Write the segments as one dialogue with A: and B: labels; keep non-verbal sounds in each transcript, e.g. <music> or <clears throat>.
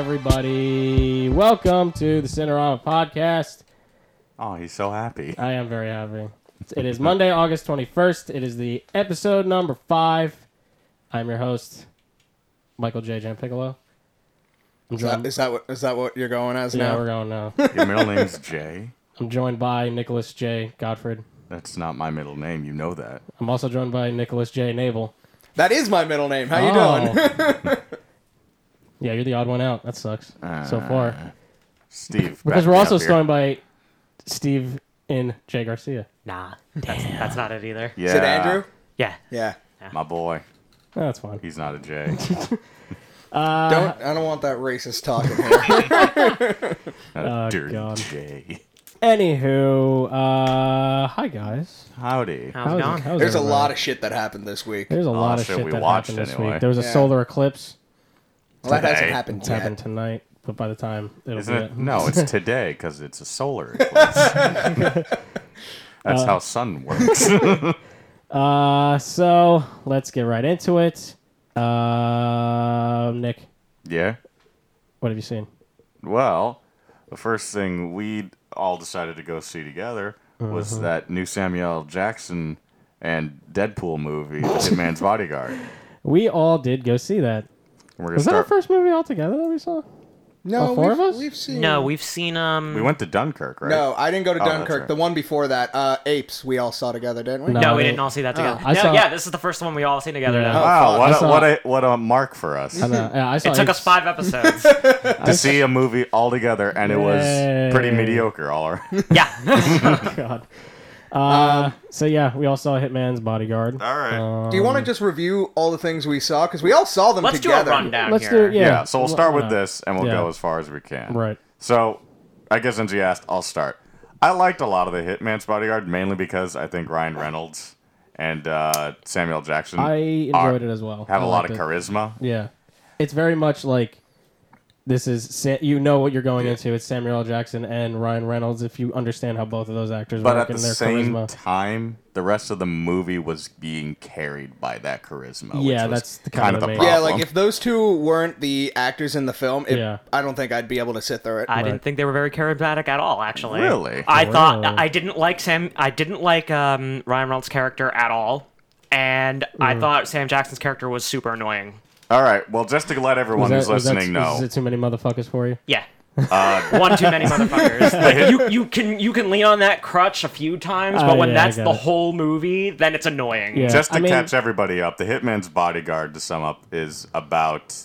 A: everybody. Welcome to the Cinerama podcast.
B: Oh, he's so happy.
A: I am very happy. It is Monday, August 21st. It is the episode number five. I'm your host, Michael J. Jan Piccolo. I'm
C: Is that,
A: joined,
C: is that what is that what you're going as
A: yeah,
C: now?
A: we're going now.
C: <laughs>
B: Your middle name's Jay.
A: I'm joined by Nicholas J. Godfred.
B: That's not my middle name. You know that.
A: I'm also joined by Nicholas J. Navel.
C: That is my middle name. How
A: Oh.
C: you doing? <laughs>
A: yeah, you're the odd one out. That sucks
C: Uh,
A: so far.
B: Steve.
A: Because
B: back
A: we're
B: me
A: also
B: up here.
A: joined by Steve and Jay Garcia.
D: Nah, that's, that's not it either.
B: Yeah.
C: Is it Andrew?
D: Yeah,
C: Yeah.
B: My boy.
A: Oh, that's fine.
B: He's not
A: <laughs>
B: a J.
A: Uh,
C: don't I don't want that racist talking
A: <laughs>
C: here.
B: Not a dirty
A: Oh, God.
B: J.
A: Anywho, uh, hi guys.
B: Howdy.
D: how's,
A: How's-
D: it going?
A: how's
C: There's a
A: everybody?
C: lot of shit that happened this week.
A: There's a lot of
B: Oh, shit
A: shit
B: we
A: that
B: watched
A: happened this
B: anyway.
A: week. There was a
C: Yeah.
A: solar eclipse.
C: Well, that hasn't
B: Today.
C: happened
A: It's
C: yet.
A: happened tonight, but by the time it'll
B: Isn't
A: be
B: it?
A: <laughs>
B: No, it's today because it's a solar eclipse. That's how sun works. <laughs>
A: Uh, so let's get right into it. Uh, Nick,
B: yeah.
A: what have you seen?
B: Well, the first thing we all decided to go see together was
A: Uh-huh.
B: that new Samuel L. Jackson and Deadpool
A: <laughs>
B: movie, The Hitman's Bodyguard. And
A: We all did go see that.
B: We're gonna
A: Was that our
B: start.
A: first movie altogether that we saw?
C: No,
A: All four
C: we've,
A: of us?
C: we've seen
D: No, we've seen um.
B: We went to Dunkirk, right?
C: No, I didn't go to
B: Oh, that's
C: Dunkirk.
B: right.
C: The one before that, uh, Apes, we all saw together, didn't we?
A: No.
D: no,
A: I
D: we
A: didn't-
D: didn't all see that together.
A: Oh, I
D: no,
A: saw-
D: yeah, this is the first one we all seen together.
A: Yeah.
D: Though.
B: Wow,
C: fuck.
B: what
A: Oh, I
B: a,
A: saw-
B: what a what a mark for us
A: I
C: <laughs>
A: know. Yeah, I saw
D: It took us
A: <laughs> Apes.
D: five episodes.
B: to see a movie all together, and it was pretty
A: Yay.
B: mediocre. All <laughs> right.
D: yeah,
A: Oh, God. Uh, so yeah, we all saw Hitman's Bodyguard.
B: all right.
C: Um, Do you want to just review all the things we saw? Because we all saw them
D: let's do a
C: together.
D: rundown
A: Let's
D: here.
A: do yeah.
B: yeah. So we'll start
A: Uh,
B: with this, and we'll
A: yeah.
B: go as far as we can.
A: Um, Right.
B: So, I guess since you asked, I'll start. I liked a lot of the Hitman's Bodyguard mainly because I think Ryan Reynolds and uh, Samuel Jackson
A: I
B: are-
A: enjoyed it as well.
B: have
A: a
B: a lot of charisma.
A: Yeah, it's very much like this is Sa- you know what you're going into. It's Samuel L. Jackson and Ryan Reynolds. If you understand how both of those actors
B: But
A: work
B: at the
A: and their
B: same
A: charisma,
B: time, the rest of the movie was being carried by that charisma. Which
A: Yeah,
B: was
A: that's the
B: kind of the
A: main-
B: problem.
C: Yeah, like if those two weren't the actors in the film, it,
A: Uh-huh. Yeah.
C: I don't think I'd be able to sit through it.
D: I didn't think they were very charismatic at all. Actually,
B: Really?
D: I thought
A: Wow.
D: I didn't like Sam. I didn't like um, Ryan Reynolds' character at all, and I thought Sam Jackson's character was super annoying.
B: All right. Well, just to let everyone
A: Is
B: who's
A: that- is that-
B: listening know,
A: is it too many motherfuckers for you?
D: Yeah.
B: Uh,
D: One too many
B: <laughs>
D: motherfuckers. Like, you you can you can lean on that crutch a few times, but
A: Oh,
D: when
A: yeah, I
D: that's
A: get
D: the
A: it.
D: whole movie, then it's annoying.
A: Yeah.
B: just to
A: I mean-
B: catch everybody up, the Hitman's Bodyguard, to sum up, is about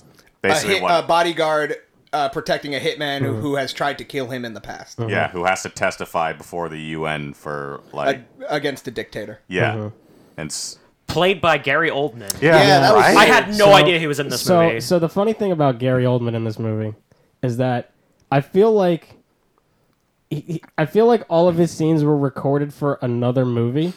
C: a,
B: basically
C: hit,
B: what.
C: a bodyguard uh, protecting a hitman who, who has tried to kill him in the past
A: Mm-hmm.
B: yeah, who has to testify before the UN for like
C: Ag- against a dictator.
B: yeah,
A: Mm-hmm.
B: and s-
D: Played by Gary Oldman.
B: yeah,
C: Yeah, that was
B: right?
D: I had no
A: So-
D: idea he was in this
A: so,
D: movie.
A: So the funny thing about Gary Oldman in this movie is that I feel like he, he- I feel like all of his scenes were recorded for another movie,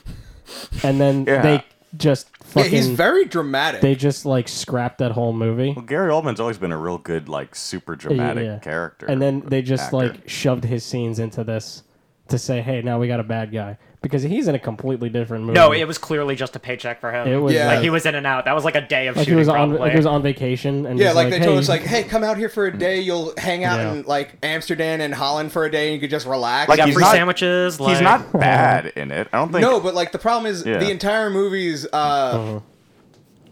A: and then
B: <laughs> Yeah.
A: they just
C: Yeah,
A: fucking
C: he's very dramatic.
A: they just like scrapped that whole movie.
B: Well, Gary Oldman's always been a real good like super dramatic
A: Yeah.
B: character,
A: and then they just
B: actor.
A: like shoved his scenes into this to say, "Hey, now we got a bad guy," because he's in a completely different movie.
D: no, it was clearly just a paycheck for him.
A: It was
C: Yeah.
D: like
A: like,
D: he was in and out. That was like a day of
A: like he
D: shooting.
A: was on
D: probably.
A: like he was on vacation and
C: yeah,
A: he's
C: like, they
A: hey,
C: told us, like, hey, come out here for a day. You'll hang out
A: Yeah.
C: in like Amsterdam and Holland for a day, and you could just relax.
B: Like,
D: got
B: he's
D: free
B: not- <laughs>
D: sandwiches.
B: he's not
A: <laughs>
B: bad in it. I don't think.
C: no, but like the problem is
B: Yeah.
C: the entire movie's uh,
A: Uh-huh.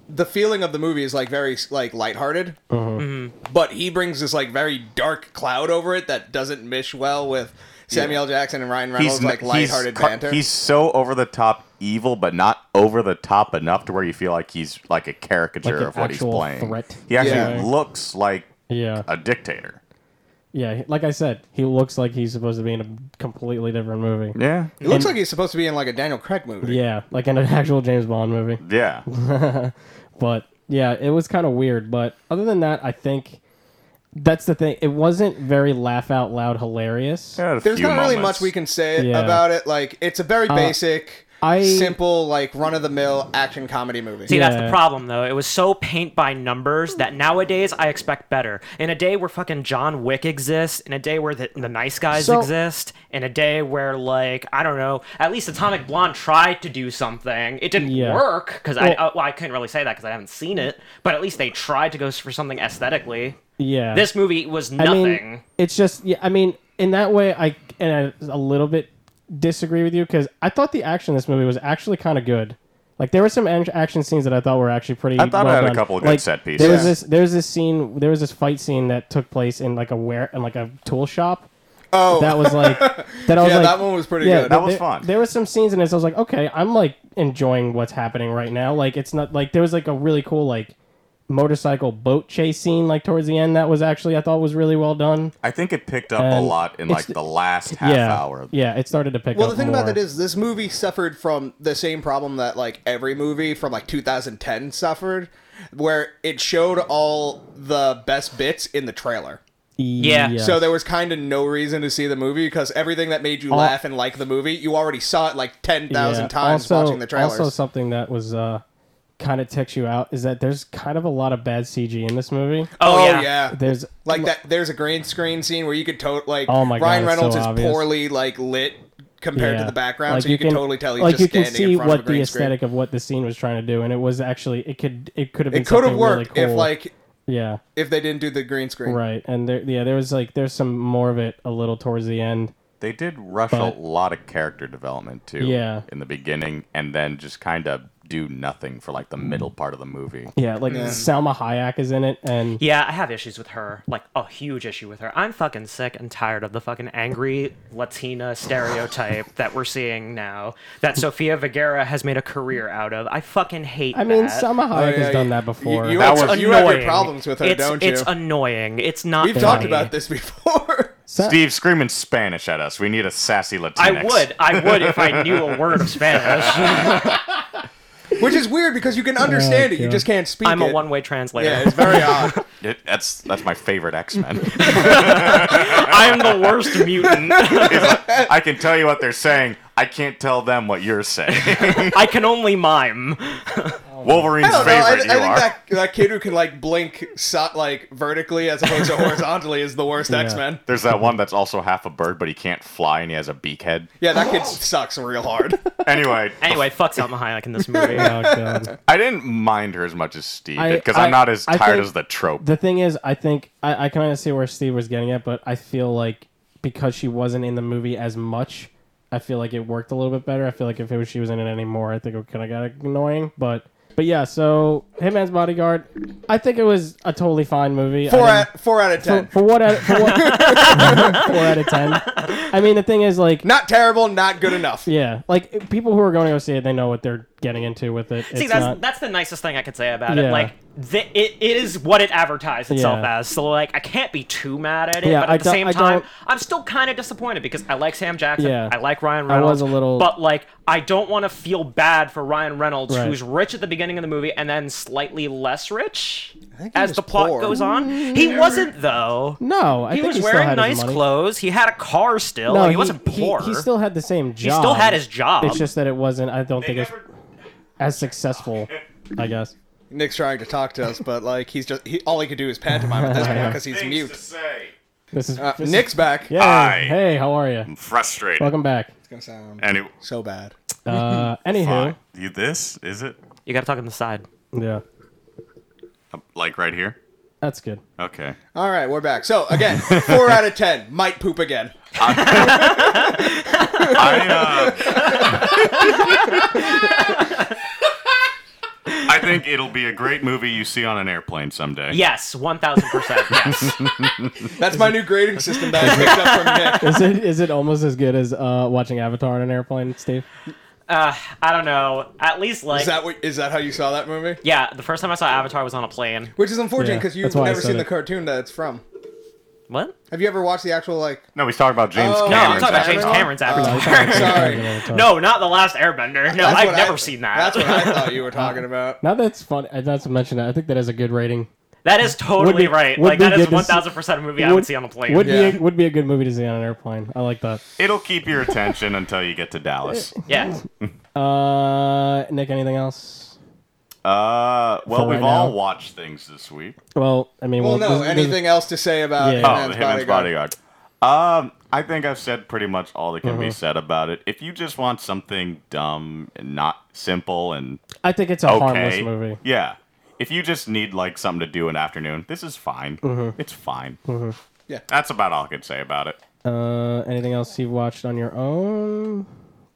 C: the feeling of the movie is like very like lighthearted,
A: Uh-huh.
C: but he brings this like very dark cloud over it that doesn't mesh well with Samuel L. Jackson and Ryan Reynolds
B: He's
C: like
B: n-
C: lighthearted
B: he's, car-
C: banter.
B: He's so over the top evil, but not over the top enough to where you feel like he's like a caricature
A: Like an
B: of what he's
A: actual
B: playing.
A: threat.
B: He actually
C: Yeah.
B: looks like
A: yeah,
B: a dictator.
A: yeah. Like I said, he looks like he's supposed to be in a completely different movie.
B: Yeah,
C: It looks like he's supposed to be in like a Daniel Craig movie.
A: Yeah, like in an actual James Bond movie.
B: yeah.
A: But yeah, it was kind of weird. But other than that, I think that's the thing. It wasn't very laugh out loud hilarious.
B: Had a
C: There's
B: few
C: not really
B: moments.
C: much we can say
A: Yeah. Uh,
C: about it. Like it's a very basic
A: I
C: simple, like run of the mill action comedy movie.
D: See, that's
A: Yeah.
D: the problem, though. It was so paint by numbers that nowadays I expect better. In a day where fucking John Wick exists, in a day where the, the nice guys
A: So-
D: exist, in a day where, like, I don't know, at least Atomic Blonde tried to do something. It didn't
A: Yeah.
D: work, because I,
A: Well-
D: uh, well, I couldn't really say that because I haven't seen it, but at least they tried to go for something aesthetically.
A: yeah.
D: This movie was
A: I
D: nothing.
A: mean, it's just yeah. I mean, in that way, I and I a little bit disagree with you because I thought the action in this movie was actually kind of good. Like there were some an- action scenes that I thought were actually pretty.
B: I thought
A: well
B: I had a
A: done.
B: couple of good
A: Like,
B: set
A: There was
B: pieces.
A: this. There was this scene. There was this fight scene that took place in like a ware in like a tool shop.
C: Oh,
A: That was like that. I was
C: Yeah,
A: like,
C: that one was pretty good.
B: That
A: there-
B: was fun.
A: There was some scenes in this. I was like, okay, I'm like enjoying what's happening right now. Like it's not like there was like a really cool like motorcycle boat chase scene like towards the end that was actually I thought was really well done.
B: I think it picked up a
A: And
B: lot in
A: it's
B: like the last half
A: yeah,
B: hour.
A: Yeah, it started to pick
C: well,
A: up.
C: the thing about
A: more.
C: that is this movie suffered from the same problem that like every movie from like 2010 suffered, where it showed all the best bits in the trailer.
D: Yeah.
C: So there was kind of no reason to see the movie because everything that made you laugh and like the movie, you already saw it like 10,000
A: Yeah.
C: times
A: also,
C: watching the trailers.
A: Also, something that was uh, kind of ticks you out is that there's kind of a lot of bad CG in this movie.
D: oh, yeah.
A: There's
C: Uh, Like that there's a green screen scene where you could to like
A: Oh my God,
C: Ryan
A: it's
C: Reynolds
A: so
C: is
A: obvious.
C: poorly like lit compared to
A: yeah.
C: the background,
A: Like,
C: so you, can, totally tell he's
A: like
C: just
A: you can
C: standing
A: see
C: in front
A: what
C: of a green
A: the
C: screen.
A: aesthetic of what the scene was trying to do, and it was actually it could it could have been
C: It could have
A: something really
C: worked if
A: cool.
C: like
A: yeah
C: if they didn't do the green screen.
A: right and there yeah there was like there's some more of it a little towards the end.
B: They did rush
A: But-
B: a lot of character development too.
A: Yeah.
B: In the beginning, and then just kind of do nothing for like the middle part of the movie.
A: Yeah, like Salma Hayek is in it, and
D: Yeah, I have issues with her. Like a huge issue with her. I'm fucking sick and tired of the fucking angry Latina stereotype that we're seeing now. That Sofia Vergara has made a career out of. I fucking hate.
A: I mean
D: that.
A: Salma Hayek
C: Oh, yeah,
A: has done
C: you-
A: that before.
C: you- you
B: That
C: have,
B: was
C: you have your
D: Annoying.
C: problems with her,
D: It's-
C: don't you?
D: It's annoying. It's not.
C: We've talked
D: funny.
C: about this before. <laughs>
A: Sa-
B: Steve screaming Spanish at us. We need a sassy Latinx.
D: I would. I would if I knew a word of
C: <laughs>
D: Spanish.
C: Which is weird because you can understand it, you
A: Oh, God.
C: just can't speak
D: I'm a
C: it.
D: one-way translator.
C: Yeah, it's
D: <laughs>
C: very odd.
B: It- that's that's my favorite X <laughs> Men.
D: I am the worst mutant.
B: I can tell you what they're saying. I can't tell them what
A: <laughs>
B: you're saying.
A: Oh,
D: I can
C: <laughs>
D: only mime.
B: Wolverine's
C: I don't know. I,
B: favorite.
C: I think
B: you are.
C: that that kid who can like blink so, like vertically as opposed
A: <laughs>
C: to horizontally is the worst X Men.
B: There's that one that's also half a bird, but he can't fly and he has a beak head.
C: Yeah, that
D: Oh.
C: kid sucks real hard. <laughs>
A: <laughs>
B: Anyway,
D: Anyway, fuck Salma Hayek in this movie.
A: Oh, God.
B: I didn't mind her as much as Steve
A: I-
B: because
A: I-
B: I'm not as
A: I
B: tired
A: think-
B: as the trope.
A: The thing is, I think I, I kind of see where Steve was getting at, but I feel like because she wasn't in the movie as much, I feel like it worked a little bit better. I feel like if it was she was in it anymore, I think it kind of got annoying. But but yeah, so Hitman's Bodyguard, I think it was a totally fine movie. I
C: Four
A: didn't-
C: out four out of ten.
A: <laughs> for what, out- for what four out of ten. I mean, the thing is, like,
C: Not terrible, not
A: <laughs>
C: good enough.
A: yeah, like people who are going to go see it, they know what they're getting into with it.
D: See,
A: It's
D: that's
A: not-
D: that's the nicest thing I could say about
A: Yeah.
D: it. Like, the, it, it is what it advertised itself
A: Yeah.
D: as. So, like, I can't be too mad at it.
A: Yeah,
D: but at
A: I
D: the
A: don't-
D: same
A: I
D: time,
A: don't-
D: I'm still kind of disappointed because I like Sam Jackson.
A: Yeah.
D: I like Ryan
A: I
D: Reynolds.
A: was a little-
D: But, like, I don't want to feel bad for Ryan Reynolds,
A: Right.
D: who's rich at the beginning of the movie and then slightly less rich
C: think he
D: as
C: was
D: the plot
C: poor.
D: goes on. He wasn't, though.
A: Mm. no, I
D: He
A: think
D: was
A: he still
D: wearing
A: had his
D: nice
A: money.
D: clothes. He had a car still. like, he, wasn't poor.
A: He, still had the same job.
D: still had his job.
A: It's just that it wasn't. I don't think it's as successful. I guess.
D: <laughs>
C: Nick's trying to talk to us, but like he's just he, all he could do is pantomime at this
A: <laughs>
C: point because he's mute.
B: say.
A: This is
C: Uh,
A: this is-
C: Nick's back.
A: Yeah.
B: Hi.
A: Hey, how are you?
B: Frustrated.
A: Welcome
C: <laughs>
A: back.
C: It's gonna sound
B: Anyway,
C: so bad.
A: Uh, anywho,
B: Fuck. you this is it?
D: you got to talk on the side.
A: yeah,
B: Uh, Like right here?
A: that's good.
B: Okay.
C: All right, we're back. So
A: <laughs>
C: again, four out of ten. Might poop again.
B: I, uh, uh, I think it'll be a great movie you see on an airplane someday.
A: <laughs>
D: Yes, 1,000%. Yes.
C: That's my new grading system that I picked
A: <laughs>
C: up from Nick.
A: Is it is it almost as good as uh, watching Avatar on an airplane, Steve?
C: <laughs>
D: Uh, I don't know. At least like
C: Is that what, is that how you saw that movie?
D: yeah, the first time I saw Avatar was on a plane.
C: Which is unfortunate
A: Yeah,
C: because you've
A: that's why I
C: never
A: said
C: seen
A: it.
C: the cartoon that it's from.
D: What?
C: Have you ever watched the actual like?
B: No, he's talking about James
C: Oh.
B: Cameron.
D: No,
C: Cameron's
D: I'm talking about James
C: Avatar?
D: Cameron's
A: I
D: Avatar.
A: thought you were
C: <laughs> Sorry.
A: talking Oh, Avatar.
D: no, not the last Airbender. No,
C: That's
D: I've
C: what I-
D: never seen that. <laughs>
C: That's what I thought you were talking about.
A: Now that's funny. Not to mention that, I think that is a good rating.
D: That is
A: be-
D: totally right.
A: would
D: Like
A: be
D: that
A: good
D: is
A: to see-
D: one thousand percent a movie I would see on a plane.
A: Would
C: Yeah.
A: be a, would be a good movie to see on an airplane. I like that.
B: It'll keep your attention until you get to Dallas.
D: yeah.
A: Uh, Nick, anything else?
B: Uh, well,
A: For
B: we've
A: right
B: all
A: now.
B: watched things this week.
A: Well, I mean, we'll-
C: Well, no.
A: this- this-
C: Anything else to say about
A: Yeah.
B: Oh,
C: Hitman's
B: the Hitman's
C: Bodyguard?
B: Bodyguard. Um, I think I've said pretty much all that can be said about it. If you just want something dumb and not simple and
A: I think it's a harmless
B: okay,
A: movie.
B: yeah. If you just need like something to do an afternoon, this is fine. It's fine.
C: Yeah.
B: that's about all I can say about it.
A: Uh, anything else you've watched on your own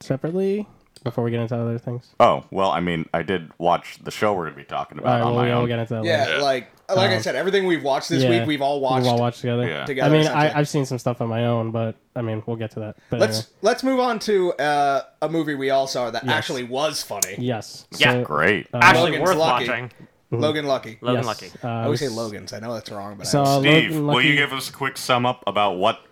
A: separately before we get into other things?
B: Oh well, I mean, I did watch the show we're gonna be talking
A: All
B: about
A: right,
B: on
A: well,
B: my
A: we will
B: own.
A: get into that.
C: Yeah,
A: later.
C: like like I said, everything we've watched this
A: Um, Yeah.
C: we've, we've all watched.
A: We've all watched together.
B: Yeah.
A: I
C: Together,
A: mean, I,
C: essentially.
A: I've seen some stuff on my own, but I mean, we'll get to that. But
C: Let's
A: anyway.
C: let's move on to uh, a movie we all saw that actually was funny.
A: yes,
D: Yeah,
A: So-
B: Great.
D: Actually
C: Logan's
D: worth
C: lucky.
D: watching.
C: Logan Lucky.
D: Logan
A: yes.
D: Lucky.
A: Uh,
C: I always say
A: s-
C: Logan's. I know that's wrong, but
A: Saw
C: I
B: Steve,
A: Logan
B: will you
A: Lucky-
B: give us a quick sum up about what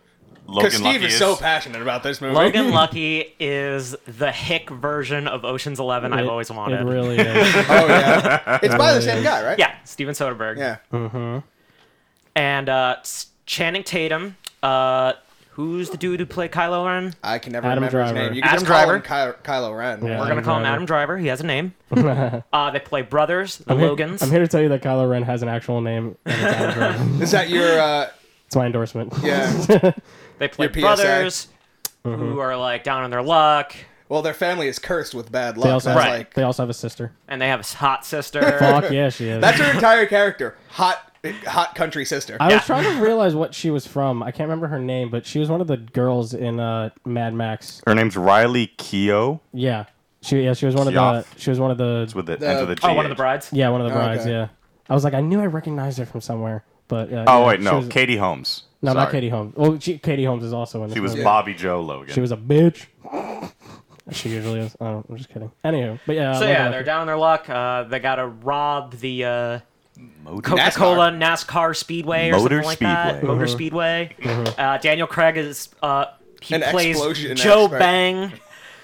B: Logan
C: because
B: Lucky
C: Steve is so passionate about this movie. Oh,
D: Logan Lucky is the hick version of Ocean's Eleven I've
A: it-
D: always
A: It
D: wanted.
A: really
D: <laughs>
A: is.
C: oh yeah, it's by the same guy, right?
D: yeah, Steven Soderbergh.
C: yeah.
D: And uh, s- Channing Tatum. Uh, who's the dude who played Kylo Ren?
C: I can never
A: Adam
C: remember his
A: Driver.
C: name. You can
D: Adam
C: just call
D: Driver.
C: him Ky- Kylo Ren.
A: Yeah.
D: We're gonna
A: Adam
D: call him
A: Driver.
D: Adam Driver. He has
A: <laughs>
D: a name. uh, they play brothers, the
A: I'm here-
D: Logans.
A: I'm here to tell you that Kylo Ren has an actual name. and it's Adam
C: <laughs>
A: Driver.
C: Is that your? Uh,
A: it's my endorsement.
C: yeah.
D: They play
C: Your PSA.
D: brothers
A: Mm-hmm.
D: who are like down on their luck,
C: well, their family is cursed with bad
A: <laughs>
C: luck.
A: They also,
C: that's
A: have,
D: Right.
C: like
A: they also have a
C: <laughs>
A: sister.
D: and they have a hot sister.
A: <laughs> Fuck yeah, she is.
C: that's her entire character. Hot, hot country sister.
A: <laughs> I
D: Yeah.
A: was trying
B: <laughs>
A: to realize what she was from. I can't remember her name, but she was one of the girls in uh, Mad Max.
B: Her name's Riley Keough.
A: Yeah, she yeah she was one of
B: Yoff.
A: the she was one of the
B: with the,
C: The-
B: end of the G.
D: oh, one of the brides.
A: yeah one of the
C: Oh,
A: brides.
C: okay.
A: Yeah, I was like I knew I recognized her from somewhere, but uh,
B: Oh
A: yeah,
B: wait,
A: she
B: no,
A: was-
B: Katie Holmes.
A: no,
B: Sorry.
A: not Katie Holmes. Well, she, Katie Holmes is also in. This
B: She was
A: movie.
B: Bobby Joe Logan.
A: she was a bitch. she usually is. I don't, I'm just kidding. Anywho, but yeah.
D: So
A: Logan
D: yeah,
A: Lucky.
D: they're down on their luck. Uh, they gotta rob the uh, Coca-Cola NASCAR, Speedway or
B: Motor
D: something like that.
B: Speedway.
D: Motor
A: Mm-hmm.
D: Speedway. Uh, Daniel Craig is uh, he
C: An
D: plays
C: explosion
D: Joe
C: expert.
D: Bang,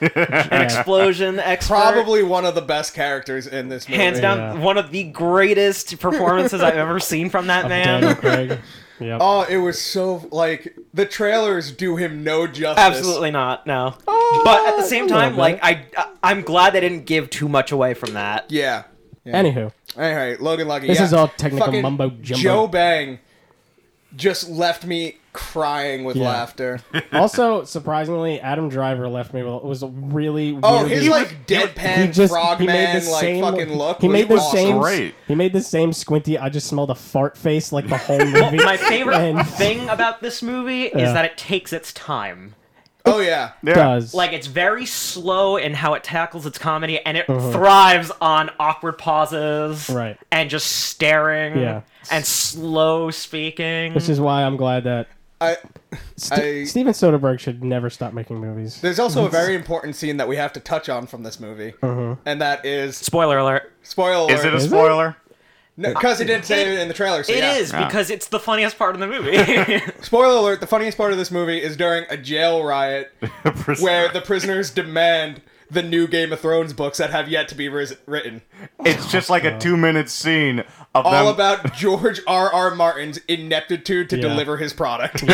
D: an
C: <laughs>
D: explosion expert.
C: Probably one of the best characters in this movie.
D: hands down
A: Yeah.
D: one of the greatest performances I've ever seen from that
A: Daniel
D: man.
A: Craig. Yep.
C: Oh, it was so like the trailers do him no justice.
D: Absolutely not, no. but at the same
A: little
D: time,
A: bit.
D: like I, I, am glad they didn't give too much away from that.
C: Yeah. yeah.
A: Anywho,
C: Anyway, Logan Lucky.
A: This
C: yeah.
A: is all technical
C: Fucking
A: mumbo jumbo.
C: Joe Bang just left me crying with
A: Yeah. <laughs>
C: laughter.
A: also surprisingly, Adam Driver left me. With, was really
C: Oh,
A: weirdly-
C: his like deadpan frogman like fucking look.
A: He
C: was
A: made the
C: awesome.
A: same.
B: Great.
A: He made the same squinty. I just smelled a fart face like the
D: <laughs>
A: whole movie.
D: My favorite <laughs>
A: And-
D: thing about this movie
A: Yeah.
D: is that it takes its time.
C: Oh yeah.
B: yeah.
A: does
D: Like it's very slow in how it tackles its comedy, and it thrives on awkward pauses,
A: Right.
D: And just staring,
A: Yeah.
D: and slow speaking.
A: which is why I'm glad that
C: I,
A: St-
C: I-
A: Steven Soderbergh should never stop making movies.
C: there's also a very important scene that we have to touch on from this movie,
A: Uh-huh.
C: and that is
D: Spoiler alert.
C: spoiler.
B: Is it a
A: Is it?
B: spoiler? <laughs>
C: because it didn't say it in the trailer? So
D: It is
C: yeah.
B: Yeah.
D: because it's the funniest part of the <laughs> movie.
C: Spoiler alert: the funniest part of this movie is during a jail riot where the prisoners demand the new Game of Thrones books that have yet to be ris- written.
B: it's just like
A: Oh.
B: a two-minute scene of
C: All
B: them.
C: about George R. R. Martin's ineptitude to
A: Yeah.
C: deliver his product.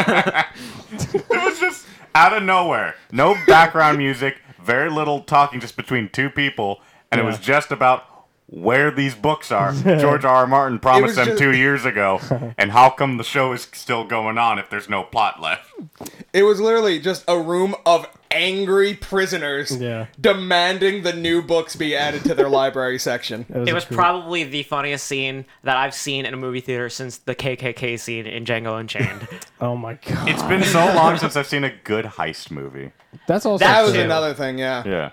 B: <laughs> it was just out of nowhere. No background music. Very little talking, just between two people, and it was
A: Yeah.
B: just about where these books <laughs> are. George R. R. Martin promised them
C: just-
B: two years ago, <laughs> and how come the show is still going on if there's no plot left?
C: <laughs> It was literally just a room of angry prisoners
A: Yeah.
C: demanding the new books be added to their
A: <laughs>
C: library section.
D: It
A: a
D: was
A: cool-
D: probably the funniest scene that I've seen in a movie theater since the KKK scene in Django Unchained.
A: Oh my god,
B: It's <laughs> been so long since I've seen a good heist movie.
A: that's also.
C: That was
D: too.
C: another thing, yeah.
B: Yeah.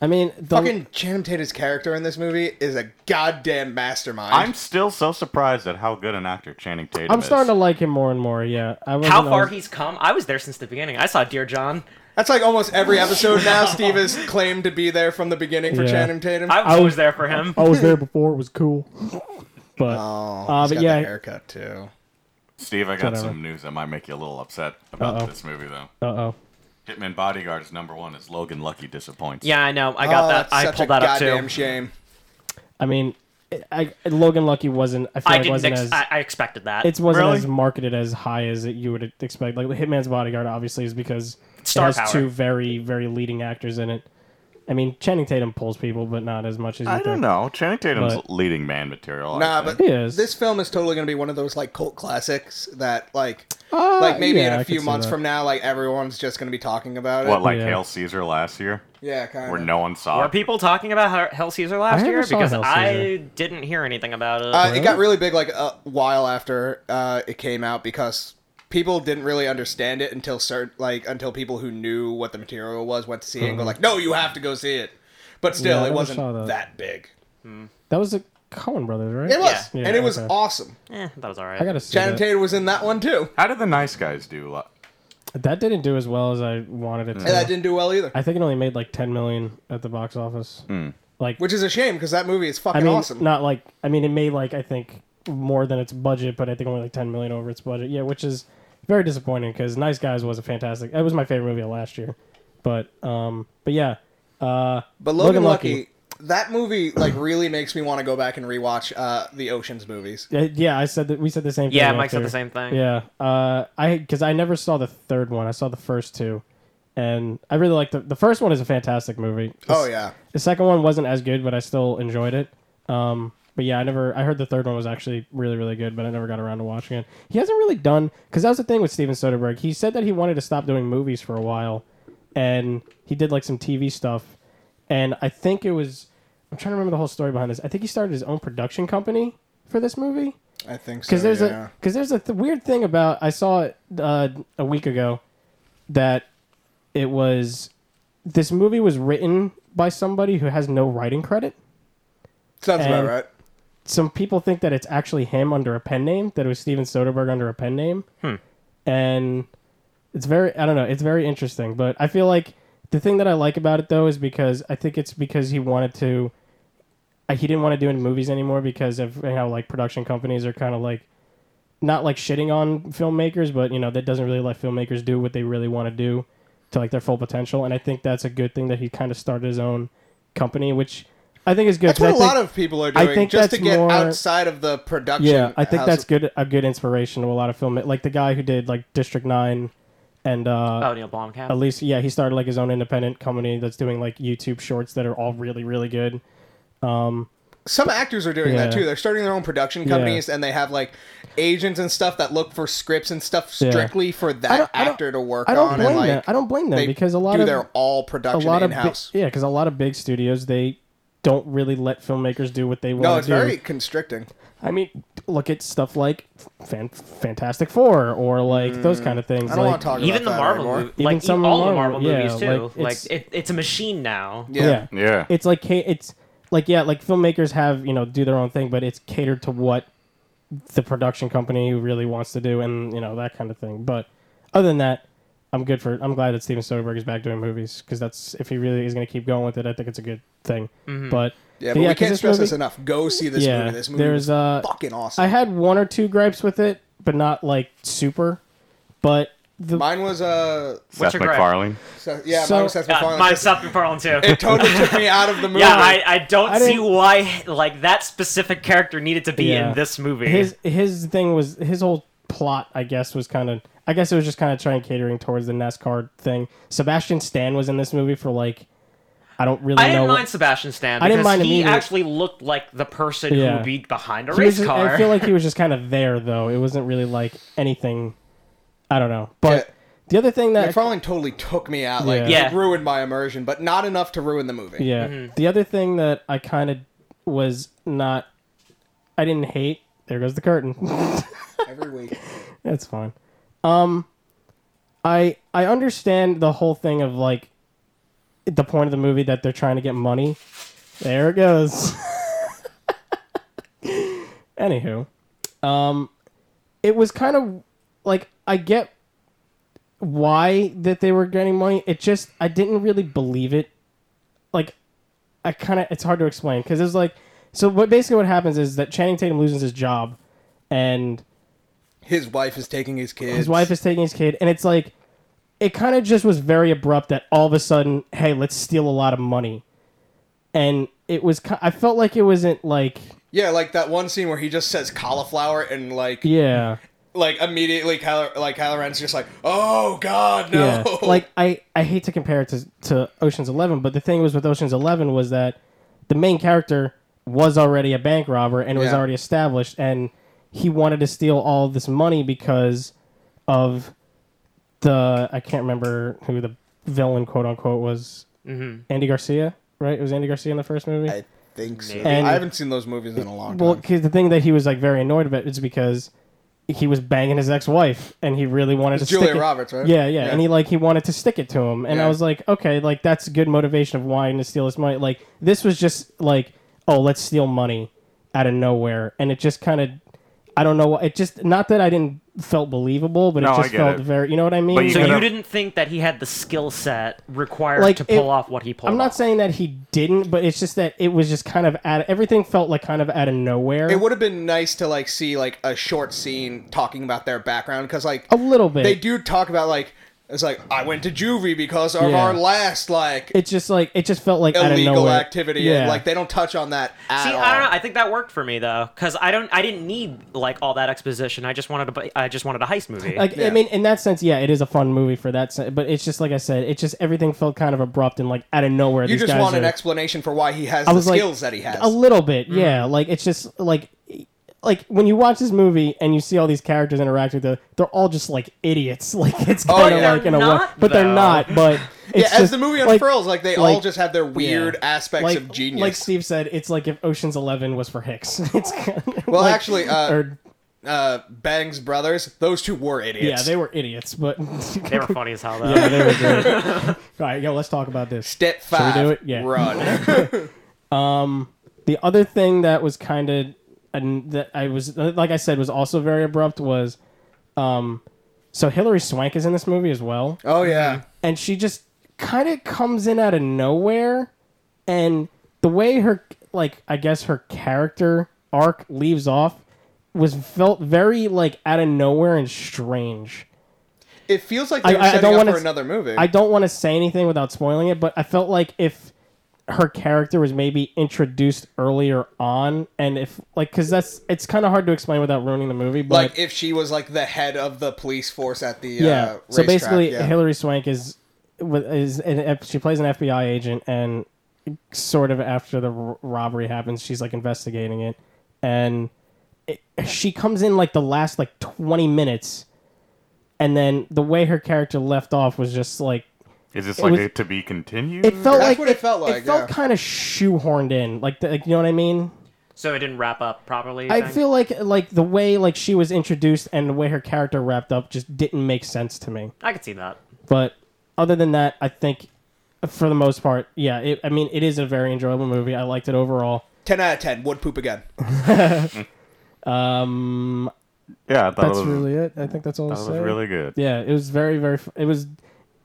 A: I mean, the,
C: Fucking Channing Tatum's character in this movie is a goddamn mastermind.
B: I'm still so surprised at how good an actor Channing Tatum
A: I'm
B: is.
A: starting to like him more and more. Yeah, I wasn't
D: How far
A: always-
D: he's come! I was there since the beginning. I saw Dear John.
C: That's like almost every episode now. Steve has claimed to be there from the beginning for
A: Yeah.
C: Channing Tatum.
D: I was always there for him.
A: I Oh. was there before. It was cool. But uh,
C: Oh, He's
A: but
C: got
A: yeah,
C: the haircut too.
B: Steve, I got
A: Whatever.
B: some news that might make you a little upset about
A: Uh-oh.
B: this movie, though.
A: uh oh.
B: Hitman Bodyguard is number one. Is Logan Lucky disappoints?
D: Yeah, I know. I got
C: Oh,
D: that.
C: that's
D: I
C: such
D: pulled
C: a
D: that up
C: goddamn
D: too.
C: shame.
A: I mean, I, Logan Lucky wasn't. I feel
D: I
A: like
D: didn't.
A: wasn't
D: Ex-
A: as
D: I, I expected that.
A: it wasn't
B: Really?
A: as marketed as high as it, you would expect. Like Hitman's Bodyguard, obviously, is because
D: Star
A: it has
D: power.
A: two very very leading actors in it. I mean, Channing Tatum pulls people, but not as much as you
B: I don't
A: think.
B: know. Channing Tatum's
A: But-
B: leading man material. I
C: Nah,
B: think.
C: but
A: He is.
C: this film is totally going to be one of those like cult classics that like
A: Uh,
C: like maybe
A: yeah,
C: in
A: I
C: a few
A: could see
C: months
A: that.
C: from now, like everyone's just going to be talking about it.
B: what like
A: Yeah.
B: Hail Caesar last year,
C: Yeah, kind
B: where
C: of.
B: no one saw
D: Were
B: it.
D: people talking about Hel- Hell Caesar last
A: never
D: year?
A: saw
D: Because
A: Hell
D: I
A: Caesar.
D: didn't hear anything about it.
C: Uh, it got really big like a while after uh, it came out because people didn't really understand it until certain like until people who knew what the material was went to see it and go like, no, you have to go see it.
A: Uh-huh. Yeah, I
C: But still, it
A: never
C: wasn't
A: saw that.
C: that. big.
A: That was the Cohen brothers, right?
C: It was,
D: Yeah.
A: Yeah,
C: and it was
A: okay.
C: awesome.
D: eh, that was alright.
A: I gotta say
C: Channing
A: that,
C: Tatum was in that one too,
B: How did the nice guys do? Lo-
A: that didn't do as well as I wanted it to.
C: and that didn't do well either,
A: I think it only made like 10 million at the box office.
C: Hmm.
A: Like,
C: which is a shame because that movie is
A: I
C: fucking
A: mean,
C: awesome.
A: not like I mean, it made like I think more than its budget, but I think only like 10 million over its budget. Yeah, which is very disappointing because Nice Guys was a fantastic. It was my favorite movie of last year, but um, but yeah, uh,
C: But Logan, Lucky, that movie like really makes me want to go back and rewatch uh, the Ocean's movies.
A: Uh, Yeah, I said that we said the same.
D: Yeah,
A: thing
D: Mike said
A: after.
D: the same thing.
A: Yeah, uh, I because I never saw the third one. I saw the first two, and I really liked the the first one is a fantastic movie. The
C: Oh
A: s-
C: yeah,
A: the second one wasn't as good, but I still enjoyed it. Um, but yeah, I never. I heard the third one was actually really, really good, but I never got around to watching it. He hasn't really done because that was the thing with Steven Soderbergh. He said that he wanted to stop doing movies for a while, and he did like some TV stuff. And I think it was. I'm trying to remember the whole story behind this. I think he started his own production company for this movie
C: I think so.
A: because there's
C: yeah.
A: a because there's a th- weird thing about I saw it uh, a week ago that it was this movie was written by somebody who has no writing credit.
C: sounds about
A: and-
C: right.
A: Some people think that it's actually him under a pen name, that it was Steven Soderbergh under a pen name, and it's very I don't know, it's very interesting. But I feel like the thing that I like about it though is because I think it's because he wanted to uh, he didn't want to do any movies anymore because of how like production companies are kind of like not like shitting on filmmakers, but you know that doesn't really let filmmakers do what they really want to do to like their full potential. And I think that's a good thing that he kind of started his own company, which I think is good.
C: That's
A: 'cause
C: what a
A: I think,
C: lot of people are
A: I
C: doing
A: think
C: just to
A: that's
C: get
A: more-
C: outside of the production.
A: yeah, I think
C: house.
A: that's good a good inspiration to a lot of film like the guy who did like District Nine and uh,
D: Oh, Neil Blomkamp.
A: at least yeah he started like his own independent company that's doing like youtube shorts that are all really really good
C: Some actors are doing that
A: Yeah.
C: too. They're starting their own production companies and they have like agents and stuff that look for scripts and stuff
A: Yeah.
C: strictly for
A: I don't-
C: that
A: I don't-
C: actor to work
A: i don't
C: on.
A: blame
C: and like
A: them i don't blame them
C: they
A: because a lot
C: do
A: of
C: their all
A: a
C: production
A: lot of
C: in
A: bi-
C: house.
A: yeah because a lot of big studios they don't really let filmmakers do what they want
C: no,
A: to
C: it's
A: do
C: very constricting.
A: i mean look at stuff like fan- fantastic four or like those kind of things
C: Mm. I don't
A: like,
C: want to talk
D: even
C: about
D: the
C: that
D: Marvel,
C: anymore.
D: movie, like
A: some
D: all the
A: Marvel,
D: Marvel movies
A: yeah,
D: too.
A: like,
D: Like,
A: it's-
D: it, it's a machine now.
A: yeah
B: yeah,
A: it's like ca- it's like yeah like filmmakers have you know do their own thing but it's catered to what the production company really wants to do and you know that kind of thing but other than that i'm good for i'm glad that steven soderbergh is back doing movies because that's if he really is going to keep going with it i think it's a good thing but
C: Yeah, but we
A: 'cause
C: can't stress
A: movie-
C: this enough. Go see this
A: yeah
C: movie. This movie
A: there's
C: was
A: uh
C: fucking awesome.
A: i had one or two gripes with it but not like super but the
C: Mine was uh,
B: Seth
D: your gripe?
B: MacFarlane.
C: so, yeah,
A: So-
C: mine was Seth
D: Uh,
C: MacFarlane.
D: mine Seth MacFarlane too.
C: it <laughs> totally took me out of the movie.
D: <laughs> yeah, I, I don't
A: I
D: see
A: didn't-
D: why like that specific character needed to be
A: Yeah.
D: in this movie.
A: his his thing was his whole plot i guess was kind of i guess it was just kind of trying catering towards the nascar thing sebastian stan was in this movie for like i don't really
D: I
A: know
D: didn't
A: what-
D: mind Sebastian Stan because
A: I didn't mind him
D: he
A: either.
D: actually looked like the person who
A: Yeah.
D: would be behind a
A: He was
D: race
A: just-
D: car.
A: i feel like he
D: <laughs>
A: was just kind of there though it wasn't really like anything i don't know but
C: Yeah.
A: the other thing that
C: MacFarlane totally took me out. Like,
A: Yeah.
D: Yeah.
C: it ruined my immersion, but not enough to ruin the movie.
A: Yeah.
D: Mm-hmm.
A: The other thing that I kind of was not, I didn't hate. There goes the curtain. <laughs>
C: Every week.
A: That's fine. Um, I I understand the whole thing of like the point of the movie that they're trying to get money. There it goes. <laughs> Anywho, um, it was kind of like I get why that they were getting money. It just I didn't really believe it. Like I kind of it's hard to explain because it's like so. What basically what happens is that Channing Tatum loses his job, and
C: His wife is taking his kids.
A: his wife is taking his kid, and it's like it kind of just was very abrupt that all of a sudden, hey, let's steal a lot of money, and it was ki- I felt like it wasn't like
C: Yeah, like that one scene where he just says cauliflower and like
A: Yeah.
C: like immediately Kylo like Kylo Ren's just like, "Oh god, no."
A: Yeah. Like I, I hate to compare it to, to Ocean's Eleven, but the thing was with Ocean's Eleven was that the main character was already a bank robber and was
C: Yeah.
A: already established and he wanted to steal all this money because of the I can't remember who the villain quote unquote was Andy Garcia, right? It was Andy Garcia in the first movie.
C: Mm-hmm. I think so.
D: Maybe.
A: And-
C: I haven't seen those movies in a long
A: Well,
C: time.
A: because the thing that he was like very annoyed about is because he was banging his ex-wife, and he really wanted to
C: Julia
A: stick it.
C: Roberts, right?
A: Yeah, yeah,
C: Yeah.
A: and he like he wanted to stick it to him, and I
C: Yeah.
A: was like, okay, like that's good motivation of wanting to steal his money. Like this was just like, oh, let's steal money out of nowhere, and it just kind of, I don't know, it just not that I didn't felt believable, but
B: No,
A: it
B: I
A: just
B: get
A: felt
B: it.
A: very, you know what I mean?
B: But you
D: So
B: gotta-
D: you didn't think that he had the skill set required
A: Like,
D: to
A: it-
D: pull off what he pulled
A: I'm not
D: off.
A: saying that he didn't, but it's just that it was just kind of out. Everything felt like kind of out of nowhere.
C: It would have been nice to like see like a short scene talking about their background cuz like
A: a little bit.
C: they do talk about like it's like I went to juvie because of
A: Yeah.
C: our last like
A: it's just like it just felt like out of
C: illegal
A: nowhere.
C: activity
A: Yeah,
C: and like they don't touch on that at
D: See,
C: all.
D: I don't know. I think that worked for me though, because I don't. I didn't need like all that exposition. I just wanted a. I just wanted a heist movie.
A: like I
C: Yeah.
A: mean, in that sense, yeah, it is a fun movie for that. Sense, but it's just like I said, it just everything felt kind of abrupt and like out of nowhere.
C: you
A: these
C: just
A: guys
C: want an
A: are-
C: explanation for why he has
A: I
C: the
A: was like,
C: skills that he has.
A: A little bit, yeah.
D: Mm-hmm.
A: Like it's just like like when you watch this movie and you see all these characters interact with the, they're all just like idiots. <laughs> Like it's
C: Oh,
A: kind of
C: yeah.
A: like in a
D: They're
A: way,
D: not,
A: but they're
D: though.
A: not.
C: <laughs>
A: But
C: yeah,
A: it's
C: as
A: just,
C: the movie
A: like,
C: unfurls, like, they all
A: like-
C: just have their weird
A: Yeah.
C: aspects
A: like,
C: of genius.
A: like Steve said, it's like if Ocean's Eleven was for Hicks. <laughs> It's
C: Uh,
A: kind of,
C: well,
A: like-
C: actually, uh,
A: or,
C: uh, Bang's brothers, those two were idiots.
A: yeah, they were idiots, but
D: they were funny as hell though.
A: Yeah, they were great. All right, yo, let's talk about this.
C: Step
A: we
C: five,
A: do it? Yeah. <laughs>
C: run.
A: The other thing that was kind of and that I was like I said was also very abrupt was um so Hillary Swank is in this movie as well
C: oh yeah,
A: and she just kind of comes in out of nowhere and the way her like I guess her character arc leaves off was felt very like out of nowhere and strange.
C: it feels like they were
A: I- I
C: setting
A: don't
C: up
A: wanna
C: for
A: s-
C: another movie.
A: I don't want to say anything without spoiling it, but I felt like if her character was maybe introduced earlier on, and if like, because that's it's kind of hard to explain without ruining the movie, but
C: like if she was like the head of the police force at the
A: yeah.
C: Uh,
A: so
C: racetrack,
A: basically,
C: yeah.
A: Hillary Swank is with- is an, F- she plays an FBI agent, and sort of after the r- robbery happens, she's like investigating it, and it, she comes in like the last like twenty minutes, and then the way her character left off was just like
B: Is this
A: It
B: like
A: was-
B: a, to be continued?
A: It felt
C: That's
A: like
C: what it felt like,
A: It felt
C: yeah.
A: kind of shoehorned in, like, the, like you know what I mean.
D: So it didn't wrap up properly. you
A: I
D: think?
A: feel like like the way like she was introduced and the way her character wrapped up just didn't make sense to me.
D: I could see that.
A: But other than that, I think for the most part, yeah. It, I mean, it is a very enjoyable movie. I liked it overall.
C: ten out of ten would
A: <laughs>
C: poop again.
B: yeah, I thought it
A: That's
B: was,
A: really it. I think that's all.
B: that was really good.
A: Yeah, it was very very. f- It was.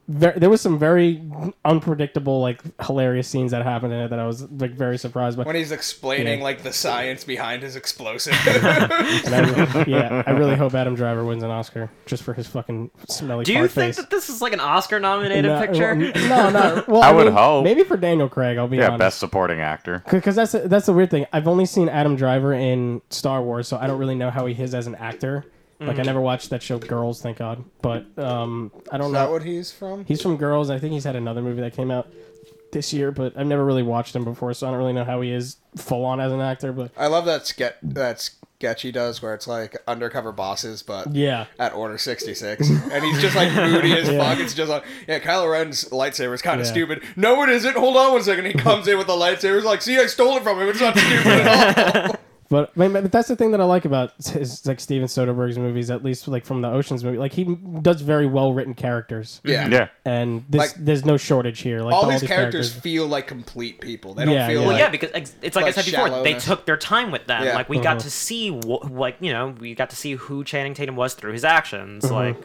A: Very, there was some very unpredictable, like hilarious scenes that happened in it that I was like very surprised by.
C: When he's explaining
A: Yeah.
C: like the science behind
A: <laughs>
C: his explosive,
A: And I- yeah, I really hope Adam Driver wins an Oscar just for his fucking smelly.
D: Do you
A: fart
D: think
A: face.
D: that this is like an Oscar-nominated
A: No,
D: picture?
A: well,
D: <laughs>
A: No, no. Well, I,
B: would
A: mean,
B: hope.
A: Maybe for Daniel Craig. I'll be
B: Yeah,
A: honest.
B: best supporting actor.
A: Because that's that's the weird thing. I've only seen Adam Driver in Star Wars, so I don't really know how he is as an actor. Like
D: Mm.
A: I never watched that show Girls, thank God. But um, I don't
C: is
A: know.
C: that what he's from?
A: he's from Girls. I think he's had another movie that came out this year, but I've never really watched him before, so I don't really know how he is full on as an actor. But
C: I love that sketch that sketch he does where it's like undercover bosses, but
A: yeah,
C: at Order 66. And he's just like moody
A: <laughs>
C: as fuck. It's just like, yeah, Kylo Ren's lightsaber is kind of
A: Yeah.
C: stupid. No, it isn't. Hold on one second. He comes in with the lightsaber. He's like, see, I stole it from him. It's not
A: <laughs>
C: stupid at all.
A: But, but but that's the thing that I like about his, like Steven Soderbergh's movies, at least like from the Ocean's movie. Like he does very well written characters,
C: Yeah.
B: Yeah.
A: and this,
C: Like-
A: there's no shortage here. Like
C: All these characters feel like complete people. They don't
A: Yeah,
C: feel
A: yeah.
D: Well,
C: like.
D: yeah, because ex- it's like,
C: like
D: I said before, they
C: shallowness.
D: took their time with them.
C: Yeah.
D: Like we
A: Mm-hmm.
D: got to see, wh- like you know, we got to see who Channing Tatum was through his actions.
A: Mm-hmm.
D: Like,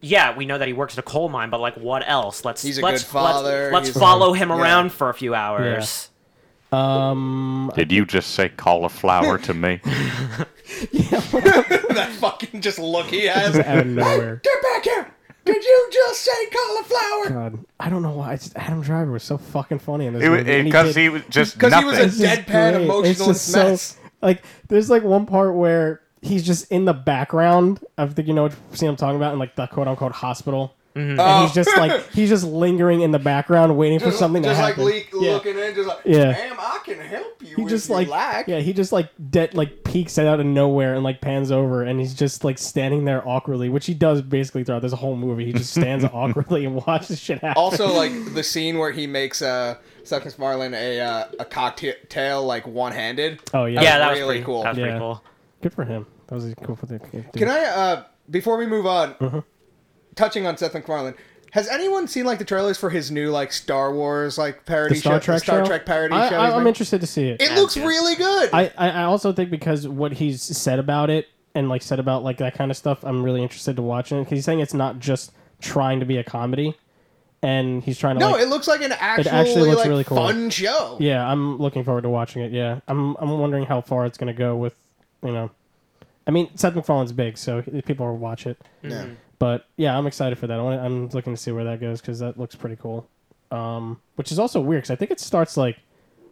D: yeah, we know that he works at a coal mine, but like, what else? Let's
C: He's a
D: let's,
C: good father,
D: Let's, let's
C: he's-
D: follow him
C: Yeah.
D: around for a few hours.
B: Did you just say cauliflower
A: <laughs>
B: to me?
C: that fucking just look he has. <laughs>
A: out of nowhere.
C: Get back here! Did you just say cauliflower?
A: God, I don't know why. It's just, Adam Driver was so fucking funny in this movie. and
B: Because
A: did-
B: he was just
C: Because he was
B: nothing.
C: a
A: This is
C: deadpan,
A: great. It's
C: emotional
A: just so-
C: mess.
A: Like there's like one part where he's just in the background. I think you know what scene I'm talking about, in like the quote unquote hospital. And he's just
C: <laughs>
A: like he's just lingering in the background, waiting for something
C: Oh, just
A: to
C: like
A: happen.
C: leak,
A: Yeah.
C: looking in, just like,
A: Yeah.
C: ma'am, I can help you.
A: he
C: if
A: just
C: you
A: like yeah, he just like de- like peeks out of nowhere and like pans over, and he's just like standing there awkwardly, which he does basically throughout this whole movie. He just stands
C: <laughs>
A: awkwardly and watches shit happen.
C: Also, like the scene where he makes uh, Suckers Marlin a uh, a cocktail like one handed.
A: oh yeah,
D: yeah, that was
C: really
D: pretty
C: cool.
D: cool. That was
A: Yeah.
D: pretty cool.
A: good for him. That was cool for the.
C: Can I, uh, before we move on,
A: Mm-hmm.
C: touching on Seth MacFarlane, has anyone seen like the trailers for his new like Star Wars like parody
A: the Star
C: show,
A: Trek
C: Star
A: show?
C: Trek parody
A: I,
C: show?
A: I,
C: he's
A: I'm
C: making?
A: interested to see it.
C: It looks
D: Yeah.
C: really good.
A: I, I I also think because what he's said about it and like said about like that kind of stuff, I'm really interested to watching it because he's saying it's not just trying to be a comedy, and he's trying to
C: no,
A: like,
C: it looks like an actually,
A: looks
C: like
A: really cool.
C: fun show.
A: yeah, I'm looking forward to watching it. Yeah, I'm I'm wondering how far it's gonna go with you know, I mean Seth MacFarlane's big, so he- people will watch it.
C: Yeah.
A: But yeah, I'm excited for that. I want I'm looking to see where that goes because that looks pretty cool. Um, which is also weird because I think it starts like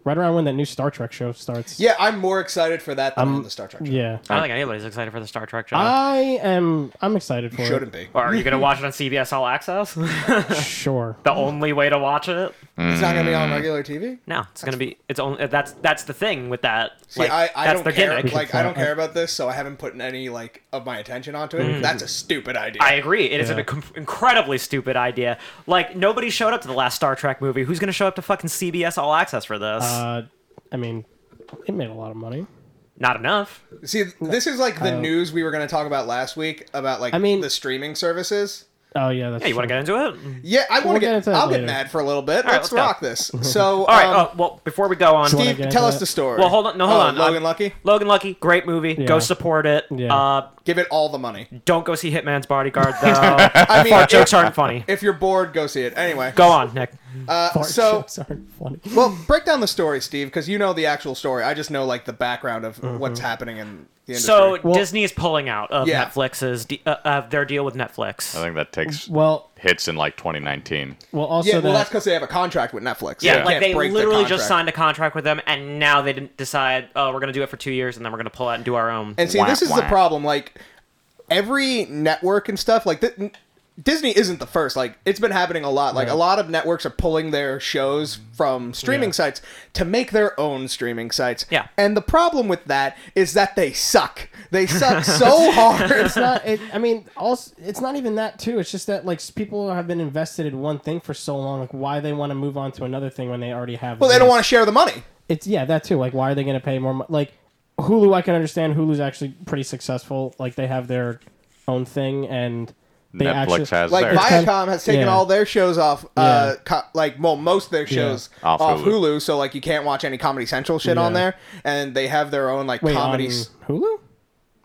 A: right around when that new Star Trek show starts.
C: Yeah, I'm more excited for that than the Star Trek show.
A: Yeah.
D: I don't think anybody's excited for the Star Trek show.
A: I am. I'm excited for
C: Shouldn't be.
D: Or are you gonna watch it on CBS All Access? <laughs>
A: it. Sure.
D: the only way to watch it?
C: It's not gonna be on regular TV.
D: No, it's gonna be. It's only that's that's the thing with that.
C: See,
D: like,
C: I, I
D: that's
C: don't
D: the
C: care.
D: gimmick.
A: We
C: Like
A: can
C: I don't
A: try-
C: care about this, so I haven't put any like of my attention onto it.
A: Mm.
C: That's a stupid idea.
D: I agree. It is
A: Yeah.
D: an com- incredibly stupid idea. Like nobody showed up to the last Star Trek movie. Who's gonna show up to fucking CBS All Access for this?
A: Uh, I mean, it made a lot of money.
D: Not enough.
C: See, this is like the news we were gonna talk about last week about like
A: I mean-
C: the streaming services.
A: Oh yeah, that's.
D: Yeah, you want to get into it?
C: Yeah, I want to
A: We'll
C: get.
A: get into that
C: I'll
A: later.
C: get mad for a little bit.
D: right,
C: let's,
D: let's go.
C: rock this.
A: <laughs>
C: So,
D: All right.
C: um,
D: oh well, before we go on,
A: wanna
C: Steve,
A: get into
C: tell us
A: that?
C: the story.
D: Well, hold on. No, hold
C: Oh,
D: on.
C: Logan
D: I'm-
C: Lucky,
D: Logan Lucky, great movie.
A: Yeah.
D: Go support it.
A: Yeah.
D: Uh,
C: give it all the money.
D: don't go see Hitman's Bodyguard
A: <laughs>
D: though. I
C: mean, if-
D: jokes aren't funny.
C: If you're bored, go see it. Anyway,
D: Go on, Nick.
C: uh,
A: Fart
C: so
A: jokes aren't funny.
C: well, break down the story, Steve, because you know the actual story. I just know like the background of
A: Mm-hmm.
C: what's happening in the industry.
D: So
A: Well-
D: Disney is pulling out of
C: Yeah. Oh,
D: Netflix's de- uh, of their deal with Netflix.
B: I think that takes
A: Well,
B: hits in like 2019.
A: well, also
C: yeah, well,
A: that-
C: that's because they have a contract with Netflix.
D: Yeah, like
C: can't
D: they
C: break their
D: literally
C: contract.
D: just signed a contract with them, and now they didn't decide. Oh, we're gonna do it for two years, and then we're gonna pull out and do our own.
C: And see,
B: Wah,
C: this is the
B: wah.
C: problem. Like every network and stuff, like th- Disney isn't the first. Like it's been happening a lot. Like a lot of networks are pulling their shows from streaming sites to make their own streaming sites.
D: Yeah.
C: And the problem with that is that they suck.
A: <laughs>
C: They suck so hard.
A: it's not. It, I mean, also, it's not even that too. It's just that like s- people have been invested in one thing for so long. Like, why they want to move on to another thing when they already have?
C: Well, they don't want to share the money.
A: It's yeah, that too. Like, why are they going to pay more? Mo- like, Hulu, I can understand. Hulu's actually pretty successful. Like, they have their own thing, and they
B: Netflix
A: actually
B: has
C: Like
B: theirs.
A: kind of-
C: Viacom has taken
A: yeah.
C: all their shows off. Uh, co- like well, most of their shows
B: Off
C: off,
B: Hulu.
C: Hulu. So like you can't watch any Comedy Central shit on
A: Yeah.
C: there, and they have their own like
A: Wait,
C: comedies.
A: on Hulu.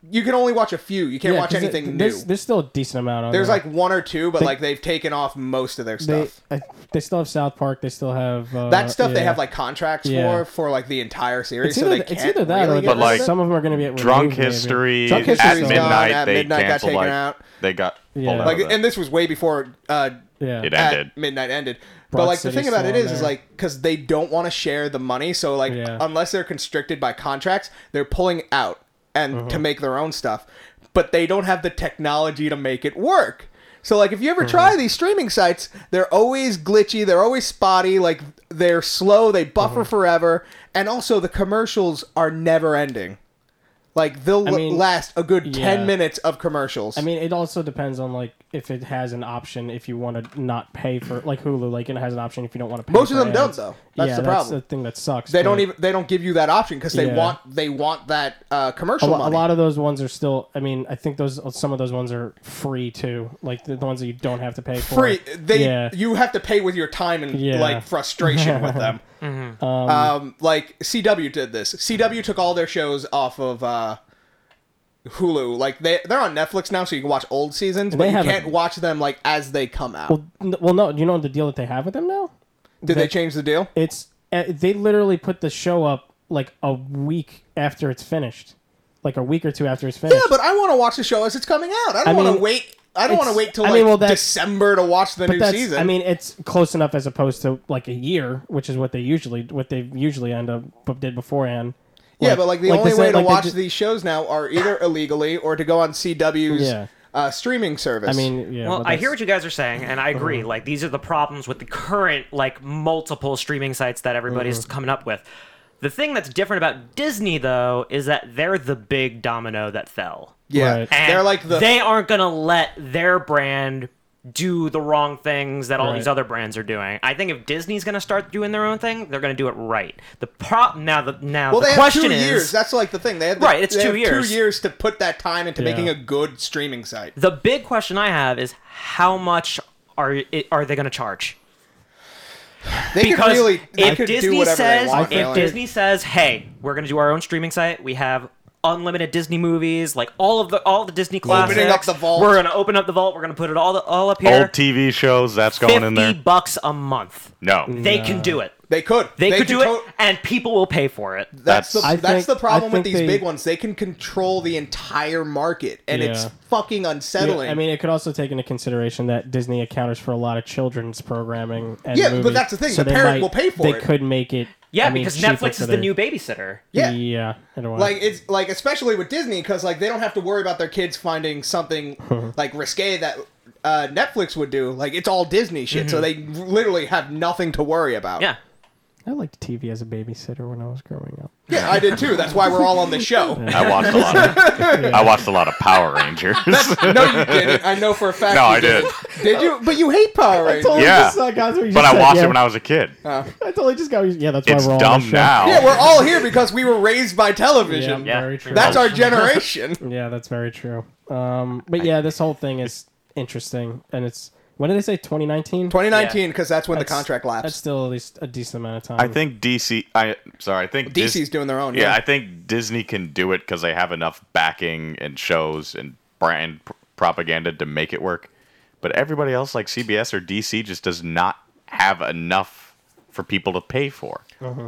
C: You can only watch a few. You can't watch
A: 'cause it-
C: anything new.
A: There's, there's still a decent amount on
C: There's
A: there.
C: like one or two, but like they've taken off most of their
A: they,
C: stuff.
A: I, they still have South Park. They still have uh,
C: that stuff they
A: yeah.
C: have like contracts
A: Yeah
C: for for like the entire series,
A: It's
C: so
A: either,
C: they can't
A: it's either that
C: really
A: or
B: But,
C: get rid
A: but
C: of
B: like,
A: like
C: it.
A: some of them are going to be at
B: Drunk
A: removed, maybe.
B: History,
A: Drunk
B: at
A: History's
C: gone,
A: gone.
B: midnight,
C: At
B: they
C: Midnight got
B: canceled
C: taken
B: like
C: out.
B: they got
A: Yeah.
B: pulled out
C: like,
B: of it.
C: and this was way before uh,
A: Yeah.
B: It
C: at
B: ended.
C: midnight ended.
A: Broad
C: but like the
A: City's
C: thing about
A: still
C: it
A: on
C: is, is
A: there.
C: like because they don't want to share the money, so like
A: Yeah.
C: unless they're constricted by contracts, they're pulling out and
A: Uh-huh.
C: to make their own stuff. But they don't have the technology to make it work. So like if you ever try
A: Uh-huh.
C: these streaming sites, they're always glitchy, they're always spotty, like they're slow, they buffer
A: Uh-huh.
C: forever, and also the commercials are never ending. Like they'll
A: mean,
C: last a good
A: yeah.
C: ten minutes of commercials.
A: I mean, it also depends on like if it has an option if you want to not pay for like Hulu, like it has an option if you don't want to. pay
C: Most of
A: for
C: them don't,
A: ads.
C: though. That's
A: yeah,
C: the
A: that's
C: problem.
A: the thing that sucks.
C: they don't
A: but
C: even they don't give you that option because they
A: Yeah.
C: want they want that uh,
A: A
C: commercial
A: lot, a
C: money.
A: lot of those ones are still. I mean, I think those some of those ones are free too, like the, the ones that you don't have to pay for.
C: free. They
A: yeah.
C: you have to pay with your time and
A: Yeah.
C: like frustration with them. Um, like CW did this. CW took all their shows off of uh, Hulu. Like they they're on Netflix now, so you can watch old seasons, but
A: They
C: you
A: haven't-
C: can't watch them like as they come out.
A: Well, n- well, no, you know the deal that they have with them now.
C: did they,
A: they-
C: change
A: <laughs>
C: the deal?
A: It's uh, they literally put the show up like a week after it's finished, like a week or two after it's finished.
C: Yeah, but I want to watch the show as it's coming out. I don't want to
A: mean,
C: wait. I don't
A: it's-
C: want to wait till
A: I
C: like
A: mean, well, that's-
C: December to watch the new
A: That's,
C: season.
A: I mean, it's close enough as opposed to like a year, which is what they usually what they usually end up did beforehand.
C: Yeah, but like the only
A: this
C: way
A: ain't
C: to
A: like they
C: watch
A: did-
C: these shows now
A: <coughs>
C: are either illegally or to go on CW's
A: Yeah.
C: uh, streaming service.
A: I mean, yeah.
D: well, Uh-huh.
A: but
D: I hear
A: that's-
D: what you guys are saying, and I agree. Like, these are the problems with the current, like, multiple streaming sites that everybody's coming up with. The thing that's different about Disney, though, is that they're the big domino that fell.
C: yeah,
A: Right.
D: And
C: they're like the
D: they aren't gonna let their brand do the wrong things that all these
A: Right.
D: other brands are doing. I think if Disney's gonna start doing their own thing, they're gonna do it right. The problem now, the now
C: well,
D: the
C: they have
D: question
C: two
D: is
C: years. That's like the thing. They have
D: Right, it's
C: they
D: two
C: have
D: years.
C: Two years to put that time into
A: Yeah.
C: making a good streaming site.
D: the big question I have is how much are it, are they gonna charge?
C: They could
D: Because
C: really they
D: if
C: could do
D: Disney
C: whatever they
D: says
C: want.
D: if
C: really.
D: Disney says, "Hey, we're gonna do our own streaming site. We have." Unlimited Disney movies, like all of the all the Disney classics.
C: Opening up the vault.
D: We're gonna open up the vault. We're gonna put it all all up here.
B: Old TV shows, that's going in there.
D: Fifty bucks a month.
B: No.
D: They can do it.
C: they could
D: They, could do
C: to-
D: it, and people will pay for it.
C: That's the
B: That's-
A: I
C: that's
A: think-
C: the problem
A: I
C: with
A: think
C: these
A: they-
C: big ones. They can control the entire market, and it's
A: Yeah.
C: fucking unsettling.
A: I mean, it could also take into consideration that Disney accounts for a lot of children's programming. And
C: Yeah, but
A: movies,
C: that's the thing,
A: so
C: the
A: they
C: parent
A: might-
C: will pay for
A: they
C: it.
A: could make it.
D: Yeah,
A: I mean,
D: because
A: cheaper
D: Netflix
A: for
D: is the
A: their-
D: new babysitter.
C: yeah,
A: Yeah, I don't wanna-
C: like it's like especially with Disney because like they don't have to worry about their kids finding something
B: <laughs>
C: like risque that uh, Netflix would do. Like it's all Disney shit, so they
B: Mm-hmm.
C: literally have nothing to worry about.
D: Yeah.
A: I liked TV as a babysitter when I was growing up.
C: yeah, I did too. That's why we're all on the show.
B: I watched a lot of I watched a lot of Power Rangers. <laughs> no,
C: No, you didn't. I know for a fact.
B: I
C: you
B: did.
C: Did you? But you hate Power Rangers.
A: totally
B: Yeah.
A: just uh, got what you
B: But
A: just
B: I
A: said,
B: watched
A: yeah.
B: it when I was a kid.
A: I totally just got. what you- Yeah, that's why
B: It's
A: we're all on
B: dumb
A: the show.
B: now.
C: yeah, we're all here because we were raised by
A: Yeah,
C: television.
D: Yeah.
A: very true.
C: That's our generation.
A: <laughs> Yeah, that's very true. Um, but yeah, this whole thing is interesting, and it's when did they say 2019?
C: 2019, because that's when the
A: That's-
C: contract lapsed.
A: That's still at least a decent amount of time.
B: I think DC I sorry, I think
C: DC's
B: Dis-
C: doing their own.
B: Yeah, I think Disney can do it because they have enough backing and shows and brand pr- propaganda to make it work. But everybody else, like CBS or DC, just does not have enough for people to pay for.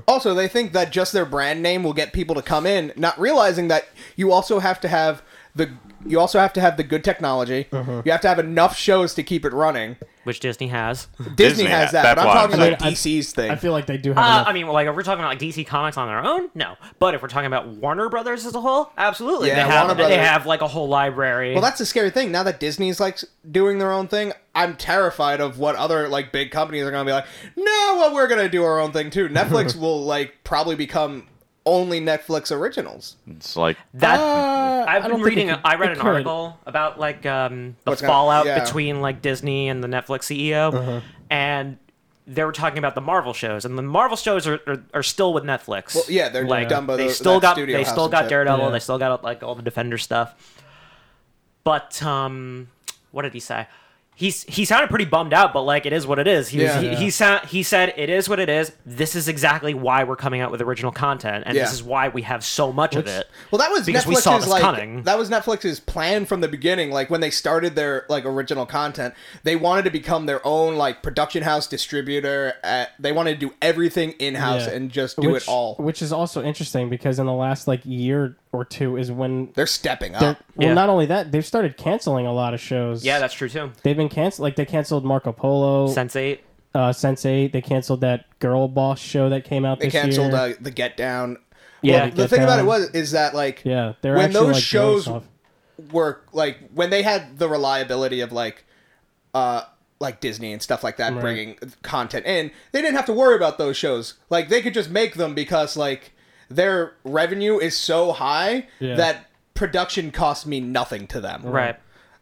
C: Also, they think that just their brand name will get people to come in, not realizing that you also have to have the you also have to have the good technology.
A: Uh-huh.
C: You have to have enough shows to keep it running.
D: Which Disney has.
C: Disney,
B: Disney
C: has
B: ha-
C: that,
B: that's
C: but I'm
B: why I'm
C: talking
B: saying-
C: about
A: I mean, I-
C: DC's thing.
A: I feel like they do have.
D: Uh,
A: enough.
D: I mean, like, if we're talking about like, DC Comics on their own, no. But if we're talking about Warner Brothers as a whole, absolutely.
C: Yeah,
D: they, have,
C: Warner
D: they
C: Brothers-
D: have, like, a whole library.
C: well, that's the scary thing. Now that Disney's like s- doing their own thing, I'm terrified of what other like big companies are going to be like. No, well, we're going to do our own thing too.
A: <laughs>
C: Netflix will like probably become only Netflix
D: <laughs>
C: originals.
B: It's like
D: that
A: Uh, I
D: I've
A: don't
D: been
A: think
D: reading.
A: it
D: A,
A: could-
D: I read
A: it
D: an
A: could.
D: article about like um, the
C: What's gonna-
D: fallout
C: yeah.
D: between like Disney and the Netflix CEO, and they were talking about the Marvel shows, and the Marvel shows are, are, are still with Netflix. Well,
C: yeah, they're
D: like
C: done by
D: they
C: the-
D: still
C: that
D: got
C: studio
D: they
C: house
D: still
C: and
D: got
C: shit.
D: Daredevil,
A: Yeah.
D: they still got like all the Defender stuff. But um, what did he say? He's, he sounded pretty bummed out, but like it is what it is. He was,
C: Yeah.
D: he, he, sa- he said it is what it is. This is exactly why we're coming out with original content, and
C: Yeah.
D: this is why we have so much of it.
C: Well, that was
D: Because
C: Netflix's
D: we saw this
C: like
D: coming.
C: that was Netflix's plan from the beginning. Like when they started their like original content, they wanted to become their own like production house distributor. At, they wanted to do everything in house
A: Yeah.
C: and just do
A: which,
C: it all.
A: which is also interesting because in the last like year or two is when
C: They're stepping
A: they're,
C: up.
A: well,
D: Yeah.
A: not only that they've started canceling a lot of shows.
D: Yeah, that's true too.
A: they've been canceled. Like they canceled Marco Polo,
D: Sense eight.
A: uh, Sense Eight. They canceled that Girl Boss show that came out
C: They
A: this
C: canceled
A: year.
C: uh, the Get Down.
D: Yeah.
A: Get
C: The thing about
A: Down.
C: it was is that like
A: yeah, they're
C: when
A: actually,
C: those
A: like, doing
C: shows
A: stuff.
C: were like when they had the reliability of like uh like Disney and stuff like that bringing content in they didn't have to worry about those shows like they could just make them because like their revenue is so high
A: Yeah.
C: that production costs mean nothing to them
D: Right.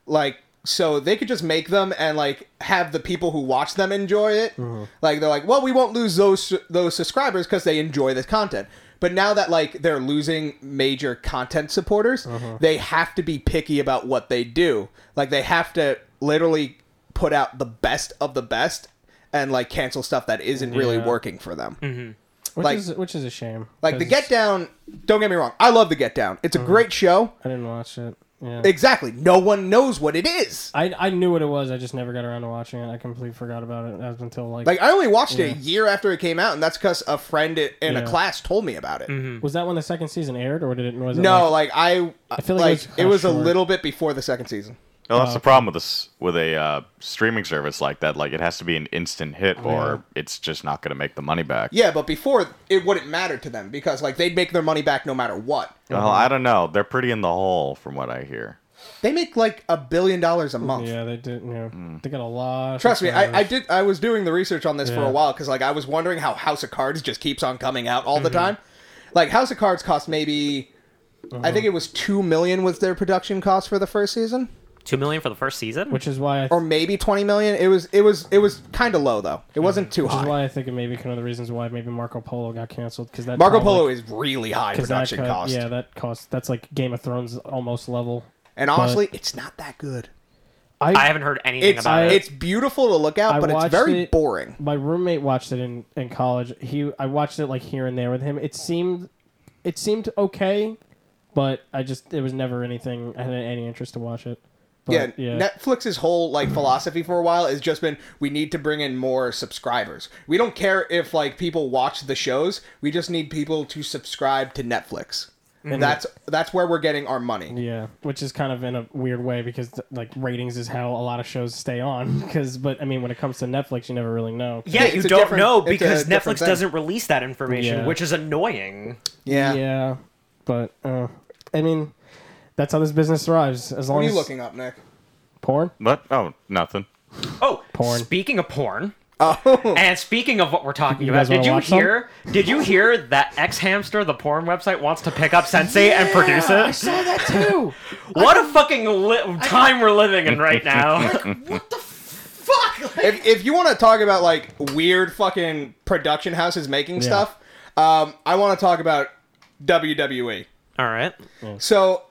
C: like so they could just make them and like have the people who watch them enjoy it
A: Mm-hmm.
C: like they're like well we won't lose those those subscribers because they enjoy this content but now that like they're losing major content supporters
A: Mm-hmm.
C: they have to be picky about what they do like they have to literally put out the best of the best and like cancel stuff that isn't really
A: Yeah.
C: working for them
A: which
C: like-
A: is which is a shame.
C: like the
A: 'cause Mm-hmm.
C: get down don't get me wrong i love the get down it's a great show
A: I didn't watch it. Yeah.
C: exactly no one knows what it is
A: I, I knew what it was. I just never got around to watching it. I completely forgot about it as until like,
C: Like I only watched it
A: Yeah.
C: a year after it came out, and that's because a friend i- in a
A: Yeah.
C: class told me about it.
A: was that when the second season aired or did it was it
C: No,
A: like,
C: like I, I
A: feel
C: feel
A: like
C: like,
A: it was
C: it was a
A: kinda short.
C: little bit before the second season.
B: No, that's the problem with this with a uh, streaming service like that. Like it has to be an instant hit,
C: Oh,
B: or it's just not going to make the money back.
C: Yeah, but before it wouldn't matter to them because like they'd make their money back no matter what.
B: Well, I don't know. They're pretty in the hole, from what I hear.
C: They make like a billion dollars a month.
A: Yeah, they did. Yeah,
C: Hmm.
A: they got a lot. of
C: Trust me, I, I
A: subscribers.
C: did. I was doing the research on this for
A: Yeah.
C: a while because like I was wondering how House of Cards just keeps on coming out all the
A: Mm-hmm.
C: time. Like House of Cards cost maybe,
A: Uh-huh.
C: I think it was two million was their production cost for the first season,
D: Two million for the first season.
A: which is why I
C: or maybe twenty million. It was it was it was kind of low though. It wasn't too
A: Which is
C: high.
A: why I think it may be one of the reasons why maybe Marco Polo got canceled because that
C: Marco
A: probably-
C: Polo is really high
A: 'cause that
C: production
A: cut-
C: cost,
A: Yeah, that cost. That's like Game of Thrones almost level.
C: and honestly, it's not that good.
D: I haven't heard anything
C: It's
D: about it.
C: it's beautiful to look at,
A: I
C: but it's
A: watched
C: very
A: it-
C: boring.
A: My roommate watched it in, in college. He I watched it like here and there with him. It seemed it seemed okay, but I just it was never anything I had any interest to watch it. But,
C: yeah,
A: yeah.
C: Netflix's whole like philosophy for a while has just been we need to bring in more subscribers. We don't care if like people watch the shows. We just need people to subscribe to Netflix. That's that's where we're getting our money.
A: yeah, which is kind of in a weird way because like ratings is how a lot of shows stay on. <laughs> Because, but I mean, when it comes to Netflix, you never really know.
D: yeah,
C: it's
D: you
C: a
D: don't
C: different-
D: know
C: it's a
D: because
C: different
D: Netflix
C: thing.
D: doesn't release that information,
A: Yeah.
D: which is annoying.
C: Yeah.
A: Yeah, but uh, I mean, that's how this business thrives. As long
C: What are you
A: as
C: looking up, Nick?
A: porn.
B: But oh, nothing.
D: Oh,
A: Porn.
D: speaking of porn,
C: Oh,
D: and speaking of what we're
A: <laughs>
D: talking
A: You
D: about,
A: guys
D: did
A: wanna
D: you
A: watch some?
D: hear? Did you hear that X Hamster, the porn website, wants to pick up Sensei and produce
A: I
D: it?
A: saw that too.
D: <laughs> What a fucking li- time we're living in
A: <laughs>
D: right now.
A: what the fuck?
C: if if you want to talk about like weird fucking production houses making stuff, um, I want to talk about WWE.
D: All right.
C: So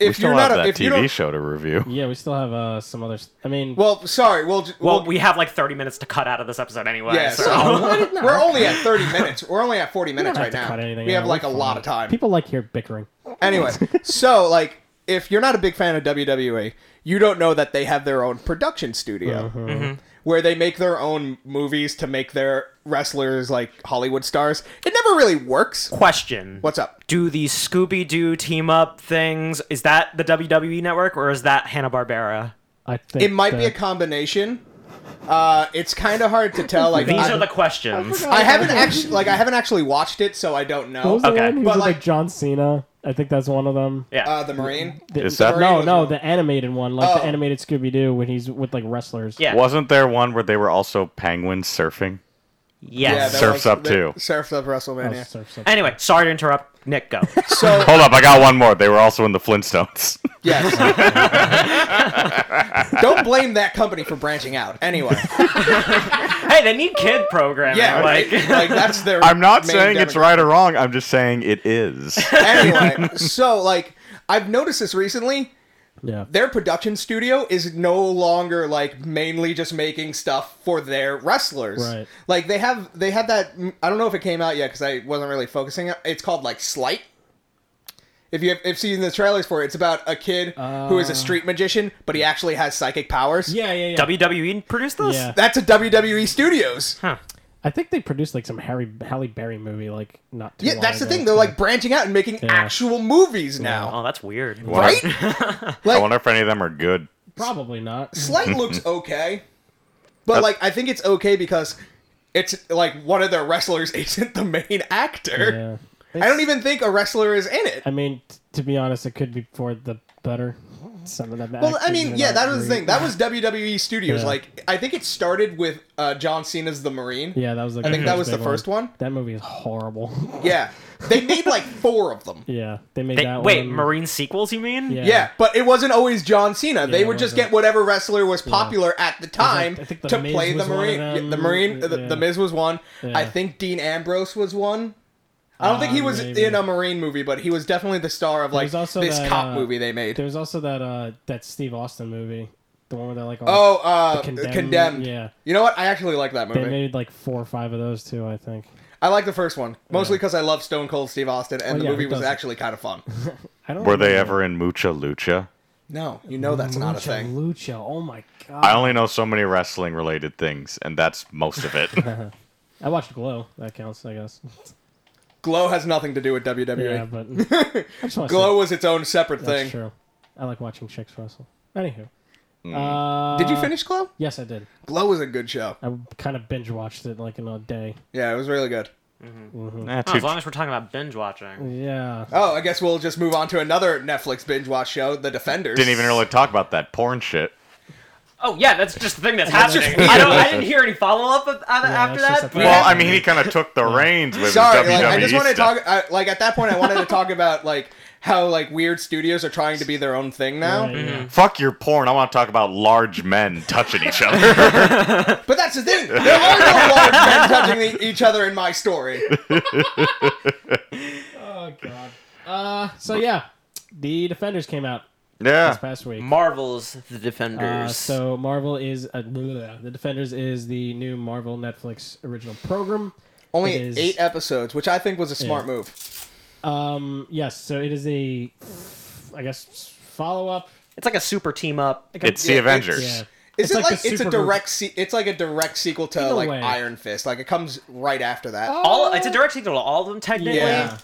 B: We
C: if
B: still
C: you're
B: have
C: not a,
B: that
C: if you
B: TV
C: don't
B: show to review.
A: yeah, we still have uh, some other. s- I mean,
C: well, sorry, we'll, j-
D: Well, we have like 30 minutes to cut out of this episode anyway.
C: Yeah,
D: so.
C: so
B: <laughs>
C: we're only at 30 minutes. We're only at 40 minutes
A: have
C: right
A: to
C: now.
A: cut anything
C: we have
A: out.
C: like a
A: We're
C: lot of time.
A: people like here bickering.
C: Anyway,
A: <laughs>
C: so like if you're not a big fan of WWE, you don't know that they have their own production studio
A: Uh-huh.
B: Mm-hmm.
C: where they make their own movies to make their wrestlers like Hollywood stars. It never really works.
D: Question.
C: What's up?
D: Do the Scooby Doo team up things, is that the WWE network or is that Hanna-Barbera?
A: I think
C: It might be a
A: that-
C: combination. Uh, it's kind of hard to tell. Like
D: These
C: I,
D: are the questions.
C: Uh, I haven't actually like I haven't actually watched it, so I don't
A: What was
C: know.
A: the
D: Okay.
A: one? He was
C: But,
A: with, like,
C: like-
A: John Cena. I think that's one of them.
D: Yeah.
C: Uh, the Marine.
A: The-
B: Is that-
A: no,
C: Sorry.
A: no, the animated one, like
C: Oh.
A: the animated Scooby Doo when he's with like wrestlers.
D: yeah.
B: Wasn't there one where they were also penguins surfing?
D: Yes.
C: that
B: Surf's
C: was-
B: Up
C: that-
B: too.
C: Surf's up
A: I'll
C: WrestleMania.
A: search something.
D: anyway, sorry to interrupt. Nick, go.
C: So
A: <laughs>
B: Hold up, I got one more. They were also in the Flintstones. <laughs>
C: Yes. Don't blame that company for branching out. Anyway,
D: hey, they need kid programming.
C: yeah,
D: <laughs> like,
C: like, like that's their.
B: I'm not
C: main
B: saying it's
C: demographic.
B: right or wrong. I'm just saying it is.
C: Anyway, so like I've noticed this recently.
A: Yeah.
C: Their production studio is no longer like mainly just making stuff for their wrestlers.
A: Right.
C: Like they have they had that. I don't know if it came out yet because I wasn't really focusing. on- It's called like Slight. If you have if seen the trailers for it, it's about a kid who is a street magician, but he actually has psychic powers.
A: Uh. Yeah, <laughs> yeah, yeah.
D: WWE E produced this?
A: Yeah.
C: That's a WWE Studios.
D: Huh.
A: I think they produced like some Harry Halle Berry movie, like not too
C: Yeah,
A: long
C: that's the
A: ago.
C: thing. They're like branching out and making actual movies now,
D: Oh, that's weird.
C: <laughs> right?
B: <laughs> I
C: like,
B: wonder if any of them are good.
A: probably
C: <laughs>
A: not.
C: Slight looks okay, but like I think it's okay because it's like one of their wrestlers <laughs> isn't the main actor.
A: Yeah.
C: I don't e- even think a wrestler is in it.
A: I mean, t- to be honest, it could be for the better. Some of them.
C: Well, I mean, yeah, that was the thing.
A: <laughs>
C: That was WWE Studios.
A: Yeah.
C: Like, I think it started with uh, John Cena's The Marine.
A: yeah, that was. Like,
C: I think that was the
A: big
C: first one.
A: That movie is horrible.
C: Yeah. They made like four of them.
A: yeah, they made
D: They,
A: that.
D: wait,
A: one.
D: Marine sequels, you mean?
A: Yeah.
C: Yeah, but it wasn't always John Cena. They
A: Yeah, it
C: would just
A: wasn't.
C: get whatever wrestler was popular at the time
A: I think The
C: to
A: Miz
C: play the
A: was one of
C: Marine. Yeah, the
A: them.
C: Marine, the,
A: Yeah.
C: the Miz was one. I
A: Yeah.
C: think Dean Ambrose was one. I don't think
A: Uh,
C: he was
A: maybe.
C: in a Marine movie, but he was definitely the star of like
A: was also
C: this
A: that,
C: cop
A: uh,
C: movie they made.
A: There was also that uh that Steve Austin movie, the one where they're like, all-
C: Oh, uh,
A: Condemned,
C: Condemned.
A: yeah.
C: You know what? I actually like that
A: they
C: movie.
A: made like four or five of those too. I think.
C: I like the first one mostly because I love Stone Cold Steve Austin, and
A: Oh,
C: the
A: yeah,
C: movie
A: who
C: was
A: doesn't?
C: actually kind of fun.
A: I don't.
B: Were they
A: remember.
B: ever in Mucha Lucha?
C: No, you know that's not a
A: Lucha,
C: thing.
A: Lucha. Oh my god.
B: I only know so many wrestling related things, and that's most
A: <laughs>
B: of it.
A: I watched Glow. That counts, I
C: <laughs>
A: guess.
C: Glow has nothing to do with
A: Yeah,
C: WWE. <laughs>
A: but I just wanna say
C: Glow was its own separate
A: that's
C: thing.
A: true. I like watching chicks wrestle. Anywho,
B: Hmm.
A: Uh,
C: Did you finish Glow?
A: Yes, I did.
C: Glow was a good show.
A: I kind of binge watched it like in a day.
C: Yeah, it was really good.
B: Nah,
D: Oh,
B: too-
D: as long as we're talking about binge watching.
A: Yeah.
C: Oh, I guess we'll just move on to another Netflix binge watch show, The Defenders.
B: didn't even really talk about that porn shit.
D: Oh yeah, that's just the thing that's
C: That's
D: happening.
C: just
D: I don't. I didn't hear any follow up after
A: it's just
D: that.
A: a thing.
B: Well, I mean, he kind of took the reins with
C: Sorry,
B: his WWE
C: like, I just wanted to
B: E stuff.
C: talk. I, like at that point, I wanted to talk about like how like weird studios are trying to be their own thing now.
A: Right, yeah.
B: Fuck your porn. I want to talk about large men touching each
C: <laughs>
B: other. <laughs>
C: But that's the thing. There are no large men touching the, each other in my story.
A: Oh god. Uh, so yeah, the Defenders came out
B: yeah.
A: this past week.
D: Marvel's The
A: Uh,
D: Defenders.
A: so Marvel is uh, blah, blah, blah. the Defenders is the new Marvel Netflix original program.
C: Only
A: It is-
C: eight episodes, which I think was a smart
A: Yeah.
C: move.
A: Um, yes, so it is a, I guess, follow up.
D: it's like a super team up.
B: It's
C: Yeah,
B: the Avengers.
A: Yeah,
C: Is it
A: like the
C: like it's a
A: supergroup.
C: direct se- it's like a direct sequel to
A: Either
C: like
A: way.
C: Iron Fist. Like it comes right after that.
D: All it's a direct sequel to all of them technically.
C: Yeah.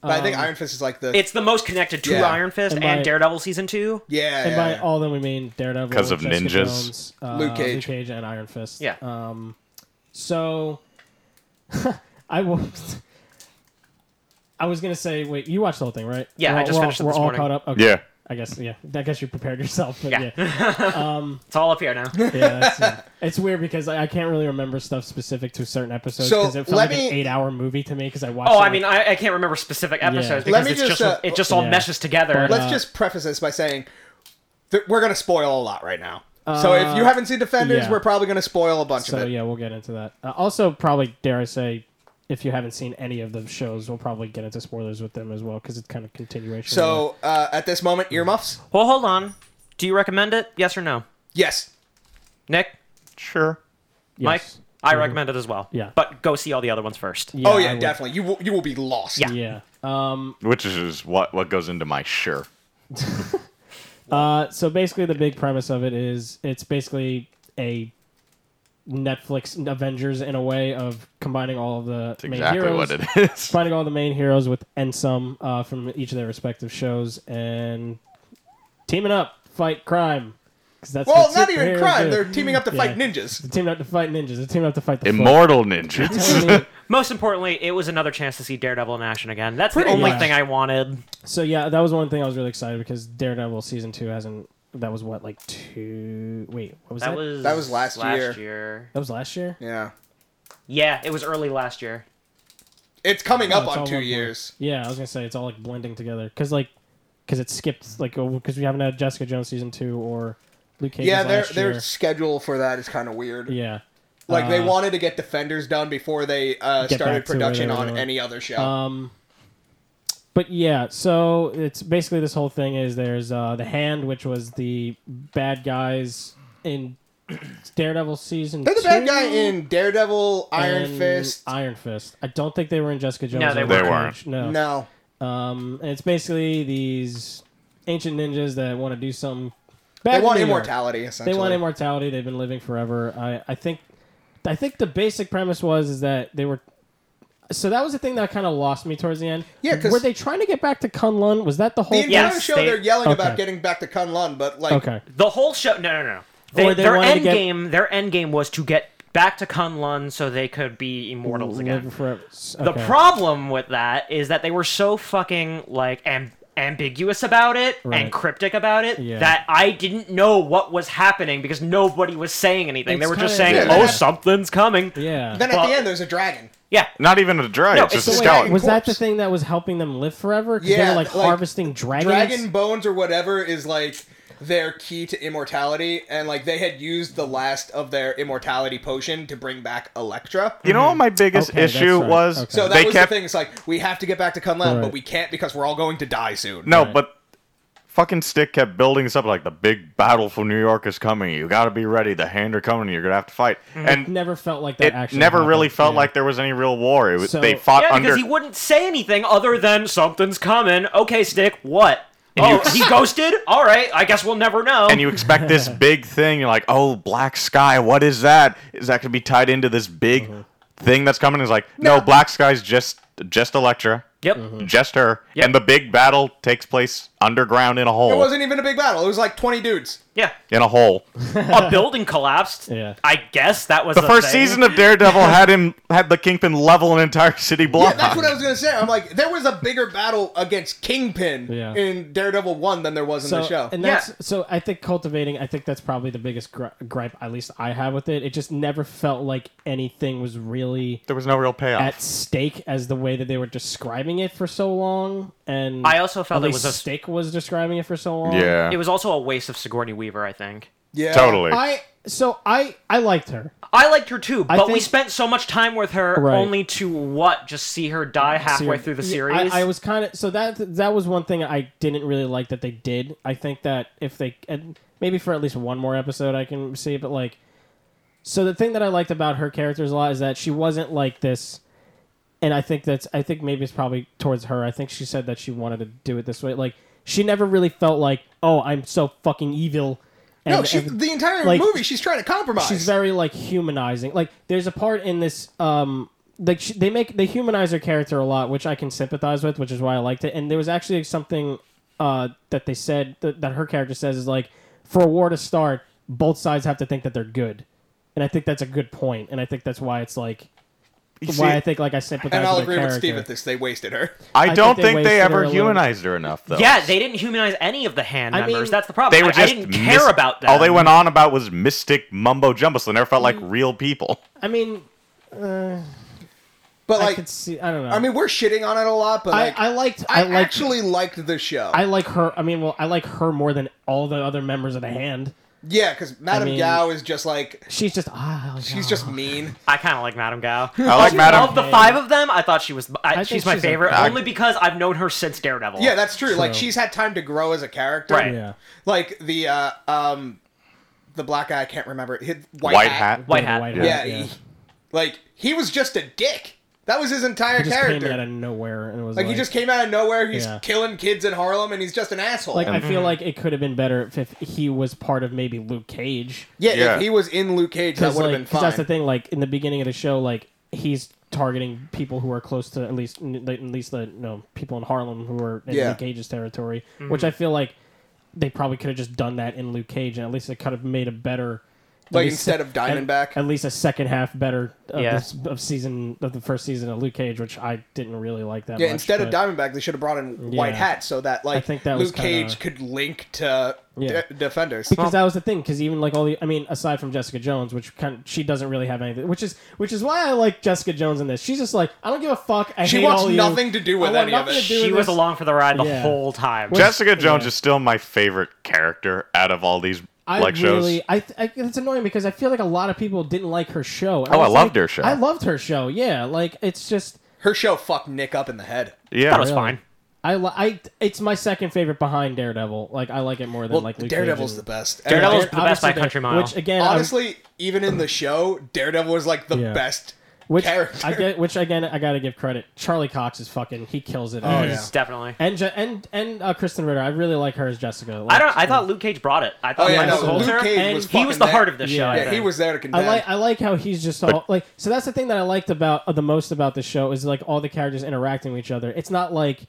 C: but I think
A: Um,
C: Iron Fist is like the
D: It's the most connected to
C: Yeah.
D: Iron Fist
A: And
D: and,
A: by-
D: Daredevil season two.
C: yeah,
A: And
C: yeah,
A: by
C: yeah.
A: all them we mean Daredevil,
B: 'Cause of
A: Jessica
B: ninjas.
A: Jones, uh,
C: Luke Cage.
A: Luke Cage, and Iron Fist.
D: Yeah.
A: Um, so <laughs> I was <laughs> I was gonna say, wait, you watched the whole thing, right?
D: Yeah, I
A: We're all-
D: just
A: we're all-
D: finished it
A: We're
D: this
A: all
D: morning.
A: caught up. Okay.
B: Yeah.
A: I guess yeah. I guess you prepared yourself, but yeah,
D: Yeah.
A: yeah.
D: It's all up here now.
A: <laughs> that's, yeah. It's weird because I, I can't really remember stuff specific to certain episodes
C: So,
A: because it felt
C: let
A: like an
C: me-
A: eight-hour movie to me because I watched.
D: Oh,
A: it,
D: I
A: like,
D: mean, I, I can't remember specific episodes
A: Yeah.
C: Let
D: because
C: me
D: it's
C: just,
D: just,
C: uh,
D: it just all
A: yeah.
D: meshes together.
A: But,
C: Let's
A: uh,
C: just preface this by saying that we're gonna spoil a lot right now. so if you haven't seen
A: Uh,
C: Defenders,
A: yeah.
C: we're probably gonna spoil a bunch
A: So
C: of it.
A: yeah, we'll get into that. Uh, also, probably dare I say, if you haven't seen any of the shows, we'll probably get into spoilers with them as well because it's kind of continuation. of-
C: So uh, at this moment, earmuffs.
D: well, hold on. Do you recommend it? Yes or no,
C: Yes.
D: Nick?
B: Sure.
D: Mike?
A: Yes.
D: I recommend it as well.
A: Yeah.
D: But go see all the other ones first.
A: Yeah,
C: oh
A: I
C: yeah,
A: would-
C: definitely. You will, you will be lost.
D: Yeah.
A: Yeah. Um.
B: Which is what what goes into my sure.
A: Uh. So basically, the big premise of it is it's basically a Netflix Avengers in a way of combining all of the
B: That's
A: main
B: exactly
A: heroes.
B: what it is.
A: finding all the main heroes with and some uh, from each of their respective shows and teaming up fight crime 'Cause that's
C: Well,
A: what
C: not even
A: superheroes
C: crime.
A: do.
C: They're teaming up to fight
A: Yeah.
C: ninjas.
A: They're teaming up to fight ninjas. They're teaming up to fight the Flash.
B: Immortal ninjas.
A: I mean,
D: Most importantly, it was another chance to see Daredevil in action again. That's
C: Pretty
D: the only
A: much.
D: thing I wanted.
A: so yeah, that was one thing I was really excited because Daredevil season two hasn't. That was what like two. Wait, what was that?
D: That was
C: That was last year.
D: year.
A: That was last year.
C: Yeah.
D: Yeah, it was early last year.
C: It's coming
A: Oh,
C: up
A: it's all
C: on two
A: one blend.
C: years.
A: Yeah, I was gonna say it's all like blending together because like because it skipped like because we haven't had Jessica Jones season two or Luke Cage.
C: Yeah, their
A: last
C: their
A: year.
C: schedule for that is kind of weird.
A: yeah.
C: Like they
A: Uh,
C: wanted to get Defenders done before they uh,
A: Get
C: started
A: back to it,
C: production
A: whatever
C: on
A: they
C: any other show.
A: Um, but yeah, so it's basically this whole thing is there's uh, the hand, which was the bad guys in <clears throat> Daredevil season.
C: They're the bad
A: two
C: guy in Daredevil, Iron
A: and
C: Fist.
A: Iron Fist. I don't think they were in Jessica Jones.
D: they
A: or
D: They
B: weren't.
A: Cage, No.
C: no,
A: Um, and it's basically these ancient ninjas that want to do something. Back
C: they want
A: in New York.
C: immortality. Essentially,
A: They want immortality. They've been living forever. I, I think I think the basic premise was is that they were. So that was the thing that kind of lost me towards the end.
C: Yeah, 'cause-
A: were they trying to get back to Kunlun? Was that the whole?
C: The entire
D: Yes,
C: show
D: they-
C: they, are yelling
A: Okay.
C: about getting back to Kun Lun, but like
A: okay,
D: The whole show. No, no, no. They,
A: Or they
D: their
A: wanted to
D: end
A: get-
D: game. Their end game was to get back to Kun Lun so they could be immortals
A: living
D: again.
A: forever.
D: The
A: Okay.
D: problem with that is that they were so fucking like am- ambiguous about it
A: Right.
D: and cryptic about it
A: Yeah.
D: that I didn't know what was happening because nobody was saying anything. they
A: It's
D: were just
A: kinda-
D: saying,
C: Yeah.
D: "Oh, something's coming."
A: Yeah.
C: then at
D: Well-
C: the end there's a dragon.
D: Yeah.
B: Not even a dragon,
D: No,
B: it's just a
D: it's the way
B: skeleton.
A: was that the
C: corpse.
A: thing that was helping them live forever? 'Cause they
C: Yeah,
A: were like,
C: like,
A: harvesting dragons.
C: Dragon bones or whatever is like their key to immortality, and like they had used the last of their immortality potion to bring back Elektra.
B: You know what my biggest
A: Okay, that's
B: issue
A: right.
B: was?
A: Okay.
C: So that
B: they
C: was
B: kept
C: the thing. It's like we have to get back to Kunlun,
A: Right.
C: but we can't because we're all going to die soon.
B: No,
A: Right.
B: but fucking Stick kept building this up like the big battle for New York is coming. You got to be ready. The hand are coming. You're gonna have to fight. And
A: Mm-hmm. never felt like that.
B: it
A: actually
B: never
A: happened.
B: really felt
A: Yeah.
B: like there was any real war. It was,
A: So-
B: they fought
D: Yeah,
B: under.
D: because he wouldn't say anything other than something's coming. Okay, stick. What? oh,
B: <laughs>
D: he ghosted. All right, I guess we'll never know.
B: and you expect
A: <laughs>
B: this big thing. You're like, oh, black sky. What is that? Is that gonna
A: Uh-huh.
B: be tied into this big thing that's coming? It's like, no, black sky's just just Electra.
D: Yep.
A: Mm-hmm.
B: Just her.
D: Yep.
B: And the big battle takes place underground in a hole.
C: It wasn't even a big battle. It was like 20 dudes.
A: <laughs>
D: Yeah.
B: in a hole.
D: A building collapsed.
A: Yeah.
D: I guess that was
B: The
D: a
B: first
D: thing.
B: season
A: <laughs>
B: of Daredevil had him had the Kingpin level an entire city block.
C: Yeah, that's what I was gonna say. I'm like, there was a bigger battle against Kingpin
A: Yeah.
C: in Daredevil One than there was in
A: so,
C: the show.
A: And
D: Yeah.
A: that's, So I think cultivating, I think that's probably the biggest gri- gripe, at least I have with it. It just never felt like anything was really
B: there was no real payoff.
A: at stake as the way that they were describing it for so long. And
D: I also felt
A: at
D: it
A: least
D: was a-
A: stake was describing it for so long.
B: yeah.
D: It was also a waste of Sigourney Weaver, I think.
B: <laughs>
C: yeah,
B: totally.
A: I so I I liked her.
D: I liked her too, but we
A: think-
D: spent so much time with her
A: Right.
D: only to what? Just see her die halfway through the
A: Yeah,
D: series.
A: I, I was kind of so that that was one thing I didn't really like that they did. I think that if they and maybe for at least one more episode I can see, it, but like, so the thing that I liked about her characters a lot is that she wasn't like this. And I think that's I think maybe it's probably towards her. I think she said that she wanted to do it this way. Like she never really felt like, oh, I'm so fucking evil.
C: No,
A: and-
C: she,
A: and-
C: the entire
A: like,
C: movie, she's trying to compromise.
A: she's very like humanizing. Like there's a part in this um like she, they make they humanize her character a lot, which I can sympathize with, which is why I liked it. And there was actually something uh that they said that, that her character says is like for a war to start, both sides have to think that they're good. And I think that's a good point, and I think that's why it's like
B: You see,
A: why I think like I sympathize
C: and I'll
A: with
C: agree
A: her
C: with Steve at
A: character.
C: this. They wasted her.
B: I
A: think
B: don't
A: they
B: think they
A: wasted her a
B: ever
A: little-
B: humanized her enough though.
D: yeah, they didn't humanize any of the hand
A: I
D: members.
A: mean-
D: That's the problem.
B: They were
D: I-
B: just
D: I, didn't care
B: mys-
D: about them.
B: All they went on about was mystic mumbo jumbo, so they never felt like
C: Mm.
B: real people.
A: I mean,
C: But
A: I
C: like,
A: could see. I don't know.
C: I mean, we're shitting on it a lot, but like,
A: I, I liked. I,
C: I
A: liked.
C: actually liked the show.
A: I like her. I mean, well, I like her more than all the other members of the hand.
C: yeah, because Madame
A: mean-
C: Gao is just like
A: She's just ah.
C: she's just mean.
D: I kind of like
A: <laughs>
D: Madame Gao.
B: I like
D: Of
B: Madame.
D: the five of them, I thought she was. I,
A: think
D: she's my
A: she's a-
D: favorite
A: I-
D: only because I've known her since Daredevil.
C: Yeah, that's true. Like
A: True.
C: she's had time to grow as a character.
D: Right.
A: yeah.
C: Like the uh, um, the black guy I can't remember. His white,
B: White hat.
D: White
A: Yeah,
D: Hat.
A: White
C: Yeah,
A: Hat.
C: he- like he was just a dick. That was his entire
A: He just
C: character.
A: came out of nowhere and was
C: Like,
A: like,
C: he just came out of nowhere. He's
A: Yeah.
C: killing kids in Harlem, and he's just an asshole.
A: like I feel like it could have been better if, if he was part of maybe Luke Cage.
C: yeah,
B: Yeah.
C: if he was in Luke Cage, that
A: 'Cause,
C: would have
A: like,
C: been
A: 'cause
C: fine.
A: That's the thing. Like in the beginning of the show, like he's targeting people who are close to at least n- like, at least the you know, people in Harlem who are in
C: Yeah.
A: Luke Cage's territory, which I feel like they probably could have just done that in Luke Cage, and at least it could have made a better. at
C: Like,
A: least
C: instead of Diamondback?
A: at, at least a second half better of,
D: Yeah.
A: this, of season of the first season of Luke Cage, which I didn't really like that.
C: yeah,
A: much,
C: instead of
A: but-
C: Diamondback, they should have brought in White
A: Yeah.
C: Hat so that like
A: think that was
C: Luke
A: kinda-
C: Cage could link to
A: Yeah.
C: de- Defenders.
A: because that was the thing. Because even like all the, I mean, aside from Jessica Jones, which kind of, she doesn't really have anything, which is which is why I like Jessica Jones in this. She's just like, I don't give a fuck. I
C: She
A: hate
C: wants
A: all you.
C: nothing to do with
A: I want
C: any of
A: nothing
C: it.
A: to do
D: she
A: with
D: was
A: this.
D: along for the ride the
A: Yeah.
D: whole time.
B: Jessica Jones
A: yeah.
B: is still my favorite character out of all these
A: uh, I
B: like
A: really,
B: shows.
A: I, th- I it's annoying because I feel like a lot of people didn't like her show. And
B: Oh, I
A: was
B: loved
A: like-
B: her show.
A: I loved her show. Yeah, like it's just
C: Her show fucked Nick up in the head.
D: That was
B: Yeah.
D: fine.
A: I, li- I, it's my second favorite behind Daredevil. Like I like it more than
C: Well,
A: like Luke
C: Daredevil's
A: Cage
C: the
A: and-
C: best.
D: Daredevil's
A: Dare-
D: the best by
A: obviously
D: country
A: Dare-
D: mile.
A: Which again, I was-
C: honestly, even in the show, Daredevil was like the
A: Yeah.
C: best
A: which
C: character.
A: I get, which again, I gotta give credit. Charlie Cox is fucking, he kills it. Oh
C: yeah.
D: Definitely.
A: And Je- and and uh, Kristen Ritter, I really like her as Jessica. Like,
D: I don't. I thought Luke Cage brought it. I thought
C: Oh, yeah,
D: Michael
A: no, Luke
D: Coulter-
C: Cage was
D: he was
C: fucking
D: the
C: there.
D: heart of the show.
A: Yeah.
D: I
A: Yeah,
C: <laughs> yeah, he
D: think.
C: was there to condemn.
A: I like I like how he's just all like so that's the thing that I liked about uh, the most about the show is like all the characters interacting with each other. It's not like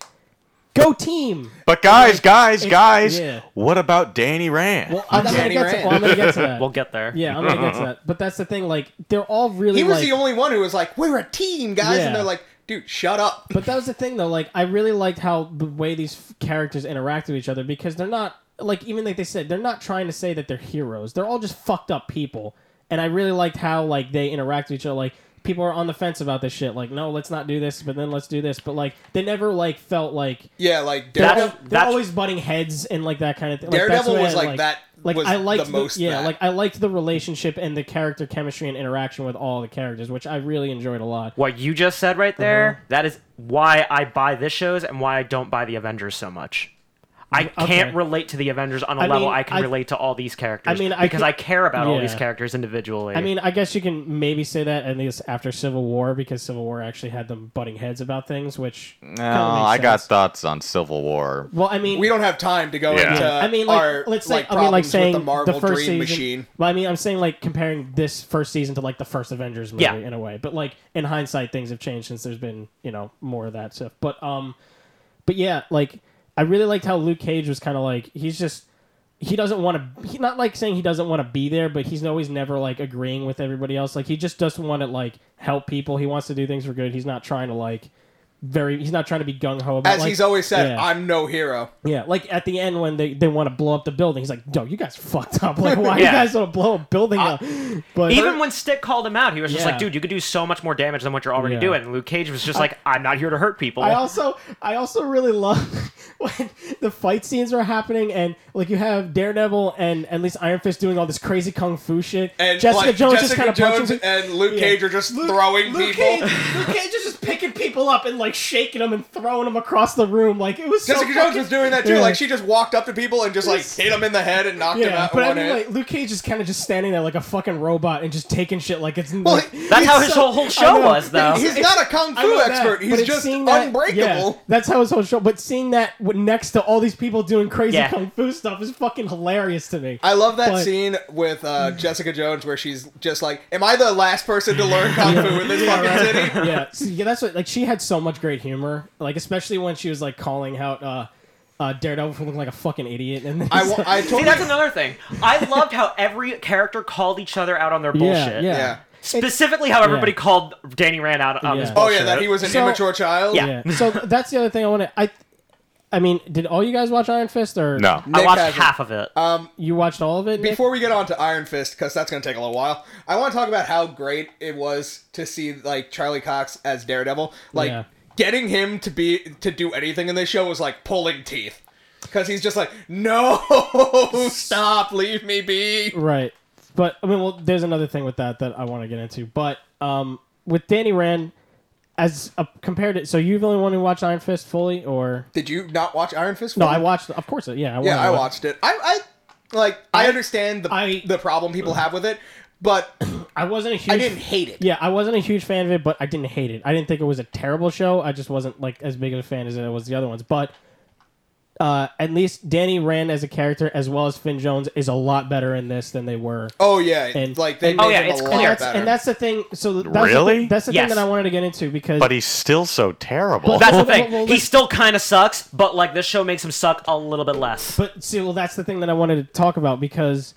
A: go team.
B: But guys, guys,
A: it-
B: guys,
A: yeah.
B: what about Danny Rand?
A: Well, I'm, gonna
C: Danny
A: get to,
C: Rand.
A: well, I'm gonna get to that.
D: We'll get there.
A: yeah, I'm gonna get to that. But that's the thing, like they're all really
C: he was
A: like,
C: the only one who was like, "We're a team, guys,"
A: Yeah.
C: and they're like, "Dude, shut up."
A: But that was the thing, though. Like, I really liked how the way these f- characters interact with each other because they're not like even like they said they're not trying to say that they're heroes. They're all just fucked up people, and I really liked how like they interact with each other. Like, people are on the fence about this shit. Like, no, let's not do this, but then let's do this. But like, they never like felt like
C: Yeah, like
A: they're,
C: Daredevil.
A: al- they're
D: that's-
A: always butting heads and like that kind of thing. Like,
C: Daredevil
A: that's the way
C: was
A: I
C: like
A: liked-
C: that
A: Like
C: was
A: I liked
C: the most
A: yeah,
C: that.
A: like I liked the relationship and the character chemistry and interaction with all the characters, which I really enjoyed a lot.
D: What you just said
A: Uh-huh.
D: right there. That is why I buy this shows and why I don't buy the Avengers so much. I
A: Mm,
D: can't
A: okay.
D: relate to the Avengers on a
A: I
D: level
A: mean,
D: I can
A: I-
D: relate to all these characters.
A: I mean, I
D: because
A: could-
D: I care about all
A: yeah.
D: these characters individually.
A: I mean, I guess you can maybe say that at least after Civil War because Civil War actually had them butting heads about things, which
B: No, Oh, I got thoughts on Civil War.
A: Well, I mean,
C: We don't have time to go
B: Yeah.
C: into
A: I mean, like,
C: our
A: let's say,
C: like,
A: I mean, like
C: problems
A: saying
C: with the Marvel
A: first
C: Dream
A: season,
C: Machine.
A: Well, I mean, I'm saying like comparing this first season to like the first Avengers movie
D: Yeah.
A: in a way, but like in hindsight, things have changed since there's been you know more of that stuff. But um, but yeah, like I really liked how Luke Cage was kind of like he's just he doesn't want to. He not like saying he doesn't want to be there, but he's always never like agreeing with everybody else. Like he just doesn't want to like help people. He wants to do things for good. He's not trying to like very. He's not trying to be gung ho about.
C: As
A: like-
C: he's always said,
A: Yeah.
C: I'm no hero.
A: yeah, like at the end when they, they want to blow up the building, he's like, "Yo, you guys fucked up. Like,
C: <laughs>
A: why you
D: Yeah.
A: guys want to blow a building up?" But
D: even when Stick called him out, he was just
A: Yeah.
D: like, "Dude, you could do so much more damage than what you're already
A: Yeah.
D: doing." And Luke Cage was just like, "I'm not here to hurt people."
A: I also I also really love <laughs> when the fight scenes are happening and like you have Daredevil and at least Iron Fist doing all this crazy kung fu shit.
C: And
A: Jessica
C: like,
A: Jones just
C: Jessica
A: kind of punching
C: Jones
A: people.
C: and Luke
A: Yeah.
C: Cage are just throwing
A: Luke
C: people.
A: Cage, Luke Cage is just picking people up and like shaking them and throwing them across the room. Like it was
C: Jessica
A: so
C: Jones
A: fucking-
C: was doing that too.
A: Yeah.
C: Like she just walked up to people and just like
A: Yes.
C: hit them in the head and knocked them
A: Yeah,
C: out in
A: but I
C: one
A: mean,
C: hit.
A: like Luke Cage is kind of just standing there like a fucking robot and just taking shit like it's.
C: Well,
A: like,
C: he-
D: That's
A: it's
D: how his
A: so-
D: whole whole
A: I
D: show
A: know,
D: was, though.
C: He's not a kung
A: I
C: fu
A: know that,
C: expert.
A: but
C: He's
A: it's
C: just
A: seeing that- yeah,
C: unbreakable.
A: that's how his whole show. But seeing that w- next to all these people doing crazy
D: Yeah.
A: kung fu stuff is fucking hilarious to me.
C: I love that
A: But- Mm.
C: scene with uh, Jessica Jones where she's just like, "Am I the last person
A: <laughs>
C: to learn kung fu in this fucking city?"
A: yeah, so, yeah, that's what. Like, she had so much great humor. Like, especially when she was like calling out uh, uh, Daredevil for looking like a fucking idiot. And then <laughs>
C: I, wa- I totally,
D: See, that's another thing. I loved how every character called each other out on their bullshit.
A: yeah.
C: yeah.
D: Specifically, how everybody called Danny Rand out on his
A: Yeah.
C: Oh
D: bullshit.
C: yeah, that he was an
A: So-
C: immature child.
D: Yeah.
A: yeah. so that's the other thing I want to. I, I mean, did all you guys watch Iron Fist or
B: No.
D: I
C: Nick
D: watched
C: hasn't.
D: half of it.
A: You watched all of it? Nick?
C: Before we get on to Iron Fist, because that's going to take a little while, I want to talk about how great it was to see like Charlie Cox as Daredevil. Like
A: Yeah.
C: getting him to be to do anything in this show was like pulling teeth, because he's just like, "No,
A: <laughs>
C: stop, leave me be."
A: Right. But I mean, well, there's another thing with that that I want to get into. But um, with Danny Rand, as a, compared to, so you've only one who watched Iron Fist fully, or
C: Did you not watch Iron Fist?
A: no?
C: fully?
A: I watched, of course, yeah, I
C: Yeah, I
A: wa-
C: watched it. I, I like I,
A: I-
C: understand the
A: I-
C: the problem people have with it, but
A: I wasn't a huge,
C: I didn't hate it.
A: yeah, I wasn't a huge fan of it, but I didn't hate it. I didn't think it was a terrible show. I just wasn't like as big of a fan as I was the other ones. But uh, at least Danny Rand as a character, as well as Finn Jones, is a lot better in this than they were
C: Oh yeah,
A: And-
C: like they
A: and-
C: made
D: Oh, yeah,
C: him
D: it's
C: a
A: and
C: lot
D: clear.
A: that's,
C: better.
A: and that's the thing. So th- that's the,
B: Really?
A: thing- that's the
D: Yes.
A: thing that I wanted to get into because
B: But he's still so terrible.
A: Well,
C: <laughs>
D: That's the
A: Well,
D: thing.
A: well, well,
D: he
A: let's-
D: still kind of sucks, but like this show makes him suck a little bit less.
A: But see, well, that's the thing that I wanted to talk about because,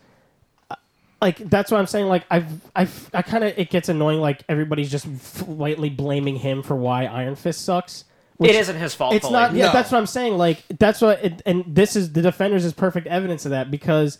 A: uh, like, that's what I'm saying. Like, I've, I've, I kind of it gets annoying. Like everybody's just lightly blaming him for why Iron Fist sucks. which
D: it isn't his fault.
A: It's
D: fully.
A: not. Yeah,
C: No.
A: that's what I'm saying. Like, that's what. It, and this is the Defenders is perfect evidence of that because.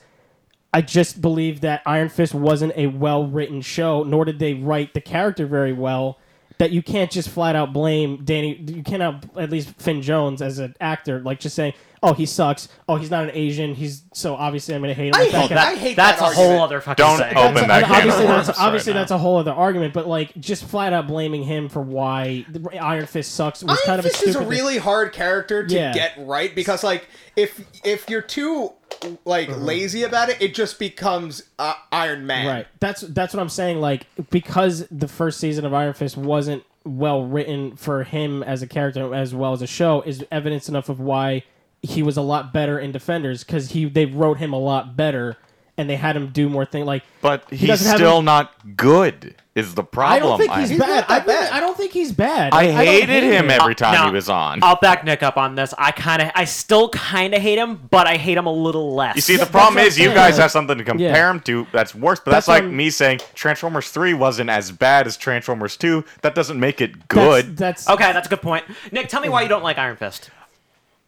A: I just believe that Iron Fist wasn't a well written show, nor did they write the character very well. That you can't just flat out blame Danny. You cannot at least Finn Jones as an actor, like just saying, "Oh, he sucks. Oh, he's not an Asian. He's so obviously I'm going to hate him."
C: I
A: Like that
C: hate
A: guy-
C: that. I hate
D: That's
C: that
D: a whole
C: argument.
D: other fucking
B: Don't
D: thing.
B: open that
A: That's-
B: can
A: obviously,
B: of
A: that's
B: worms
A: obviously
B: right now.
A: that's a whole other argument. But like, just flat out blaming him for why the Iron Fist sucks was
C: Iron
A: kind of a
C: Fist
A: stupid.
C: is a
A: thing.
C: really hard character to
A: Yeah.
C: get right because like if if you're too like lazy about it, it just becomes uh, Iron Man.
A: Right. That's that's what I'm saying. Like because the first season of Iron Fist wasn't well written for him as a character as well as a show is evidence enough of why he was a lot better in Defenders because he they wrote him a lot better and they had him do more things. Like
B: But he's
A: doesn't have
B: still
A: any-
B: not good. Is the problem?
A: I don't think he's,
C: He's
A: bad.
C: not
A: I,
C: that
A: really-
C: bad.
A: I don't think he's bad.
B: I
A: Like, don't
B: hated
A: hate
B: him every time
D: Now,
B: he was on.
D: I'll back Nick up on this. I kind of, I still kind of hate him, but I hate him a little less.
B: you see, the
A: that's what
B: problem
A: I'm
B: is you
A: saying.
B: guys have something to compare
A: Yeah.
B: him to that's worse. But that's,
A: That's what
B: like
A: I'm-
B: me saying Transformers Three wasn't as bad as Transformers Two. That doesn't make it
A: That's,
B: good
A: that's
D: okay, that's a good point. Nick, tell me why you don't like Iron Fist.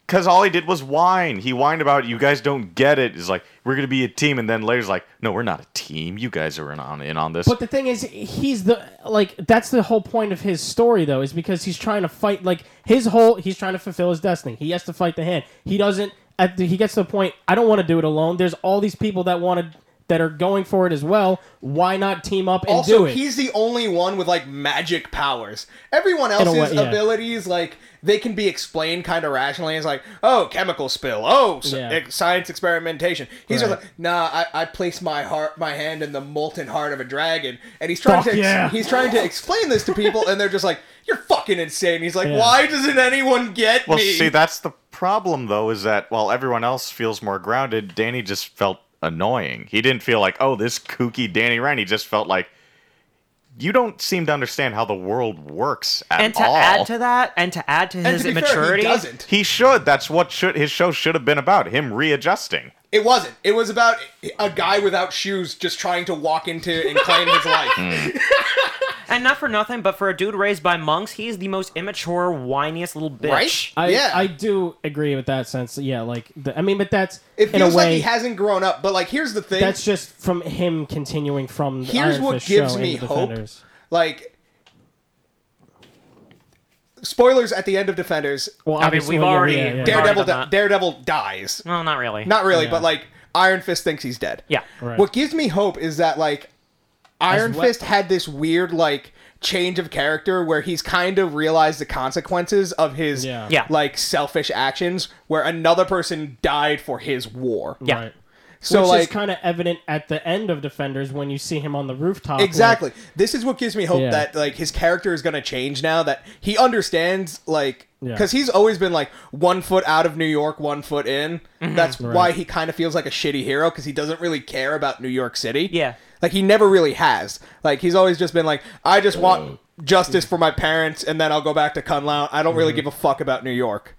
B: because all he did was whine. He whined about you guys don't get it. Is like we're gonna be a team, and then later's like, no, we're not a team. You guys are in on in on this.
A: But the thing is, he's the like that's the whole point of his story though, is because he's trying to fight like his whole he's trying to fulfill his destiny. He has to fight the hand. He doesn't. At the, he gets to the point. I don't want to do it alone. There's all these people that want to that are going for it as well. Why not team up and
C: also,
A: do it?
C: he's the only one with like magic powers. Everyone
A: a
C: else's
A: way, yeah.
C: abilities, like they can be explained kind of rationally. It's like, oh, chemical spill. Oh, s-
A: Yeah.
C: ex- science experimentation. He's just
A: Right.
C: like, nah, I, I place my heart, my hand in the molten heart of a dragon, and he's trying
A: Fuck
C: to ex-
A: yeah.
C: he's trying to explain this to people, and they're just like, you're fucking insane. He's like,
A: Yeah.
C: why doesn't anyone get
B: Well,
C: me?
B: see, that's the problem, though, is that while everyone else feels more grounded, Danny just felt annoying. He didn't feel like, oh, this kooky Danny Ryan. He just felt like, you don't seem to understand how the world works at
D: And to
B: all.
D: add to that, and to add to
C: and
D: his
C: to be fair, he
D: immaturity,
C: doesn't.
B: he should. That's what should his show should have been about. Him readjusting.
C: It wasn't. It was about a guy without shoes just trying to walk into and claim
B: <laughs>
C: his life.
B: Hmm.
D: and not for nothing, but for a dude raised by monks, he's the most immature, whiniest little bitch.
C: Right?
A: I,
C: yeah.
A: I do agree with that sense. Yeah, like the, I mean, but that's
C: It
A: in a
C: feels like
A: way
C: he hasn't grown up, but like here's the thing.
A: that's just from him continuing from the
C: here's
A: Iron
C: what
A: Fist
C: gives
A: show
C: me
A: into
C: hope.
A: Defenders.
C: Like spoilers at the end of Defenders,
A: Well,
D: mean,
A: obviously,
D: we've
A: yeah,
D: already-
A: yeah, yeah.
D: we've already-
C: Daredevil
D: done
C: di-
D: that.
C: Daredevil dies.
D: Well, not really.
C: Not really,
A: Yeah.
C: but like Iron Fist thinks he's dead.
D: Yeah.
A: Right.
C: What gives me hope is that like Iron
A: what-
C: Fist had this weird like change of character where he's kind of realized the consequences of his
A: Yeah.
D: Yeah.
C: like selfish actions where another person died for his war.
D: Yeah.
A: Right.
C: So
A: Which
C: like
A: is kind of evident at the end of Defenders when you see him on the rooftop. like,
C: Exactly. this is what gives me hope
A: Yeah.
C: that like his character is going to change now that he understands like
A: Yeah.
C: cuz he's always been like one foot out of New York, one foot in. That's why he kind of feels like a shitty hero cuz he doesn't really care about New York City.
D: Yeah.
C: Like he never really has. Like he's always just been like I just want justice for my parents and then I'll go back to Cunlown. I don't
A: Mm-hmm.
C: really give a fuck about New York.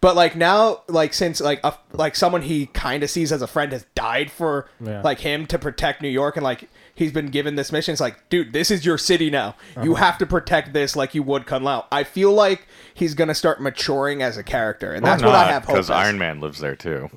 C: But like now, like since like a, like someone he kind of sees as a friend has died for
A: Yeah.
C: like him to protect New York, and like he's been given this mission. It's like, dude, this is your city now. You
A: Uh-huh.
C: have to protect this like you would Kun Lao. I feel like he's gonna start maturing as a character, and that's what I have hope.
B: Because
C: as.
B: Uh, Iron Man lives there too.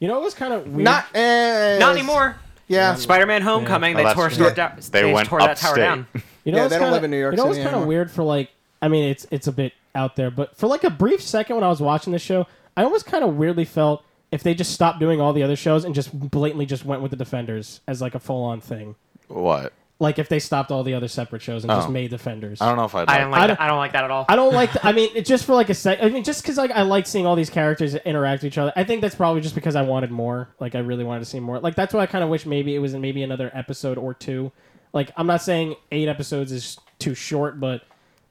A: you know, it was kind of weird.
C: not eh,
D: Not anymore.
C: Yeah,
D: Spider-Man: Homecoming.
B: Well,
D: they
B: that's
D: tore,
B: true.
D: store
B: Yeah.
D: down,
B: They
D: they
B: went
D: tore that tower
B: upstate. <laughs>
D: down.
A: You know,
C: Yeah,
A: it's
C: they don't
A: kinda,
C: live in New York
A: You know,
C: City
A: it's kind of
C: anymore.
A: weird for like. I mean, it's it's a bit out there, but for like a brief second when I was watching the show, I almost kind of weirdly felt if they just stopped doing all the other shows and just blatantly just went with the Defenders as like a full on thing.
B: What?
A: Like if they stopped all the other separate shows and just
B: Oh.
A: made Defenders.
B: I don't know if I'd like.
D: I don't like. I
A: don't-
D: don't, I don't like that at all.
A: I don't like. I mean, it just for like a sec. I mean, just because like I like seeing all these characters interact with each other. I think that's probably just because I wanted more. Like I really wanted to see more. Like that's why I kind of wish maybe it was in maybe another episode or two. Like I'm not saying eight episodes is too short, but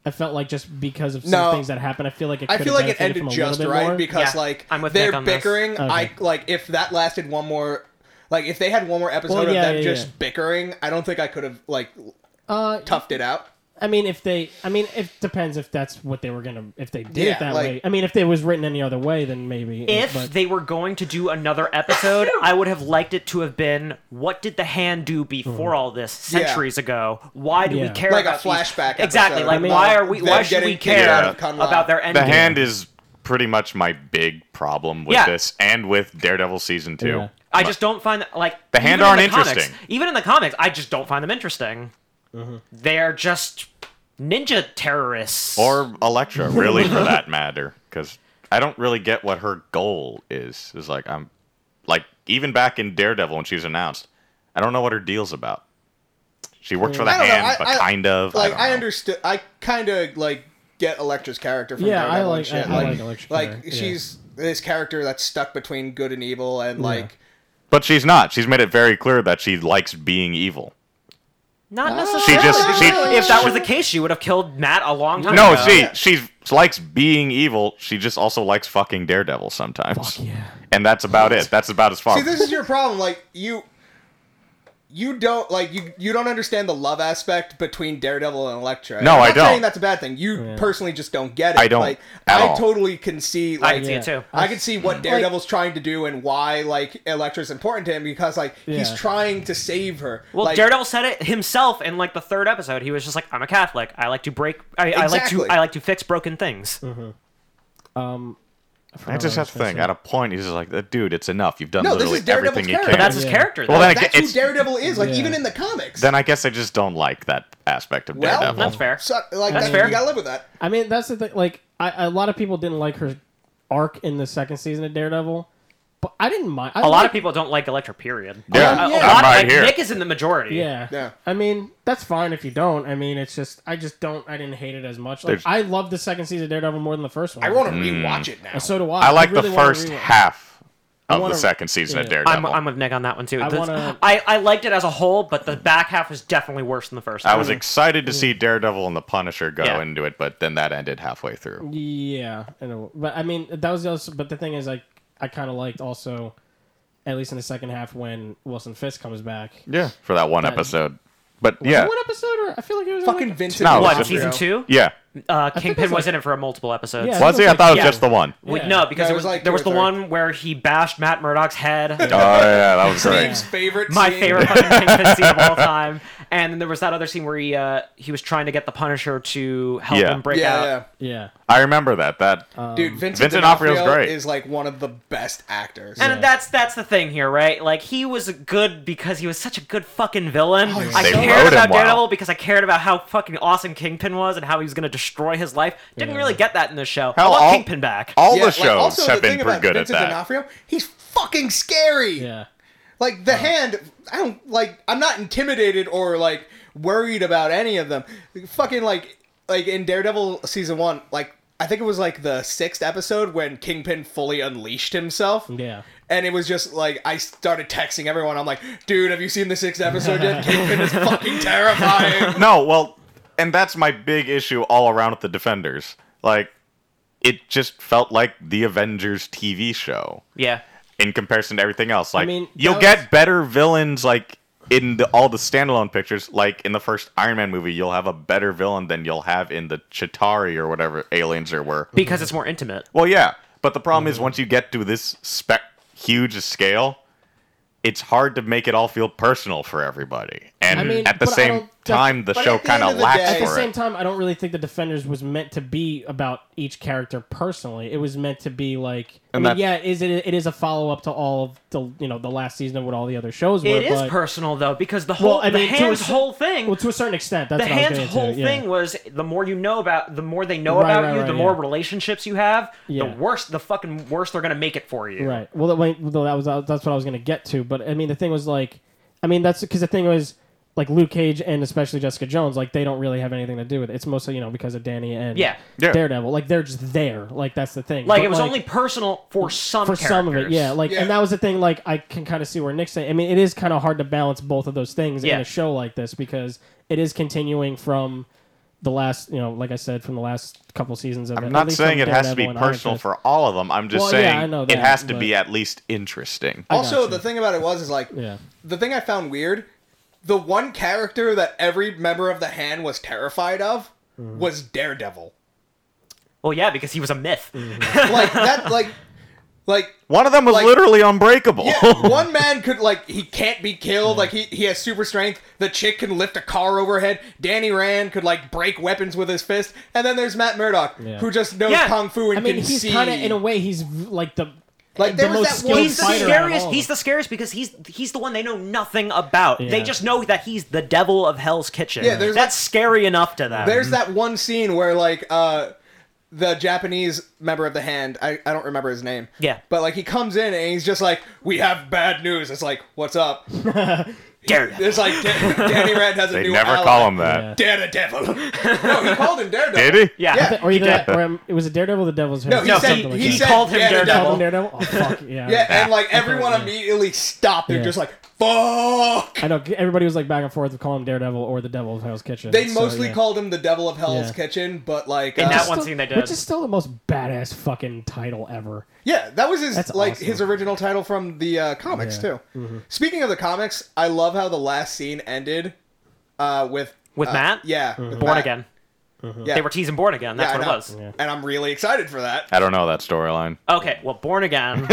A: I felt like just because of some
C: No.
A: things that happened, I feel like it.
C: I
A: could've
C: feel like it
A: benefited from
C: ended
A: a
C: just
A: little bit
C: right
A: more.
C: because
D: Yeah,
C: like
D: I'm with Nick
C: they're
D: on this.
C: bickering. I
A: Okay.
C: like if that lasted one more, like if they had one more episode
A: Well,
C: of
A: yeah,
C: them
A: yeah,
C: just
A: yeah.
C: bickering, I don't think I could have like
A: uh,
C: toughed it out.
A: I mean, if they, I mean, it depends if that's what they were gonna, if they did
C: Yeah,
A: it that
C: like-
A: way. I mean, if it was written any other way, then maybe.
D: if
A: but-
D: they were going to do another episode, I would have liked it to have been what did the hand do before all this centuries ago? Why do we
A: Yeah.
D: care
C: Like a
D: about these-
C: flashback
D: Exactly.
C: episode
D: Like
A: about
D: why are we?
C: them
D: Why should
C: getting
D: we
C: kicked out
D: care
C: of Conrad.
D: about their end?
B: the hand is pretty much my big problem with
D: Yeah.
B: this, and with Daredevil season two.
A: Yeah.
D: I just don't find that, like
B: The hand
D: even in
B: aren't
D: comics-
B: interesting.
D: even in the comics, I just don't find them interesting.
C: Mm-hmm.
D: They're just ninja terrorists.
B: or Elektra, really, for
C: <laughs>
B: that matter, because I don't really get what her goal is. Is like I'm, like even back in Daredevil when she was announced, I don't know what her deal's about. She worked for the
C: I don't know,
B: hand,
C: I-
B: but
C: I-
B: kind of.
C: like I,
B: I, understand.
C: understood. I kind of like get Electra's character from
A: Yeah,
C: Daredevil
A: I
C: and
A: like-
C: shit.
A: I- I
C: like
A: like Elektra
C: like
A: character, yeah.
C: she's this character that's stuck between good and evil, and like
B: But she's not. She's made it very clear that she likes being evil.
D: Not
B: She
D: necessarily.
B: just she.
D: if that was the case, she would have killed Matt a long time
B: no,
D: ago.
B: she she likes being evil. She just also likes fucking Daredevil sometimes.
A: yeah.
B: And that's about it. That's about as far.
C: see, this is your problem. Like you. You don't like you. You don't understand the love aspect between Daredevil and Elektra.
B: No,
C: I'm
B: I
C: not
B: don't.
C: Saying that's a bad thing. You personally just don't get it.
B: I don't
C: Like,
B: at
C: I
B: all.
C: totally can see.
D: I
C: Like,
D: can see it too.
C: I can
A: <clears throat>
C: see what Daredevil's trying to do and why like Elektra's important to him because like he's
A: Yeah.
C: trying to save her.
D: Well,
C: like,
D: Daredevil said it himself in like the third episode. He was just like, "I'm a Catholic. I like to break. I, I like to.
C: Exactly.
D: I like to fix broken things."
B: I just have to think. At a point, he's just like, "Dude, it's enough. You've done
C: No, this
B: literally
C: is Daredevil's
B: everything you
C: character.
B: can."
D: That's his
A: Yeah.
D: character.
B: Well,
D: though.
B: then it-
C: that's who
B: it's-
C: Daredevil is. Like
A: Yeah.
C: even in the comics.
B: then I guess I just don't like that aspect of
C: Well,
B: Daredevil.
D: that's fair.
C: So, like
D: That's
C: that-
D: fair.
C: You gotta live with that.
A: I mean, that's the thing. Like, I, a lot of people didn't like her arc in the second season of Daredevil, but I didn't mind. I
D: A lot of
A: liked-
D: people don't like Electra. Period.
B: Yeah,
D: A- a
A: I'm
D: lot-
B: right
D: like,
B: here.
D: Nick is in the majority.
A: Yeah.
C: Yeah.
A: I mean, that's fine if you don't. I mean, it's just I just don't. I didn't hate it as much. Like
B: There's-
A: I love the second season of Daredevil more than the first one.
C: I want to
B: Mm.
C: rewatch it now.
A: And so do I.
B: I like
A: really
B: the
A: wanna
B: first
A: rewatch-
B: half of
A: wanna-
B: the second season of
A: yeah.
D: I'm,
B: Daredevil.
D: I'm with Nick on that one too.
A: I
D: This-
A: wanna-
D: I, I liked it as a whole, but the back half was definitely worse than the first.
B: I
D: half.
B: was excited to see Daredevil and the Punisher go
D: Mm. Yeah.
B: into it, but then that ended halfway through.
A: Yeah, I know. But I mean, that was also. But the thing is, like, I kind of liked also, at least in the second half when Wilson Fisk comes back.
B: Yeah, for that one
A: That-
B: episode. But yeah,
A: One episode, or I feel like it was
C: fucking
A: like-
C: Vincent.
B: No,
D: what
B: Just-
D: season two.
B: yeah.
D: Uh,
A: it was
D: Kingpin was in it for multiple episodes.
A: Yeah,
B: Was he? I thought it was
D: Yeah.
B: just the one.
D: We,
A: Yeah.
D: No,
C: No,
D: because it
C: it was
D: was,
C: like
D: there
C: two
D: was
C: or
D: the
C: three.
D: one where he bashed Matt Murdock's
C: <laughs>
D: head.
B: Oh yeah, that was
C: Steve's
B: great.
C: favorite.
D: My
C: scene.
D: favorite fucking Kingpin scene
B: <laughs>
D: of all time. And then there was that other scene where he uh, he was trying to get the Punisher to help
B: Yeah.
D: him break out.
C: Yeah,
A: Yeah.
B: I remember that. That
D: Uh,
C: yeah. Dude, Vincent,
B: Vincent
C: D'Onofrio
B: D'Onofrio's great.
C: is like one of the best actors.
D: And that's that's the thing here, right? Like he was good because he was such a good fucking villain.
C: Oh,
D: I
B: They
D: cared
B: wrote him
D: about
B: well.
D: Daredevil because I cared about how fucking awesome Kingpin was and how he was gonna destroy his life. Didn't really get that in this show. I
B: Hell,
D: want
B: all-
D: Kingpin back.
B: all
C: Yeah,
B: the
C: like,
B: shows
C: also, the
B: have been
C: thing
B: pretty
C: about
B: good
C: Vincent
B: at that.
C: D'Onofrio, he's fucking scary.
A: Yeah.
C: Like
A: Uh-huh.
C: the hand, I don't like. I'm not intimidated or like worried about any of them. Fucking like, like in Daredevil season one, like I think it was like the sixth episode when Kingpin fully unleashed himself.
A: Yeah.
C: And it was just like I started texting everyone. I'm like, dude, have you seen the sixth
A: <laughs>
C: episode yet? Kingpin is fucking terrifying.
B: No, well, and that's my big issue all around with the Defenders. Like, it just felt like the Avengers TV show
D: Yeah.
B: in comparison to everything else. Like,
A: mean, that
B: you'll
A: was-
B: get better villains like in the, all the standalone pictures. Like in the first Iron Man movie, you'll have a better villain than you'll have in the Chitari or whatever aliens there were.
D: Because it's more intimate.
B: Well, yeah, but the problem
A: Mm-hmm.
B: is once you get to this spec huge scale, it's hard to make it all feel personal for everybody. And
A: I mean,
B: at the
A: but I
B: same
A: don't-
B: time, the
C: but
B: show
C: at the end
B: kind of
C: of the
B: lacks
C: day-
A: At the
B: for
A: same
B: it.
A: time, I don't really think the Defenders was meant to be about each character personally. It was meant to be like, I
B: And
A: mean,
B: that's-
A: yeah, is it? It is a follow up to all of the you know the last season of what all the other shows were.
D: It is
A: but,
D: personal though, because the whole
A: I
D: the
A: mean, to a
D: hands
A: cer-
D: whole thing
A: Well, to a certain extent, that's
D: the
A: what I was
D: hand's
A: getting to,
D: whole
A: yeah.
D: thing was the more you know about the more they know
A: Right,
D: about
A: right,
D: you
A: right,
D: the more
A: yeah.
D: relationships you have the
A: Yeah.
D: worse the fucking worse they're gonna make it for you
A: Right. Well, that, wait, well, that was uh, that's what I was gonna get to. But I mean, the thing was like, I mean, that's because the thing was like Luke Cage and especially Jessica Jones, like they don't really have anything to do with it. It's mostly you know because of Danny and
D: Yeah.
B: Yeah.
A: Daredevil. Like they're just there. Like that's the thing.
D: like
A: But,
D: it was only personal for some
A: for some of it,
D: characters.
A: yeah. Like,
C: Yeah.
A: and that was the thing. Like, I can kind of see where Nick's saying. I mean, it is kind of hard to balance both of those things in
D: Yeah.
A: a show like this because it is continuing from the last, you know, like I said, from the last couple seasons of.
B: I'm not saying it has to be personal for all of them. I'm just
A: Well, yeah, I
B: saying
A: know
B: it
A: that,
B: has to
A: but-
B: be at least interesting.
C: also,
A: gotcha.
C: the thing about it was is like,
A: Yeah.
C: the thing I found weird, the one character that every member of the hand was terrified of
A: Mm-hmm.
C: was Daredevil.
D: well yeah because he was a myth
A: Mm-hmm.
D: <laughs>
A: <laughs>
C: Like that, like, like
B: One of them was
C: Like-
B: literally unbreakable. <laughs>
C: yeah, one man could like he can't be killed. Like he he has super strength. The chick can lift a car overhead. Danny Rand could like break weapons with his fist. And then there's Matt Murdock
A: Yeah.
C: who just knows
D: Yeah.
C: kung fu and
A: I mean,
C: can
A: he's
C: see.
A: kind of in a way he's v- like the
C: Like,
A: the
C: there
A: most
C: was that one
A: skilled
D: he's the
A: fighter. out of
D: scariest
A: all of
D: he's the scariest because he's he's the one they know nothing about they
A: Yeah.
D: just know that he's the devil of hell's kitchen
C: Yeah, there's
D: that's scary enough to them
B: Mm-hmm.
C: There's that one scene where like uh the Japanese member of the hand, I, I don't remember his name.
D: Yeah.
C: But like he comes in and he's just like, We have bad news. It's like, what's up?
D: Daredevil.
C: It's like Dan- Danny Rand has a
B: They
C: new
B: never
C: ally.
B: call him that.
C: Daredevil. <laughs> no, he called him Daredevil.
B: Did he?
D: yeah,
C: Yeah.
A: Or either
D: did.
A: that, or um, it was a Daredevil, the Devil's Hair.
C: No, he
D: No,
C: said
A: something like
C: he
A: that.
C: said
D: called him
C: Daredevil.
A: Called him
D: Daredevil.
A: Daredevil. Oh fuck yeah.
C: <laughs> Yeah, and like
A: I thought
C: everyone
A: it was-
C: immediately stopped. They're
A: Yeah.
C: just like,
A: <laughs>
C: Fuck
A: I know everybody was like back and forth of calling him Daredevil or the Devil's Hell's Kitchen.
C: They
A: so,
C: mostly
A: yeah.
C: called him the devil of Hell's
A: Yeah.
C: Kitchen, but like
D: And
C: uh,
D: that one scene they did.
A: which is still the most badass fucking title ever.
C: Yeah, that was his
A: That's
C: like
A: awesome.
C: his original title from the uh, comics
A: Yeah. Mm-hmm.
C: too. Speaking of the comics, I love how the last scene ended uh, with
D: With
C: uh,
D: Matt?
C: Yeah,
A: Mm-hmm.
C: with
D: born
C: Matt.
D: again
C: Yeah.
D: they were teasing born again that's
C: Yeah, I
D: what it
C: know.
D: was
C: and I'm really excited for that.
B: I don't know that storyline.
D: Okay, well,
C: <laughs>
D: born again.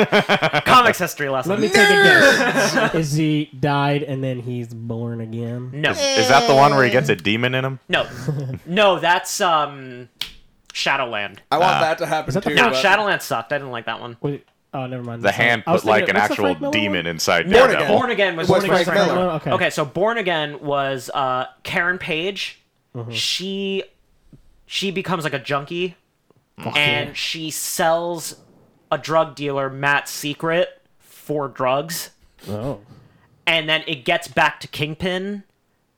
D: Comics history lesson.
A: Let me take a guess. Is he died and then he's born again?
D: no,
B: Is that the one where he gets
C: Eh.
B: a demon in him?
D: no, no. That's um, Shadowland.
C: I want
B: Nah.
C: that to happen
A: that the
C: too.
D: Uh, No,
C: but-
D: Shadowland sucked. I didn't like that one.
A: Wait, oh, never mind.
B: The hand
A: I was
B: put like
A: thinking-
B: an
A: what's the
B: actual
A: Frank Miller
B: demon
A: One?
B: inside
C: Born Again.
B: Daredevil.
D: Born Again was,
C: Was
D: one of the
C: Frank
D: first-
C: Miller.
A: Miller, okay.
D: so Born Again was uh, Karen Page.
C: Mm-hmm.
D: She she becomes like a junkie, and she sells a drug dealer Matt's secret for drugs,
A: Oh.
D: and then it gets back to Kingpin.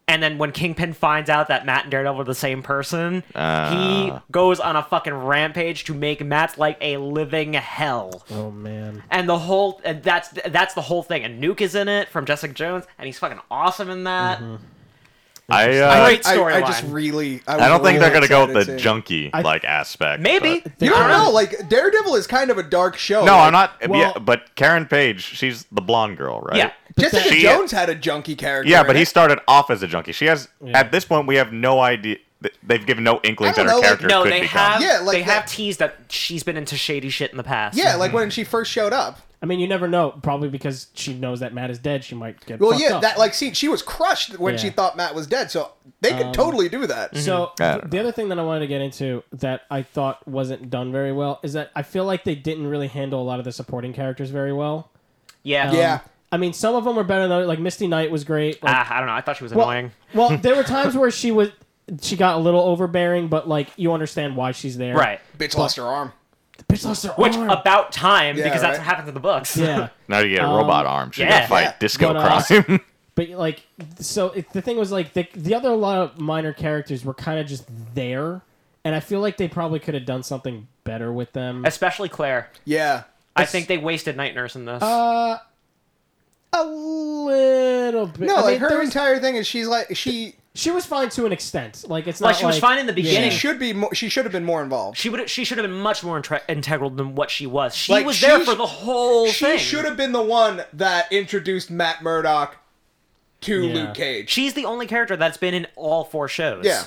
D: And then when Kingpin finds out that Matt and Daredevil are the same person, he goes on a fucking rampage to make Matt's life a living hell.
A: Oh man.
D: And the whole and that's that's the whole thing. And Nuke is in it from Jessica Jones, and he's fucking awesome in that.
B: I, uh,
D: Great
C: I, I just
D: storyline.
C: really. I,
B: I don't think they're
C: going
B: gonna
C: to
B: go with the junkie like aspect.
D: Maybe
A: They
C: You don't
A: kinda-
C: know. Like Daredevil is kind of a dark show.
B: but- No,
C: Like,
B: I'm not.
A: Well-
B: yeah, but Karen Page, she's the blonde girl, right?
D: Yeah.
C: Jessica
B: She-
C: Jones had a junky character.
B: Yeah,
C: in
B: but he
C: it.
B: started off as a junkie. She has
A: Yeah.
B: at this point we have no idea. th- They've given no inklings
C: I
B: that her
C: don't know, like,
B: character
D: no,
B: could
D: they
B: become.
D: have
C: Yeah, like
D: they have
C: that-
D: teased that she's been into shady shit in the past.
C: Yeah, like when she first showed up.
A: I mean, you never know. Probably because she knows that Matt is dead, she might get.
C: Well,
A: fucked
C: yeah,
A: up.
C: that like see, she was crushed when she
A: Yeah. Um,
C: thought Matt was dead. So they could totally do that.
A: So
B: I
A: th-
B: don't
A: the other thing that I wanted to get into that I thought wasn't done very well is that I feel like they didn't really handle a lot of the supporting characters very well.
D: yeah,
C: Yeah.
A: I mean, some of them were better than others. Like Misty Knight was great. Like,
D: Ah, I don't know. I thought she was
A: well,
D: annoying.
A: well, there were times where she was she got a little overbearing, but like you understand why she's there.
D: Right.
C: Bitch lost her arm.
A: Bitch lost her
D: Which
A: arm.
D: about time
C: Yeah,
D: because that's
C: right.
D: what happens in the books.
A: yeah.
B: Now you get a robot arm. She
D: yeah.
B: can fight
C: Yeah.
B: disco
A: um, But, uh,
B: crime. <laughs>
A: But like, so it, the thing was like the the other lot of minor characters were kind of just there, and I feel like they probably could have done something better with them.
D: <laughs> Especially Claire.
C: Yeah.
D: I think they wasted Night Nurse in this.
A: Uh, a little bit.
C: No,
A: I
C: like
A: mean,
C: her
A: there was-
C: entire thing is she's like she
A: she was fine to an extent. Like it's not
D: Like, she was fine in the beginning.
C: she
A: Yeah.
C: should be more, she should have been more involved.
D: she would she should have been much more intre- integral than what she was. She
C: Like,
D: was
C: she
D: there
C: sh-
D: for the whole
C: She
D: thing.
C: should have been the one that introduced Matt Murdock to
A: Yeah.
C: Luke Cage.
D: She's the only character that's been in all four shows.
C: Yeah.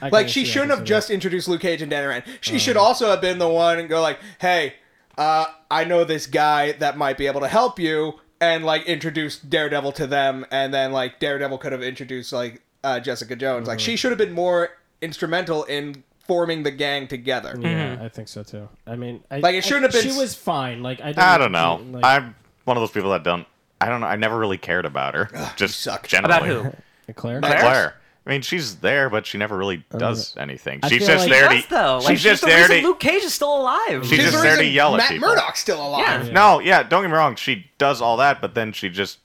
A: I
C: Like
A: can
C: she
A: see- I can
C: shouldn't have
A: see that.
C: just introduced Luke Cage and Dan Rand. She should also have been the one and go like, "Hey, uh, I know this guy that might be able to help you," and like introduce Daredevil to them, and then like Daredevil could have introduced like uh, Jessica Jones. Like she should have been more instrumental in forming the gang together.
A: Yeah,
D: Mm-hmm.
A: I think so too. I mean, I,
C: Like, it
A: I-
C: shouldn't have been
A: She
C: s-
A: was fine. Like I,
B: I don't know.
A: Like,
B: I'm one of those people that don't. I don't know. I never really cared about her. just
C: suck.
B: generally.
D: About who?
A: Claire. Uh,
C: Claire?
B: Claire. I mean, she's there, but she never really does anything.
A: I
B: She's
A: feel like-
B: just there
D: She does,
B: to.
D: though. Like,
B: she's, just
D: the
B: there
D: reason
B: to.
D: Luke Cage is still alive.
B: She's
C: She's
B: just
C: the
B: there to
C: reason
B: yell at
C: Matt
B: people.
C: Murdock's still alive.
D: Yeah.
B: No, yeah. Don't get me wrong. She does all that, but then she just.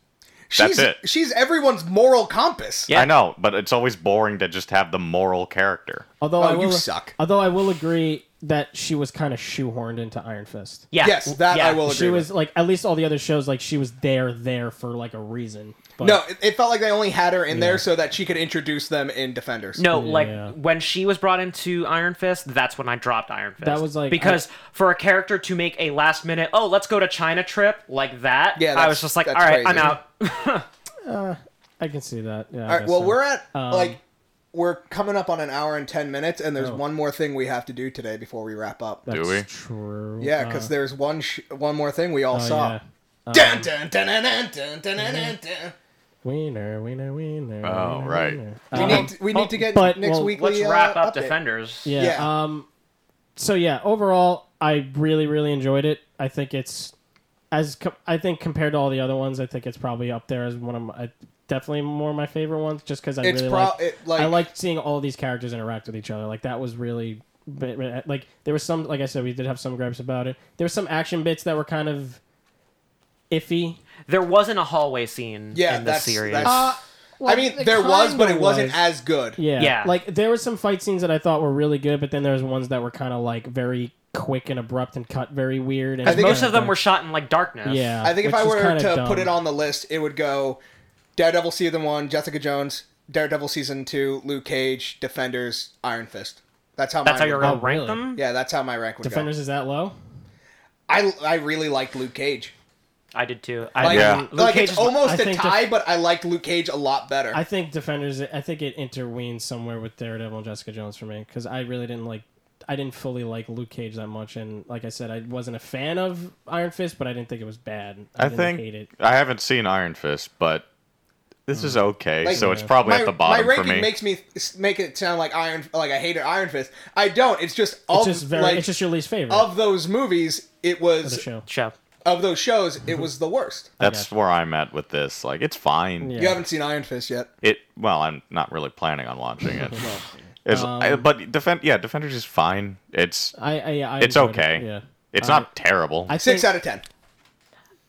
C: She's,
B: That's it.
C: She's everyone's moral compass.
D: Yeah.
B: I know, but it's always boring to just have the moral character.
A: Although
C: Oh,
A: I will,
C: you suck.
A: Although I will agree that she was kind of shoehorned into Iron Fist.
D: yeah.
C: Yes, that
D: yeah.
C: I will agree.
A: She
C: with.
A: was like at least all the other shows like she was there there for like a reason. But
C: No, it, it felt like they only had her in there so that she could introduce them in Defenders.
D: No,
A: Yeah.
D: like when she was brought into Iron Fist, that's when I dropped Iron Fist.
A: That was, like,
D: because for a character to make a last minute, oh, let's go to China trip like that.
C: Yeah,
D: I
C: that's-
D: was just like, all
C: that's
D: right, I'm
C: crazy.
D: out.
A: I can see that. Yeah.
C: All right, well, we're at
A: Um,
C: like we're coming up on an hour and 10 minutes and
A: Oh.
C: there's one more thing we have to do today before we wrap up.
A: That's
B: Do we?
A: True.
C: yeah, cuz there's one sh- one more thing we all
A: uh, Oh,
C: saw.
A: yeah. um,
C: Dun, dun, dun, dun, dun, dun, dun, dun, dun, dun.
A: Wiener, wiener, wiener.
B: Oh,
A: wiener,
B: right.
A: wiener.
C: We
A: Um,
C: need to, we
A: oh,
C: need to get
A: but,
C: next
A: well,
C: weekly
D: Let's wrap
C: uh,
D: up
C: update.
D: Defenders.
A: Yeah.
C: Yeah.
A: Um. So yeah, overall, I really, really enjoyed it. I think it's as co- I think compared to all the other ones, I think it's probably up there as one of my definitely more of my favorite ones. Just because I
C: It's
A: really
C: pro-
A: like,
C: it, like-
A: I liked seeing all these characters interact with each other. Like that was really but- but, like there was some like I said we did have some gripes about it. There were some action bits that were kind of iffy.
D: There wasn't a hallway scene
C: Yeah,
D: in the
C: that's,
D: series.
C: that's
A: Uh, Well,
C: I mean,
A: it
C: there was, but
A: kinda
C: it wasn't
A: was.
C: as good.
A: Yeah.
D: Yeah.
A: Like there were some fight scenes that I thought were really good, but then there was ones that were kind of like very quick and abrupt and cut very weird. And
C: I think
D: Most of them were shot in like darkness.
A: Yeah.
C: I think if
A: which
C: I
A: was
C: were
A: kinda
C: to
A: dumb.
C: put it on the list, it would go Daredevil season one, Jessica Jones, Daredevil season two, Luke Cage, Defenders, Iron Fist. That's how
D: That's how
C: mine
D: you're
C: would
D: gonna
A: Oh,
D: rank
A: really?
D: them.
C: Yeah, that's how my rank would
A: Defenders is that low?
C: go. I I really liked Luke Cage.
D: I did too. I
C: Like,
B: Yeah.
D: Luke
C: like
D: Cage
C: it's
D: is my-
C: almost
A: I
C: a
A: think
C: tie, but I liked Luke Cage a lot better.
A: I think Defenders. I think it interweaves somewhere with Daredevil and Jessica Jones for me because I really didn't like. I didn't fully like Luke Cage that much, and like I said, I wasn't a fan of Iron Fist, but I didn't think it was bad. I,
B: I
A: didn't
B: think
A: hate it. Mm.
B: I haven't seen Iron Fist, but this is okay.
C: Like,
B: so it's probably
C: my,
B: at the bottom
C: my ranking
B: for me.
C: makes me th- make it sound like Iron like I hated Iron Fist. I don't. It's just of
A: It's just very.
C: like
A: it's just your least favorite
C: of those movies. It was
A: the show.
D: show.
C: of those shows. It was the worst.
B: That's where I'm at with this. Like it's fine.
A: Yeah.
C: You haven't seen Iron Fist yet.
B: It well, I'm not really planning on watching it. It's- I- but defend yeah, Defenders is fine. It's
A: I. I, I
B: it's
A: enjoyed it,
B: okay.
A: Yeah.
B: It's
A: I-
B: not terrible.
A: I
C: Six
A: think-
C: out of ten.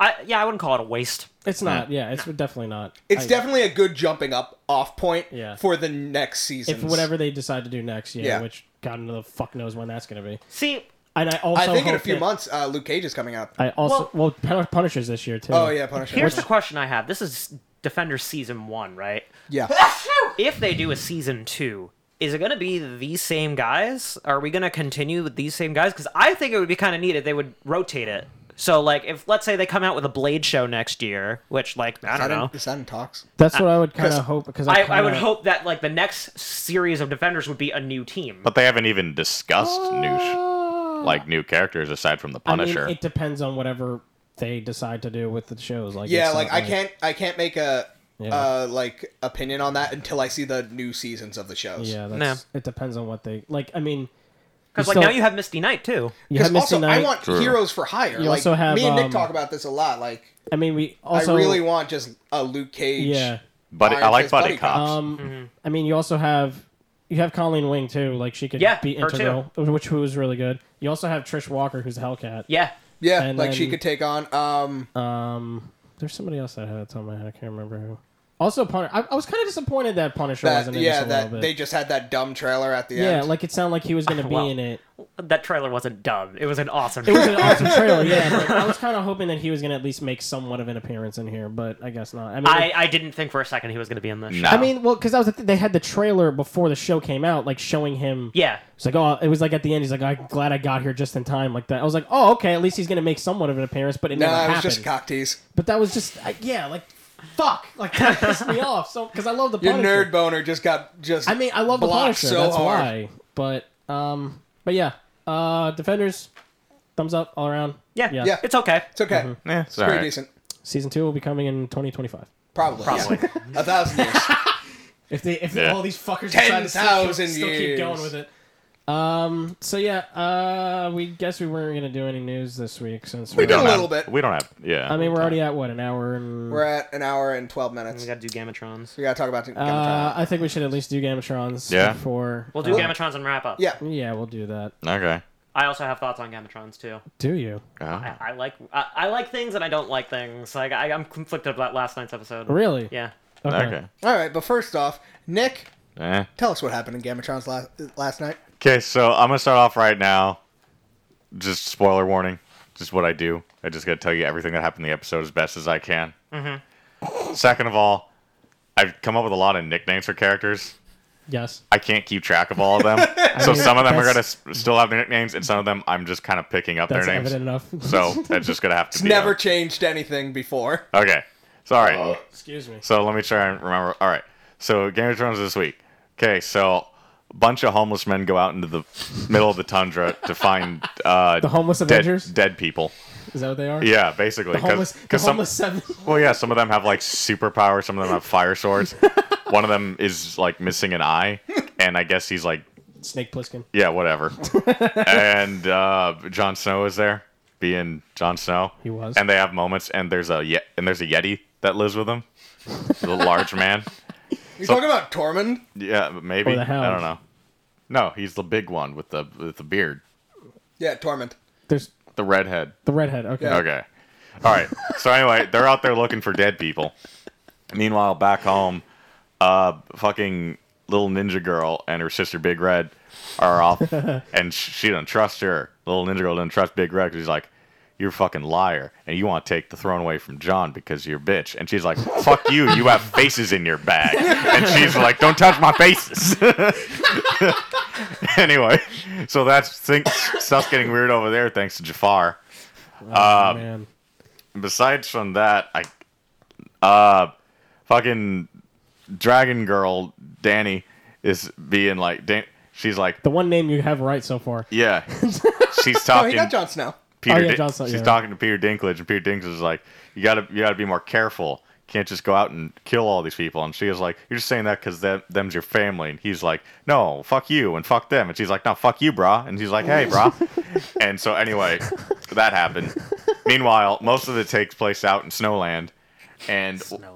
D: I, yeah, I wouldn't call it a waste.
A: It's not. Yeah, it's definitely not.
C: It's
A: I-
C: definitely a good jumping up off point
A: Yeah.
C: for the next season.
A: if whatever they decide to do next. Yeah,
C: Yeah.
A: which God the fuck knows when that's gonna be.
D: See,
A: And I also
C: I think in a
A: hope
C: few
A: that-
C: months, uh, Luke Cage is coming out.
A: I also well, Pun- Punisher's this year too.
C: Oh yeah, Punisher.
D: here's the question I have. This is Defender season one, right?
C: yeah.
D: If they do a season two, is it going to be these same guys? Are we going to continue with these same guys? Because I think it would be kind of neat if they would rotate it. So, like, if let's say they come out with a Blade show next year, which, like, I
C: Is that
D: don't
C: in-
D: know.
C: Is that in talks?
A: That's what I would kind
C: 'cause
A: of hope because I,
D: I, I would
A: kinda-
D: hope that, like, the next series of Defenders would be a new team.
B: But they haven't even discussed new sh- like new characters aside from the
A: I mean,
B: Punisher.
A: it depends on whatever they decide to do with the shows. Like
C: Yeah,
A: it's
C: like
A: not
C: I can't I can't make a
A: Yeah.
C: uh like opinion on that until I see the new seasons of the shows.
A: Yeah, that's, it depends on what they like. I mean,
D: Because,
A: you
D: like, now
A: still-
D: you have Misty Knight, too.
A: you have
C: Because
A: Misty
C: also
A: Knight.
C: I want
B: True.
C: heroes for hire.
A: You
C: like
A: also have,
C: me and Nick
A: um,
C: talk about this a lot. Like
A: I mean, we also
C: I really want just a Luke Cage.
A: yeah.
B: but I
C: Iron
B: like
C: Fist
B: Buddy
C: buddy
B: Cops.
A: Um,
D: Mm-hmm.
A: I mean, you also have you have Colleen Wing too. Like she could
D: Yeah,
A: be
D: her too.
A: integral, which who was really good. You also have Trish Walker, who's Hellcat.
D: Yeah.
C: Yeah,
A: And
C: like she
A: then-
C: could take on um
A: Um, there's somebody else that had it on my head. I can't remember who. Also, Punisher. I, I was kind of disappointed that Punisher
C: that
A: wasn't in
C: yeah
A: this a
C: that
A: little bit.
C: they just had that dumb trailer at the
A: yeah,
C: end.
A: like it sounded like he was
D: <laughs>
A: going to be
D: Well,
A: in it.
D: That trailer wasn't dumb. It was an awesome
A: It was an awesome trailer, <laughs> yeah. But I was kind of hoping that he was going to at least make somewhat of an appearance in here, but I guess not. I mean,
D: I, I didn't think for a second he was going to be in this.
B: No.
A: I mean, well, because that was the th- they had the trailer before the show came out, like showing him.
D: Yeah.
A: It's like, oh, it was like at the end. He's like, I'm glad I got here just in time, like that. I was like, oh, okay, at least he's gonna make somewhat of an appearance, but it
C: no,
A: never
C: it was
A: happened.
C: just cock tease.
A: but that was just, I, yeah, like, fuck, like that pissed me off. So because I love the
C: Your
A: Punisher.
C: nerd boner just got just.
A: I mean, I love the
C: blocked
A: Punisher.
C: So
A: that's
C: hard.
A: why. But um, but yeah, uh, Defenders, thumbs up all around.
D: Yeah.
A: Yeah.
C: Yeah.
D: It's okay.
C: It's okay.
B: Eh, it's
C: Pretty
B: alright.
C: decent.
A: Season two will be coming in 2025.
C: Probably.
D: Probably.
C: yeah. <laughs> a thousand years.
A: If they, if
B: Yeah.
A: all these fuckers decide to
C: 10,000
A: still, still keep
C: years.
A: going with it. Um. So yeah. Uh. We guess we weren't gonna do any news this week since we
C: don't.
B: Don't
C: A
B: have-
C: little bit.
B: We don't have. Yeah.
A: I mean, we're already at what an hour and.
C: We're at an hour and twelve
D: We
C: minutes.
D: got to do Gamatrons.
C: We gotta talk about.
A: Uh, I think we should at least do Gamatrons.
B: Yeah.
A: Before.
D: We'll do
A: uh,
D: Gamatrons and wrap up.
C: yeah.
A: Yeah, we'll do that.
B: okay.
D: I also have thoughts on Gamatrons too.
A: Do you
B: Oh.
D: I, I like I, I like things and I don't like things. Like I, I'm conflicted about last night's episode.
A: really?
D: Yeah.
B: Okay.
C: All right, but first off, Nick,
B: Eh.
C: tell us what happened in Gamatron's last last night.
B: Okay, so I'm gonna start off right now. Just spoiler warning. Just what I do. I just gotta tell you everything that happened in the episode as best as I can.
A: Mm-hmm.
B: Second of all, I've come up with a lot of nicknames for characters.
A: Yes.
B: I can't keep track of all
A: <laughs>
B: of them, so
A: mean,
B: some of them are gonna
A: that's-
B: s- still have their nicknames, and some of them I'm just kind of picking up their
A: That's
B: names.
A: evident enough.
B: So that's just gonna have to be
C: Never
B: them.
C: changed anything before.
B: okay, sorry.
A: <laughs> Excuse me.
B: So let me try and remember. All right. So Game of Thrones this week. Okay, so a bunch of homeless men go out into the middle of the tundra to find
A: <laughs>
B: uh, the
A: homeless
B: dead,
A: Avengers?
B: dead people.
A: Is that what they are?
B: Yeah, basically.
A: The homeless. The homeless seven. <laughs>
B: Some, well, yeah, some of them have like superpowers. Some of them have fire swords.
A: <laughs>
B: One of them is like missing an eye, and I guess he's like,
A: Snake Plissken.
B: yeah,
A: <laughs>
B: whatever. and uh, Jon Snow is there, being Jon Snow.
A: He was.
B: And they have moments, and there's a ye- and there's a yeti that lives with them, the large man.
C: You talking about Tormund?
B: Yeah, but maybe.
A: Or the hound.
B: I don't know. No, he's the big one with the with the beard,
C: Yeah, Tormund.
A: There's
B: the redhead.
A: the redhead. Okay.
C: Yeah.
B: Okay. All right. So anyway, they're out there looking for dead people. Meanwhile, back home, uh, fucking little ninja girl and her sister Big Red are off, and sh- she doesn't trust her. Little ninja girl doesn't trust Big Red because she's like, "You're a fucking liar, and you want to take the throne away from John because you're a bitch." And she's like, "Fuck you! You have faces in your bag." And she's like, "Don't touch my faces." <laughs> anyway, so that's things stuff's getting weird over there thanks to Jafar
A: Oh,
B: Uh,
A: man.
B: besides from that, I uh fucking Dragon Girl Danny is being like Dan- she's like
A: The one name you have right so far.
B: yeah. She's
C: <laughs> Oh, he
B: talking
C: got Jon Snow.
B: Peter
A: Oh, yeah,
B: Din-
A: Jon Snow,
B: she's
A: yeah.
B: talking to Peter Dinklage and Peter Dinklage is like you got to you got to be more careful. Can't just go out and kill all these people. And she is like, "You're just saying that because them, them's your family." And he's like, "No, fuck you and fuck them." And she's like, "No, fuck you, brah." And he's like, "Hey,
A: <laughs>
B: brah." and so anyway, that happened. Meanwhile, most of it takes place out in Snowland, and
D: Snowland.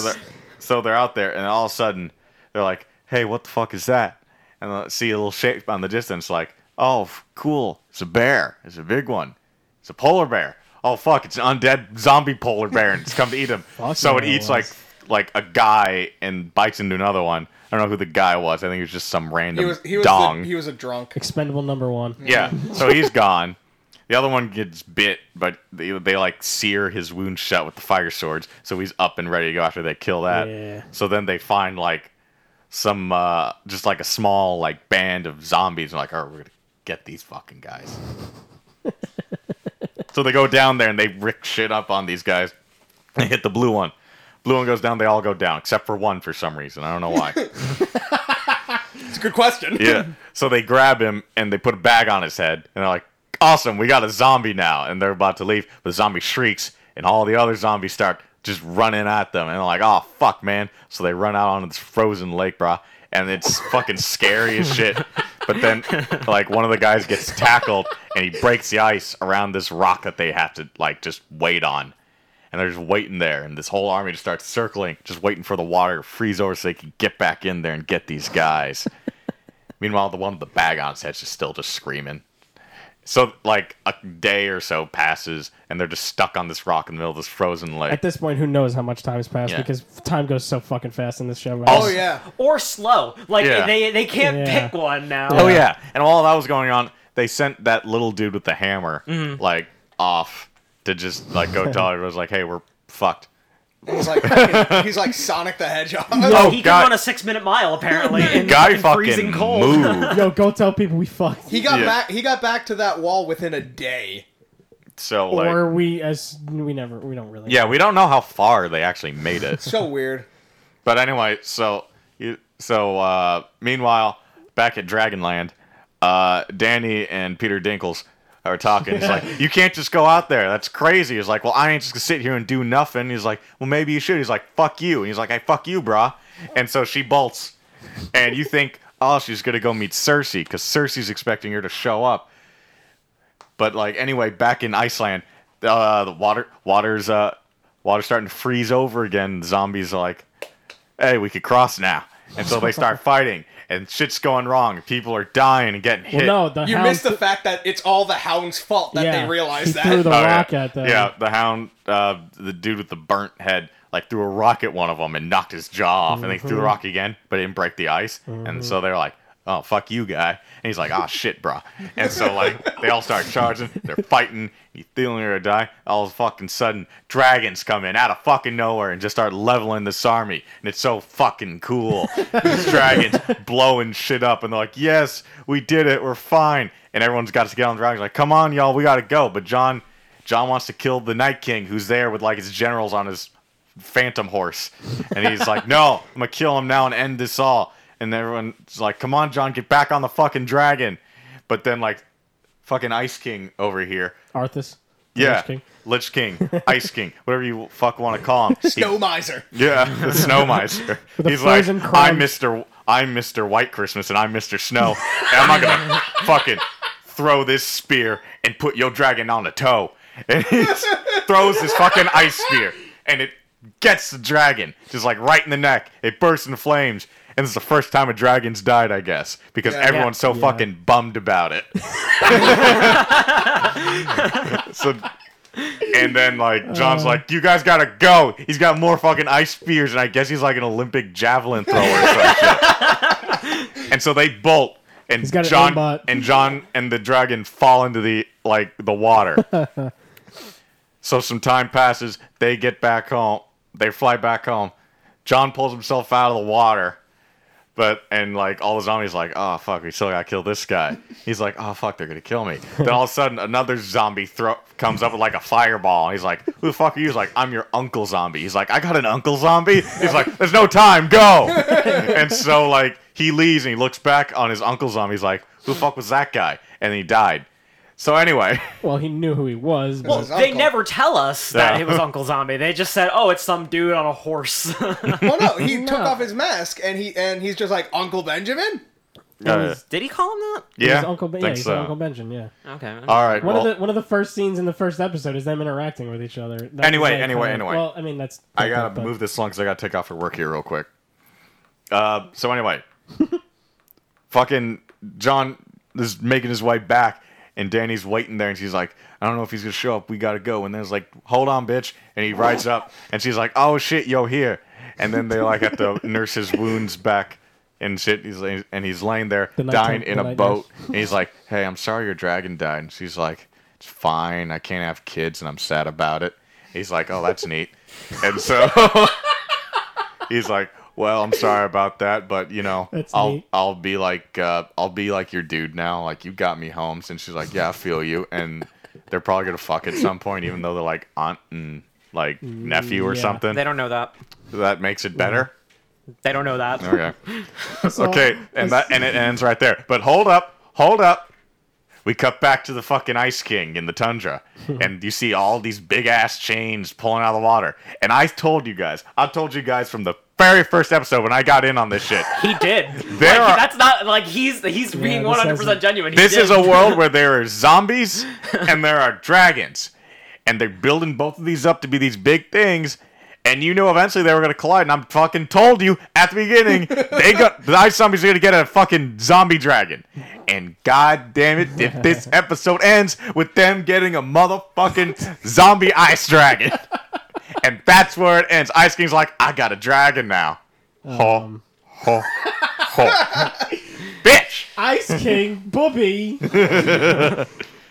A: <laughs>
B: they're so they're out there, and all of a sudden they're like, "Hey, what the fuck is that?" And they see a little shape on the distance, like, "Oh, f- cool! It's a bear. It's a big one. It's a polar bear." oh fuck, it's an undead zombie polar bear and it's come to
A: <laughs>
B: eat him.
A: Fuck
B: so it
A: yeah, it
B: eats like
A: was.
B: like a guy and bites into another one. I don't know who the guy was. I think it was just some random
C: He was he was
B: dong.
C: The, he was a drunk.
A: Expendable number one.
B: yeah, <laughs> so he's gone. The other one gets bit, but they, they like sear his wound shut with the fire swords. So he's up and ready to go after they kill that.
A: Yeah.
B: So then they find like some uh just like a small like band of zombies and like, all right, we're gonna get these fucking guys. so they go down there and they rick shit up on these guys. They hit the blue one. Blue one goes down, they all go down, except for one for some reason. I don't know why.
C: It's a good <laughs> question.
B: yeah. So they grab him and they put a bag on his head and they're like, Awesome, we got a zombie now and they're about to leave. But the zombie shrieks and all the other zombies start just running at them and they're like, Oh fuck man. So they run out onto this frozen lake, brah, and it's fucking scary as shit. But then like one of the guys gets tackled and he breaks the ice around this rock that they have to like just wait on. And they're just waiting there, and this whole army just starts circling, just waiting for the water to freeze over so they can get back in there and get these guys. Meanwhile, the one with the bag on his head's just still just screaming. So, like, a day or so passes, and they're just stuck on this rock in the middle of this frozen lake.
A: At this point, who knows how much time has passed
B: Yeah.
A: because time goes so fucking fast in this show. man.
C: Oh yeah.
D: or slow. Like
B: Yeah.
D: they they can't
A: Yeah.
D: pick one now.
B: oh, yeah. And while that was going on, they sent that little dude with the hammer,
D: Mm-hmm.
B: like, off to just, like,
D: <laughs>
B: go tell everyone, like, hey, we're fucked.
C: He's like fucking- he's like Sonic the
B: <laughs>
C: Hedgehog.
B: Oh,
D: he
B: God.
D: can run a six minute
B: <laughs>
D: mile apparently. in
B: Guy
D: in freezing
B: fucking
D: cold.
B: moved.
A: Yo, go tell people we fucked.
C: He got
B: Yeah.
C: back he got back to that wall within a day.
B: So, like,
A: or we as we never we don't really.
B: yeah, we don't know how far they actually made it.
C: So weird.
B: But anyway, so you so uh, meanwhile, back at Dragonland, uh, Danny and Peter Dinkles are talking. He's like, "You can't just go out there. That's crazy." He's like, "Well, I ain't just gonna sit here and do nothing." He's like, "Well, maybe you should." He's like, "Fuck you." And he's like, "I fuck you, brah." And so she bolts, and you think, "Oh, she's gonna go meet Cersei because Cersei's expecting her to show up." But like anyway, back in Iceland, uh, the water water's uh water's starting to freeze over again. Zombies are like, hey, we could cross now. And so
A: <laughs>
B: they start fighting, and shit's going wrong. People are dying and getting
A: Well,
B: hit.
A: no, the
C: You
A: hound
C: missed the fact that it's all the hound's fault that
A: yeah,
C: they realized
A: he
C: that. <laughs>
A: threw the
B: Oh,
A: rock
B: yeah.
A: at them.
B: Yeah, the hound, uh, the dude with the burnt head, like threw a rock at one of them and knocked his jaw off, and they threw the rock again, but it didn't break the ice. And so they're like, "Oh fuck you, guy!" And he's like, "Ah shit, bro." And so like they all start charging, they're fighting. You feeling you're gonna die? All of a fucking sudden, dragons come in out of fucking nowhere and just start leveling this army, and it's so fucking cool. These dragons blowing shit up, and they're like, "Yes, we did it. We're fine." And everyone's got to get on the dragons. Like, come on, y'all, we gotta go. But John. John wants to kill the Night King, who's there with like his generals on his phantom horse, and he's like, "No, I'm gonna kill him now and end this all." And everyone's like, "Come on, John, get back on the fucking dragon!" But then like, fucking Ice King over here,
A: Arthas. the
B: yeah,
A: Lich King.
B: Lich King, Ice King, whatever you fuck want to call him, He-
C: Snow miser.
B: yeah,
A: <laughs>
B: the snow miser.
A: a
B: He's like,
A: frozen
B: I'm
A: crumb."
B: Mister, I'm Mister White Christmas, and I'm Mister Snow, and I'm
A: <laughs>
B: not gonna fucking throw this spear and put your dragon on the toe. And he just throws his fucking ice spear, and it gets the dragon just like right in the neck. It bursts in flames, and it's the first time a dragon's died, I guess, because
C: Yeah.
B: everyone's so
A: Yeah.
B: fucking bummed
A: <laughs>
B: about it. <laughs> so and then like
A: Uh.
B: John's like, "You guys gotta go." He's got more fucking ice spears, and I guess he's like an Olympic javelin thrower. or some shit. and so they bolt, and
A: got an
B: John
A: aimbot.
B: and John and the dragon fall into the like
A: <laughs>
B: the water. so some time passes. They get back home. They fly back home. John pulls himself out of the water. But and like all the zombies, like oh fuck, we still gotta kill this guy. He's like oh fuck, they're gonna kill me. then all of a sudden, another zombie throw comes up with like a fireball. He's like, who the fuck are you? He's like, I'm your uncle zombie. He's like, I got an uncle zombie. He's like, there's no time, go. and so like he leaves and he looks back on his uncle zombie. He's like, who the fuck was that guy? And he died. So anyway,
A: Well, he knew who he was. But
C: Well,
D: They
C: Uncle.
D: never tell us that
B: Yeah.
D: it was Uncle Zombie. They just said, "Oh, it's some dude on a horse." <laughs>
C: Well no,
A: <laughs>
C: he took off his mask and he and he's just like Uncle Benjamin?
B: uh,
D: Did he call him that?
B: yeah,
A: he's Uncle, Ben- yeah,
B: think
A: he's
B: so.
A: Uncle Benjamin. Yeah.
D: Okay. I'm-
B: All right,
A: One
B: well,
A: of the one of the first scenes in the first episode is them interacting with each other. That was,
B: Anyway,
A: like,
B: anyway,
A: kinda-
B: anyway.
A: Well, I mean that's.
B: I gotta
A: but-
B: move this along because I gotta take off for work here real quick. Uh,
A: <laughs>
B: so anyway, fucking John is making his way back, And Danny's waiting there, and she's like, "I don't know if he's gonna show up. We gotta go." And there's like, "Hold on, bitch!" And he rides up, and she's like, "Oh shit, yo, here!" And then they like have
A: <laughs>
B: to nurse his wounds back and shit. He's lay- and he's laying there
A: The night
B: dying
A: time-
B: in
A: the
B: a
A: night
B: boat. And he's like, "Hey, I'm sorry your dragon died." And she's like, "It's fine. I can't have kids, and I'm sad about it." He's like, "Oh, that's neat." And so <laughs> he's like, "Well, I'm sorry about that, but you know,
A: That's
B: I'll
A: neat.
B: I'll be like uh, I'll be like your dude now. Like you got me home." And she's like, "Yeah, I feel you." And they're probably gonna fuck at some point, even though they're like aunt and like nephew or
A: yeah.
B: something.
D: They don't know that.
B: That makes it better.
D: They don't know that.
B: Okay.
A: So-
B: Okay,
A: <laughs>
B: and
A: Oh,
B: that and it ends right there. But hold up, hold up. We cut back to the fucking Ice King in the tundra, and you see all these big ass chains pulling out of the water. And I told you guys, I told you guys from the very first episode when I got in on this shit.
D: He did.
B: There
D: like,
B: are-
D: that's not like he's he's being
A: this
D: one hundred percent
A: hasn't-
D: genuine. He
B: This
D: did.
B: is a world where there are zombies and there are dragons, and they're building both of these up to be these big things. And you knew eventually they were gonna collide, and I'm fucking told you at the beginning they got the ice zombies are gonna get a fucking zombie dragon. And god damn it, if this episode ends with them getting a motherfucking zombie ice dragon, and that's where it ends. Ice King's like, I got a dragon now. Ho, ho, ho, bitch.
A: Ice King Bobby.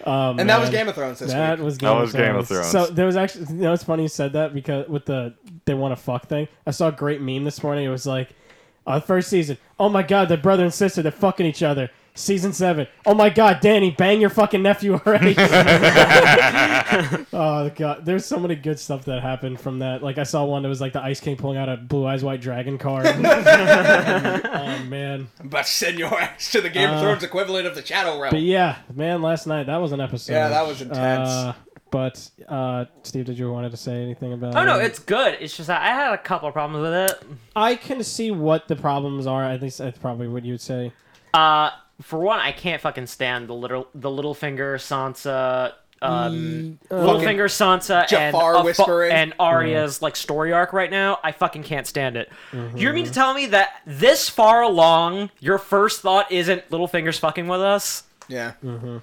C: and that was Game of Thrones this
A: That
C: week.
A: was Game,
B: That
A: of,
B: was
A: Thrones.
B: Game of Thrones.
A: So there was actually you know it's funny you said that because with the they want to fuck thing. I saw a great meme this morning. It was like uh, first season. Oh my god, the brother and sister they're fucking each other. Season seven. Oh my god, Danny, bang your fucking nephew
B: <laughs>
A: already. oh god, there's so many good stuff that happened from that. Like I saw one that was like the Ice King pulling out a Blue Eyes White Dragon
B: <laughs>
A: card. oh man,
C: I'm about to send your ass to the Game of
A: Uh,
C: Thrones equivalent of the Shadow Realm.
A: but yeah, man, last night that was an episode.
C: Yeah, that was intense.
A: Uh, but uh, Steve, did you wanted to say anything about?
D: Oh no,
A: it?
D: it's good. It's just that I had a couple of problems with it.
A: I can see what the problems are. At least that's probably what you'd say.
D: Uh, for one, I can't fucking stand the little the Littlefinger Sansa.
A: Mm,
D: Um,
A: uh,
D: Littlefinger Sansa and
C: Jafar
D: Afo-
C: whispering.
D: and Arya's
A: Mm-hmm.
D: like story arc right now. I fucking can't stand it. You mean to tell me that this far along, your first thought isn't Littlefinger's fucking with us?
C: yeah.
A: Mm-hmm.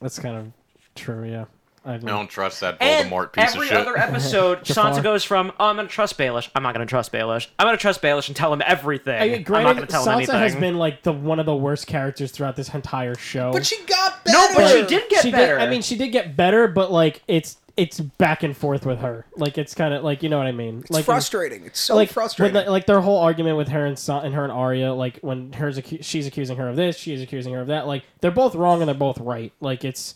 A: That's kind of true. Yeah, I
B: I don't trust that
D: And
B: Voldemort piece
D: every
B: of shit.
D: other episode,
A: <laughs>
D: Sansa goes from "Oh, I'm gonna trust Baelish. I'm not gonna trust Baelish. I'm gonna trust Baelish and tell him everything. I
A: I mean,
D: am
A: granted,
D: not gonna tell
A: Sansa
D: him anything."
A: has been like the one of the worst characters throughout this entire show.
C: But she got
D: No,
C: better.
D: but she did get
A: She did-
D: better.
A: I mean, she did get better, but like it's it's back and forth with her. Like it's kind of like you know what I mean.
C: It's
A: like
C: frustrating. It's so
A: like
C: Oh, frustrating.
A: When the, like their whole argument with her and Sa- and her and Arya, like when her's acu- she's accusing her of this, she's accusing her of that. Like they're both wrong and they're both right. Like it's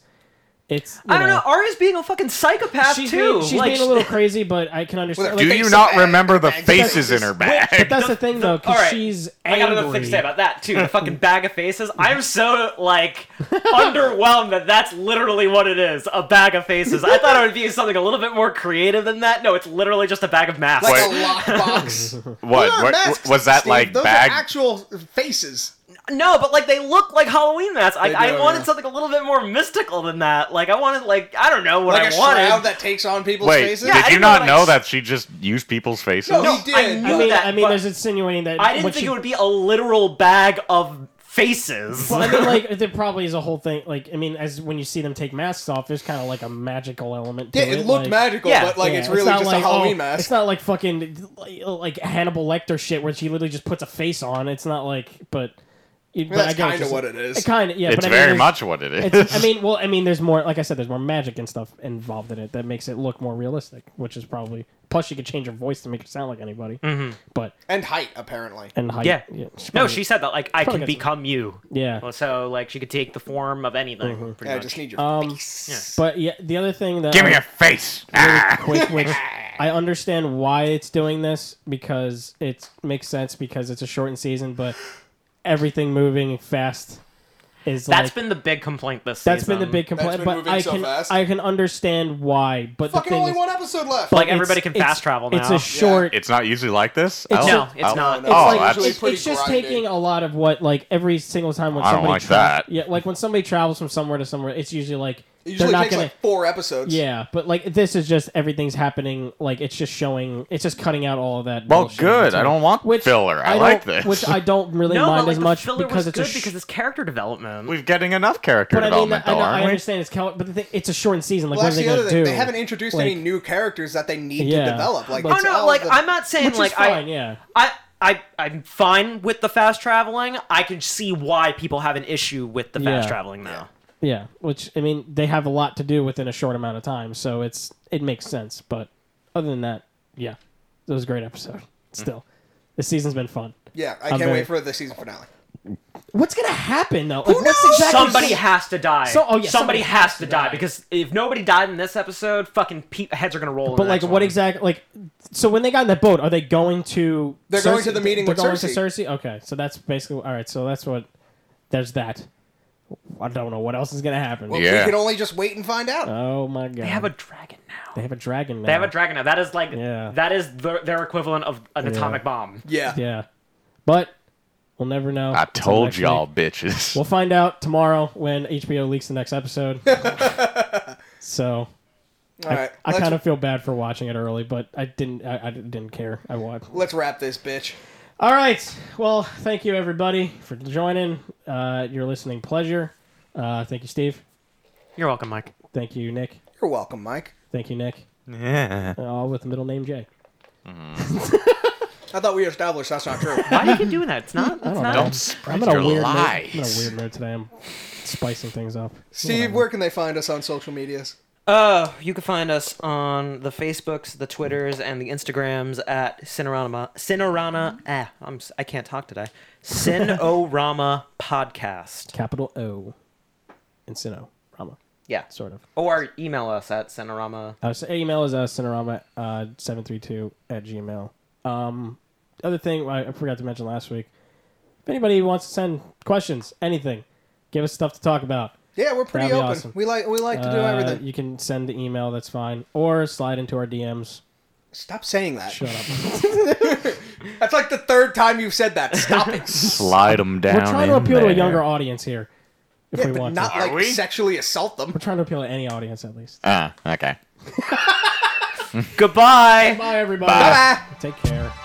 A: it's. you
D: I don't know. Arya's being a fucking psychopath
A: She's
D: too.
A: being, she's
D: like,
A: being a
D: <laughs>
A: little crazy, but I can understand.
C: Well,
A: like,
B: Do
C: Face
B: you
C: of
B: not
C: bag,
B: remember the
C: bag.
B: faces in her
A: but
B: bag?
A: that's the, thing, though, because
D: alright.
A: she's
D: I
A: angry.
D: got another thing to say about that too. The
A: <laughs>
D: fucking bag of faces. I'm so like underwhelmed that that's literally what it is—a bag of faces. I thought it would be something a little bit more creative than that. No, it's literally just a bag of masks.
C: like
B: Wait.
A: <laughs>
C: a lockbox.
B: What,
C: Not
B: what-
C: masks,
B: was that
C: Steve.
B: like
C: Those
B: bag?
C: Are actual faces.
D: No, but like they look like Halloween masks. I,
C: They
D: I
C: do,
D: wanted
C: yeah.
D: something a little bit more mystical than that. Like I wanted, like I don't know what
C: Like a
D: I wanted.
C: shroud that takes on people's
B: Wait,
C: faces.
D: Yeah, I
B: did you
D: didn't
B: not
D: know,
B: know
D: like-
B: that she just used people's faces?
C: No, he
D: I
C: did.
D: knew
A: I mean,
D: that,
A: I mean,
D: but
A: there's insinuating that
D: I didn't
A: what
D: think
A: she-
D: it would be a literal bag of faces.
A: Well, I mean, like there probably is a whole thing. Like, I mean, as when you see them take masks off, there's kind of like a magical element. To
C: Yeah,
A: it,
C: it looked
A: like-
C: magical,
D: yeah,
C: but like
A: Yeah,
C: it's really
A: not
C: just
A: like,
C: a Halloween
A: oh,
C: mask.
A: It's not like fucking like, like Hannibal Lecter shit where she literally just puts a face on. It's not like, but, but
C: that's
A: I get
C: kinda
A: you're
C: what
A: saying.
C: it is.
A: It kind of yeah,
B: it's
A: but I mean,
B: very
A: there's-
B: much what it is.
A: It's,
B: <laughs>
A: I mean, well, I mean, there's more. Like I said, there's more magic and stuff involved in it that makes it look more realistic, which is probably. Plus, she could change her voice to make her sound like anybody.
B: Mm-hmm.
A: But
C: and height, apparently.
A: and height.
D: Yeah. <laughs> no,
A: probably-
D: she said that like I
A: probably
D: can
A: got some-
D: become you.
A: Yeah.
D: Well, So like she could take the form of anything. Pretty
C: Mm-hmm. Yeah, I
D: much.
C: just need your
A: Um,
C: face.
A: But yeah, the other thing that
B: Give me
A: I-
B: a face. Ah!
A: quick,
D: <laughs>
A: which I understand why it's doing this because it makes sense because it's a shortened season, but everything moving fast is
D: That's
A: like
D: been the big complaint this
A: that's
D: season.
A: been the big complaint.
C: been
A: But
C: moving
A: I
C: so
A: can
C: fast.
A: I can understand why. But
C: Fucking
A: the thing
C: only
A: is,
C: one episode left.
A: but
D: Like, everybody
A: it's-
D: can
A: it's-
D: fast travel
A: It's
D: now.
A: a short.
B: it's not usually like this.
A: It's
B: I'll-
A: just-
D: No, it's
B: I'll-
D: not.
C: No,
A: It's
B: oh,
A: like
B: that's-
A: it's,
C: pretty
A: it's just
C: grinding.
A: taking a lot of what like every single time when
B: I don't
A: somebody
B: like
A: travels,
B: that.
A: yeah like when somebody travels from somewhere to somewhere it's usually like they're
C: It usually
A: not
C: takes
A: gonna.
C: like four episodes.
A: yeah, but like this is just everything's happening. Like it's just showing, it's just cutting out all of that.
B: Well,
A: bullshit.
B: good.
A: It's
B: I
A: like-
B: don't want filler. I,
A: don't-
B: like this.
A: Which I
D: <laughs>
A: don't really
D: No,
A: mind
D: but like,
A: as
D: the
A: much
D: filler
A: because
D: was
A: it's
D: good
A: a sh-
D: because it's character development.
B: We're getting enough character
A: But I mean,
B: development,
A: I, know,
B: though,
A: I
B: aren't we?
A: understand it's cal- but the thing, it's a shortened season. Like,
C: Well,
A: what are
C: that's
A: they
C: the
A: gonna
C: other
A: do?
C: thing. They haven't introduced any
A: Like-
C: new characters that they need
A: Yeah.
C: to develop. Like,
A: But-
D: oh
C: it's
D: no,
C: all
D: like
C: the-
D: I'm not saying
A: Which is
D: like
A: fine,
D: I,
A: yeah.
D: I, I, I'm fine with the fast traveling. I can see why people have an issue with the fast
A: Yeah.
D: traveling now.
A: Yeah, which I mean, they have a lot to do within a short amount of time, so it's it makes sense. But other than that, yeah, it was a great
B: Hmm.
A: episode. Still, the season's been fun.
C: yeah, I
A: I'm
C: can't
A: very-
C: wait for the season finale.
A: What's gonna happen though? Like, what's
C: knows?
A: exactly
D: Somebody has to die.
A: So- oh, yeah, somebody
D: somebody, has to die. because if nobody died in this episode, fucking pe- heads are gonna roll. in
A: But
D: the
A: like,
D: next
A: what
D: one.
A: exactly? Like, so when they got in that boat, are they going to?
C: They're going to the meeting
A: They're
C: with
A: going
C: Cersei.
A: to Cersei. Okay, so that's basically all right. So that's what. There's that. I don't know what else is gonna happen.
C: Well,
B: Yeah.
C: we can only just wait and find out.
A: Oh my god.
D: They have a dragon now.
A: They have a dragon. Now.
D: They have a dragon now. That is like
A: Yeah.
D: that is the, their equivalent of an atomic bomb.
C: yeah.
A: Yeah, but we'll never know.
B: I
A: until
B: told
A: next
B: y'all,
A: week.
B: bitches.
A: We'll find out tomorrow when HBO leaks the next
C: <laughs>
A: episode. so
C: All right.
A: I
C: let's,
A: kind of feel bad for watching it early, but I didn't. I, I didn't care. I watched.
C: let's wrap this bitch.
A: All right. Well, thank you everybody for joining. Uh, your listening pleasure. Uh, thank you, Steve.
D: You're welcome, Mike.
A: Thank you, Nick.
C: You're welcome, Mike.
A: Thank you, Nick. Uh,
B: Yeah.
A: All with the middle name J.
C: I thought we established that's not true.
A: <laughs>
D: Why do you keep doing that? It's not. It's not.
B: Don't
A: I'm
B: spread
A: in a
B: your
A: weird. Mood. I'm
B: lies.
A: in a weird mood today. I'm spicing things up.
C: Steve, where can they find us on social medias?
D: Uh, you can find us on the Facebooks, the Twitters, and the Instagrams at Cinerama. Cinerama. Eh, I'm. s- I can't talk today. Cinorama podcast.
A: Capital O. And Sino. Rama.
D: Yeah.
A: Sort of.
D: Or email us at Cinerama.
A: Uh, so email is uh, cinerama732 at gmail. Um, other thing I I forgot to mention last week if anybody wants to send questions, anything, give us stuff to talk about.
C: Yeah, we're pretty
A: That'd be
C: open.
A: awesome.
C: We like we like to do
A: Uh,
C: everything.
A: You can send the email, that's fine. Or slide into our DMs.
C: Stop saying that.
A: Shut up.
C: That's like the third time you've said that. Stop it.
B: Slide them down.
A: We're trying to
B: in
A: appeal to a
B: there.
A: younger audience here. If <laughs>
C: Yeah,
A: we
C: but
A: want
C: not
A: to.
C: like
B: Are we?
C: sexually assault them.
A: <laughs> We're trying to appeal to any audience at least.
B: Ah, okay.
D: Goodbye.
A: Bye, everybody.
C: Bye.
A: Take care.